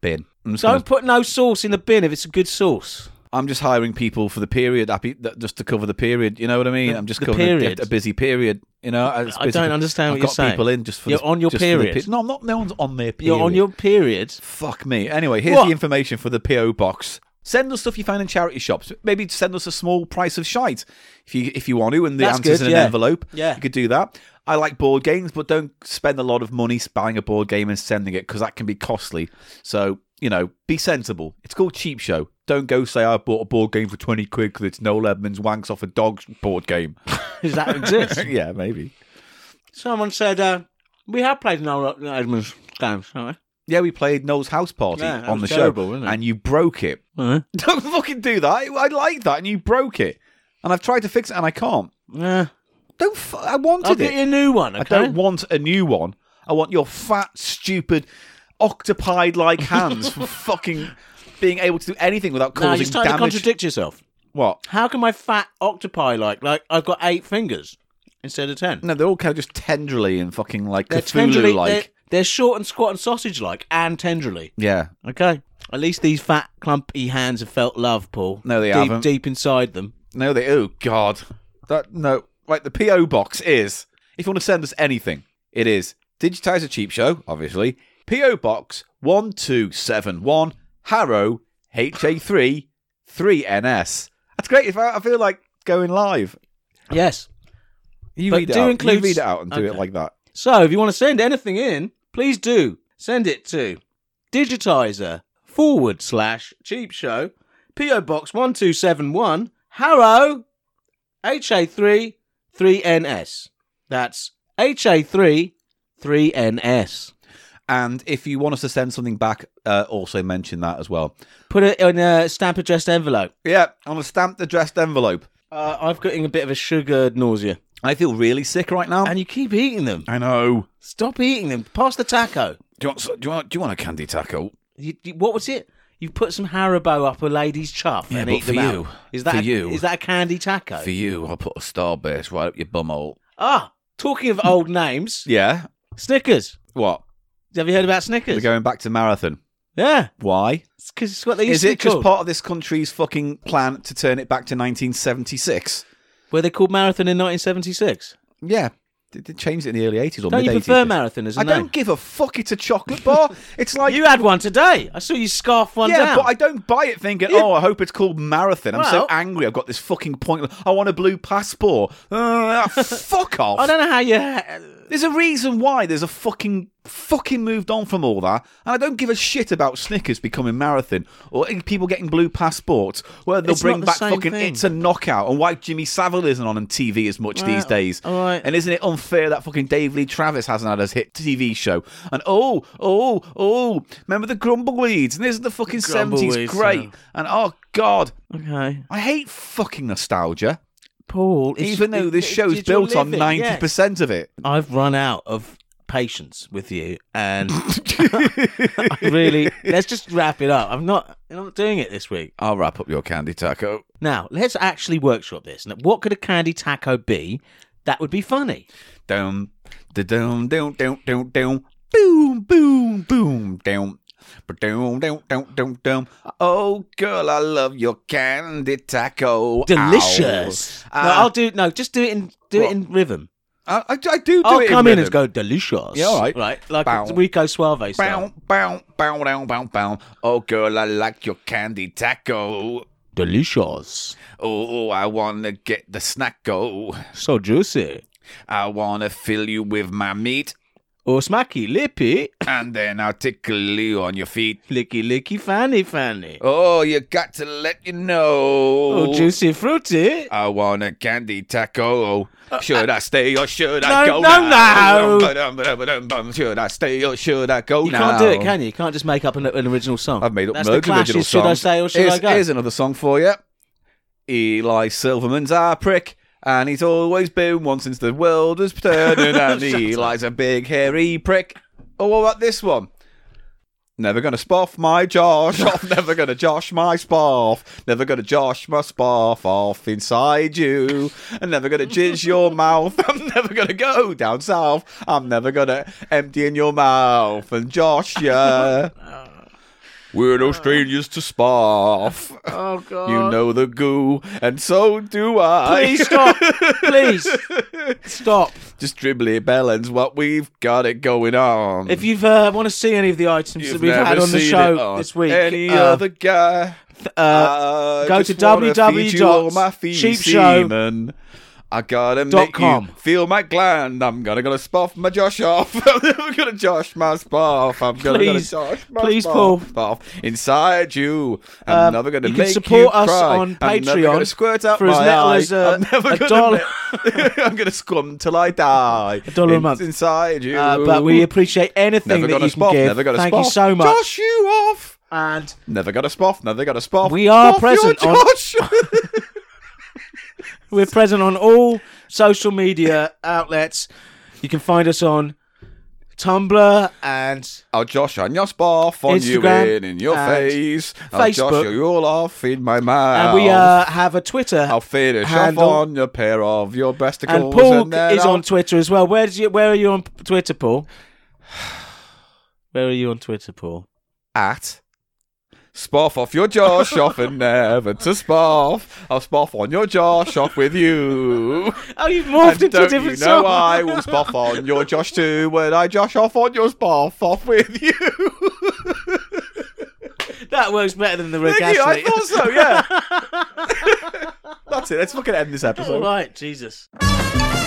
S2: bin. I'm just,
S1: don't
S2: gonna,
S1: put no sauce in the bin if it's a good sauce.
S2: I'm just hiring people for the period, happy that- just to cover the period. You know what I mean? I'm just
S1: the
S2: covering a-
S1: period.
S2: A, busy period. You know, it's
S1: I
S2: busy-
S1: don't understand
S2: I've
S1: what you're
S2: got
S1: saying.
S2: people in just for
S1: You're
S2: the,
S1: on your
S2: just for the
S1: period.
S2: pe- no, I'm not. No one's on their period.
S1: You're on your period. *laughs*
S2: Fuck me. Anyway, here's
S1: What?
S2: the information for the PO box. Send us stuff you find in charity shops. Maybe send us a small price of shite if you if you want to, and the
S1: That's
S2: answer's
S1: good,
S2: in an
S1: yeah.
S2: envelope.
S1: Yeah.
S2: you could do that. I like board games, but don't spend a lot of money buying a board game and sending it because that can be costly. So, you know, be sensible. It's called Cheap Show. Don't go say, I bought a board game for 20 quid because it's Noel Edmonds wanks off a dog's board game. *laughs*
S1: Does that exist?
S2: yeah, maybe.
S1: *laughs* Someone said uh, we have played Noel Edmonds games, haven't
S2: Yeah, we played Noel's House Party
S1: Yeah, that
S2: on the
S1: was terrible,
S2: show,
S1: wasn't it?
S2: and you broke it.
S1: we? Uh-huh.
S2: *laughs* Don't fucking do that. I, I like that, and you broke it. And I've tried to fix it, and I can't.
S1: Yeah.
S2: Don't. F- I
S1: I'll
S2: wanted
S1: get
S2: it.
S1: you a new one.
S2: I
S1: Okay?
S2: don't want a new one. I want your fat, stupid, octopied-like hands
S1: *laughs*
S2: for fucking being able to do anything without
S1: Now
S2: causing
S1: you're starting to
S2: damage.
S1: contradict yourself.
S2: what?
S1: How can my fat octopi like like I've got eight fingers instead of ten?
S2: No, they're all kind of just tenderly and fucking like
S1: they're tenderly
S2: Cthulhu-like.
S1: they're, they're short and squat and sausage like and tenderly.
S2: Yeah,
S1: Okay. At least these fat clumpy hands have felt love, Paul.
S2: No, they
S1: deep,
S2: haven't.
S1: Deep inside them.
S2: No, they. Oh God, that no. Right, the PO box is. If you want to send us anything, it is digitize a cheap show, obviously. PO box one two seven one Harrow HA three three NS. That's great. If I, I feel like going live, uh,
S1: Yes.
S2: you
S1: But
S2: read it
S1: do
S2: out.
S1: includes-
S2: You read it out and do it
S1: Okay.
S2: like that.
S1: So if you want to send anything in, please do. Send it to digitizer forward slash cheap show, P.O. Box 1271, Harrow, HA3 3NS. That's HA3 3NS.
S2: And if you want us to send something back, uh, also mention that as well.
S1: Put it in a stamp addressed envelope.
S2: Yeah, on a stamped addressed envelope.
S1: Uh, I've getting a bit of a sugar nausea.
S2: I feel really sick right now.
S1: And you keep eating them.
S2: I know.
S1: Stop eating them. Pass the taco.
S2: Do you want? Do you want? Do you want a candy taco?
S1: You, you- what was it? You put some Haribo up a lady's chuff and
S2: but
S1: eat them
S2: for
S1: out.
S2: you.
S1: Is that
S2: For
S1: a,
S2: you.
S1: Is that a candy taco?
S2: For you, I'll put a starburst right up your bumhole.
S1: Ah, talking of old names,
S2: *laughs* Yeah.
S1: Snickers.
S2: What?
S1: Have you heard about
S2: We're
S1: Snickers?
S2: going back to marathon.
S1: yeah,
S2: Why?
S1: because it's what they used
S2: Is
S1: to
S2: it
S1: be
S2: just
S1: called.
S2: part of this country's fucking plan to turn it back to 1976?
S1: Were they called Marathon in 1976?
S2: Yeah. They, they changed it in the early 80s or
S1: Don't
S2: mid
S1: you
S2: 80s.
S1: prefer Marathon as a
S2: I
S1: name?
S2: don't give a fuck. It's a chocolate
S1: *laughs*
S2: bar. It's like.
S1: you had one today. I saw you scarf one
S2: yeah,
S1: down.
S2: but I don't buy it thinking, oh, I hope it's called Marathon. I'm so
S1: Well-
S2: angry. I've got this fucking point. I want a blue passport.
S1: *laughs*
S2: Uh, fuck off.
S1: I don't know how you. *laughs*
S2: There's a reason why there's a fucking fucking moved on from all that, and I don't give a shit about Snickers becoming marathon or people getting blue passports. Where they'll
S1: It's
S2: bring
S1: not the
S2: back
S1: same
S2: fucking
S1: thing.
S2: it's a knockout and why Jimmy Savile isn't on TV as much these days.
S1: all right.
S2: And isn't it unfair that fucking Dave Lee Travis hasn't had his hit TV show? And oh oh oh, remember the Grumbleweeds? And isn't the fucking seventies
S1: Grumbleweeds,
S2: great?
S1: yeah.
S2: And oh god,
S1: Okay,
S2: I hate fucking nostalgia.
S1: Paul. it's-
S2: Even though
S1: it-
S2: this
S1: it-
S2: show's
S1: it's your
S2: built on
S1: living, yeah.
S2: ninety percent of it.
S1: I've run out of patience with you,
S2: *laughs*
S1: and *laughs* I really, let's just wrap it up. I'm not, I'm not doing it this week.
S2: I'll wrap up your candy taco.
S1: Now, let's actually workshop this. Now, what could a candy taco be that would be funny?
S2: Down, da down, down, down, down, down. Boom, boom, boom, down. Ba down, down, down, down, down. Oh, girl, I love your candy taco. Ow.
S1: Delicious.
S2: Uh,
S1: no, I'll do no. Just do it in do it in rhythm.
S2: I, Uh, I, I do do
S1: I'll
S2: it
S1: come in,
S2: rhythm.
S1: and go delicious.
S2: Yeah, all right.
S1: right. Like
S2: Bow.
S1: a Rico Suave style.
S2: Bow, bow, bow, down, bow, bow. Oh, girl, I like your candy taco.
S1: Delicious,
S2: Oh, I wanna get the snacko.
S1: so juicy,
S2: I wanna fill you with my meat,
S1: oh smacky lippy, *laughs*
S2: and then I'll tickle you on your feet.
S1: licky licky fanny fanny, oh,
S2: Oh, you got to let you know.
S1: juicy fruity.
S2: I want a candy taco. Should I stay or should I
S1: no,
S2: go
S1: no, no.
S2: now? No. Should I stay or should I go
S1: You
S2: now?
S1: can't do it, can you? You can't just make up an, an original song.
S2: I've made up
S1: That's
S2: loads
S1: the Clash's,
S2: of original songs.
S1: Should I stay or should
S2: here's,
S1: I go?
S2: Here's another song for you. Eli Silverman's our prick, and he's always been one since the
S1: *laughs*
S2: world was turning, and Eli's a big hairy prick. Oh, what about this one? Never gonna spoff my
S1: *laughs*
S2: Josh off. Never gonna Josh my spoff. Never gonna Josh my spoff off inside you. And never gonna
S1: *laughs*
S2: jizz your mouth. I'm never gonna go down south. I'm never gonna empty in your mouth
S1: *laughs*
S2: and Josh ya.
S1: Uh,
S2: We're no strangers to spoff.
S1: oh God!
S2: You know the goo, and so do I.
S1: Please
S2: *laughs*
S1: stop! Please stop!
S2: Just dribbly balance what we've got it going on.
S1: If you uh, want to see any of the items
S2: You've
S1: that we've
S2: never
S1: had on the
S2: seen
S1: show
S2: it on
S1: this week,
S2: any
S1: uh,
S2: other guy,
S1: uh,
S2: I
S1: go
S2: just
S1: to
S2: wanna feed you all
S1: www.cheapshow.
S2: my feed semen. I gotta
S1: Dot
S2: make
S1: com.
S2: you feel my gland. I'm gonna gonna spoff my Josh off. *laughs* I'm gonna Josh my spoff. I'm gonna
S1: Please.
S2: gonna Josh my
S1: Please,
S2: spoff,
S1: Paul.
S2: spoff inside you. I'm
S1: Um,
S2: never gonna
S1: you can
S2: make
S1: support
S2: you
S1: us
S2: cry.
S1: on
S2: I'm never
S1: Patreon
S2: gonna squirt out
S1: for as
S2: my
S1: little
S2: eye.
S1: as, uh,
S2: I'm never
S1: a
S2: gonna
S1: dollar.
S2: make- *laughs* I'm gonna scum till I die. A
S1: dollar *laughs* a month.
S2: inside you.
S1: Uh, but we appreciate anything
S2: never
S1: that
S2: got
S1: you
S2: a
S1: can
S2: spoff.
S1: give.
S2: Never got a
S1: Thank
S2: spoff.
S1: you so much.
S2: Josh you off.
S1: And
S2: Never got a spoff. Never got a spoff.
S1: We are
S2: Spoff your
S1: present on-
S2: Josh.
S1: *laughs* we're present on all social media outlets. You can find us on Tumblr and
S2: I'll Oh, Josh on your spoff on
S1: Instagram
S2: you in, in your
S1: and
S2: face. I'll Josh
S1: Facebook.
S2: you all off in my
S1: and
S2: mouth.
S1: we uh, have a Twitter.
S2: I'll finish off
S1: handle.
S2: on your pair of your breasticles.
S1: and Paul
S2: then
S1: is
S2: I'll-
S1: on Twitter as well. Where did you? Where are you on Twitter, Paul? *sighs* Where are you on Twitter, Paul?
S2: *laughs* at spoff off your Josh
S1: *laughs*
S2: off and never to spoff. I'll spoff on your Josh off
S1: *laughs*
S2: with you.
S1: Oh, you've
S2: And
S1: morphed into a
S2: don't
S1: different
S2: you
S1: *laughs*
S2: know
S1: song.
S2: I will spoff on your Josh too when I Josh off on your spoff off with you.
S1: That works better than the Rick
S2: Thank you, I
S1: Astley.
S2: thought so,
S1: *laughs*
S2: *laughs* yeah. That's it. Let's fucking end this episode.
S1: All right, Jesus.
S7: Thank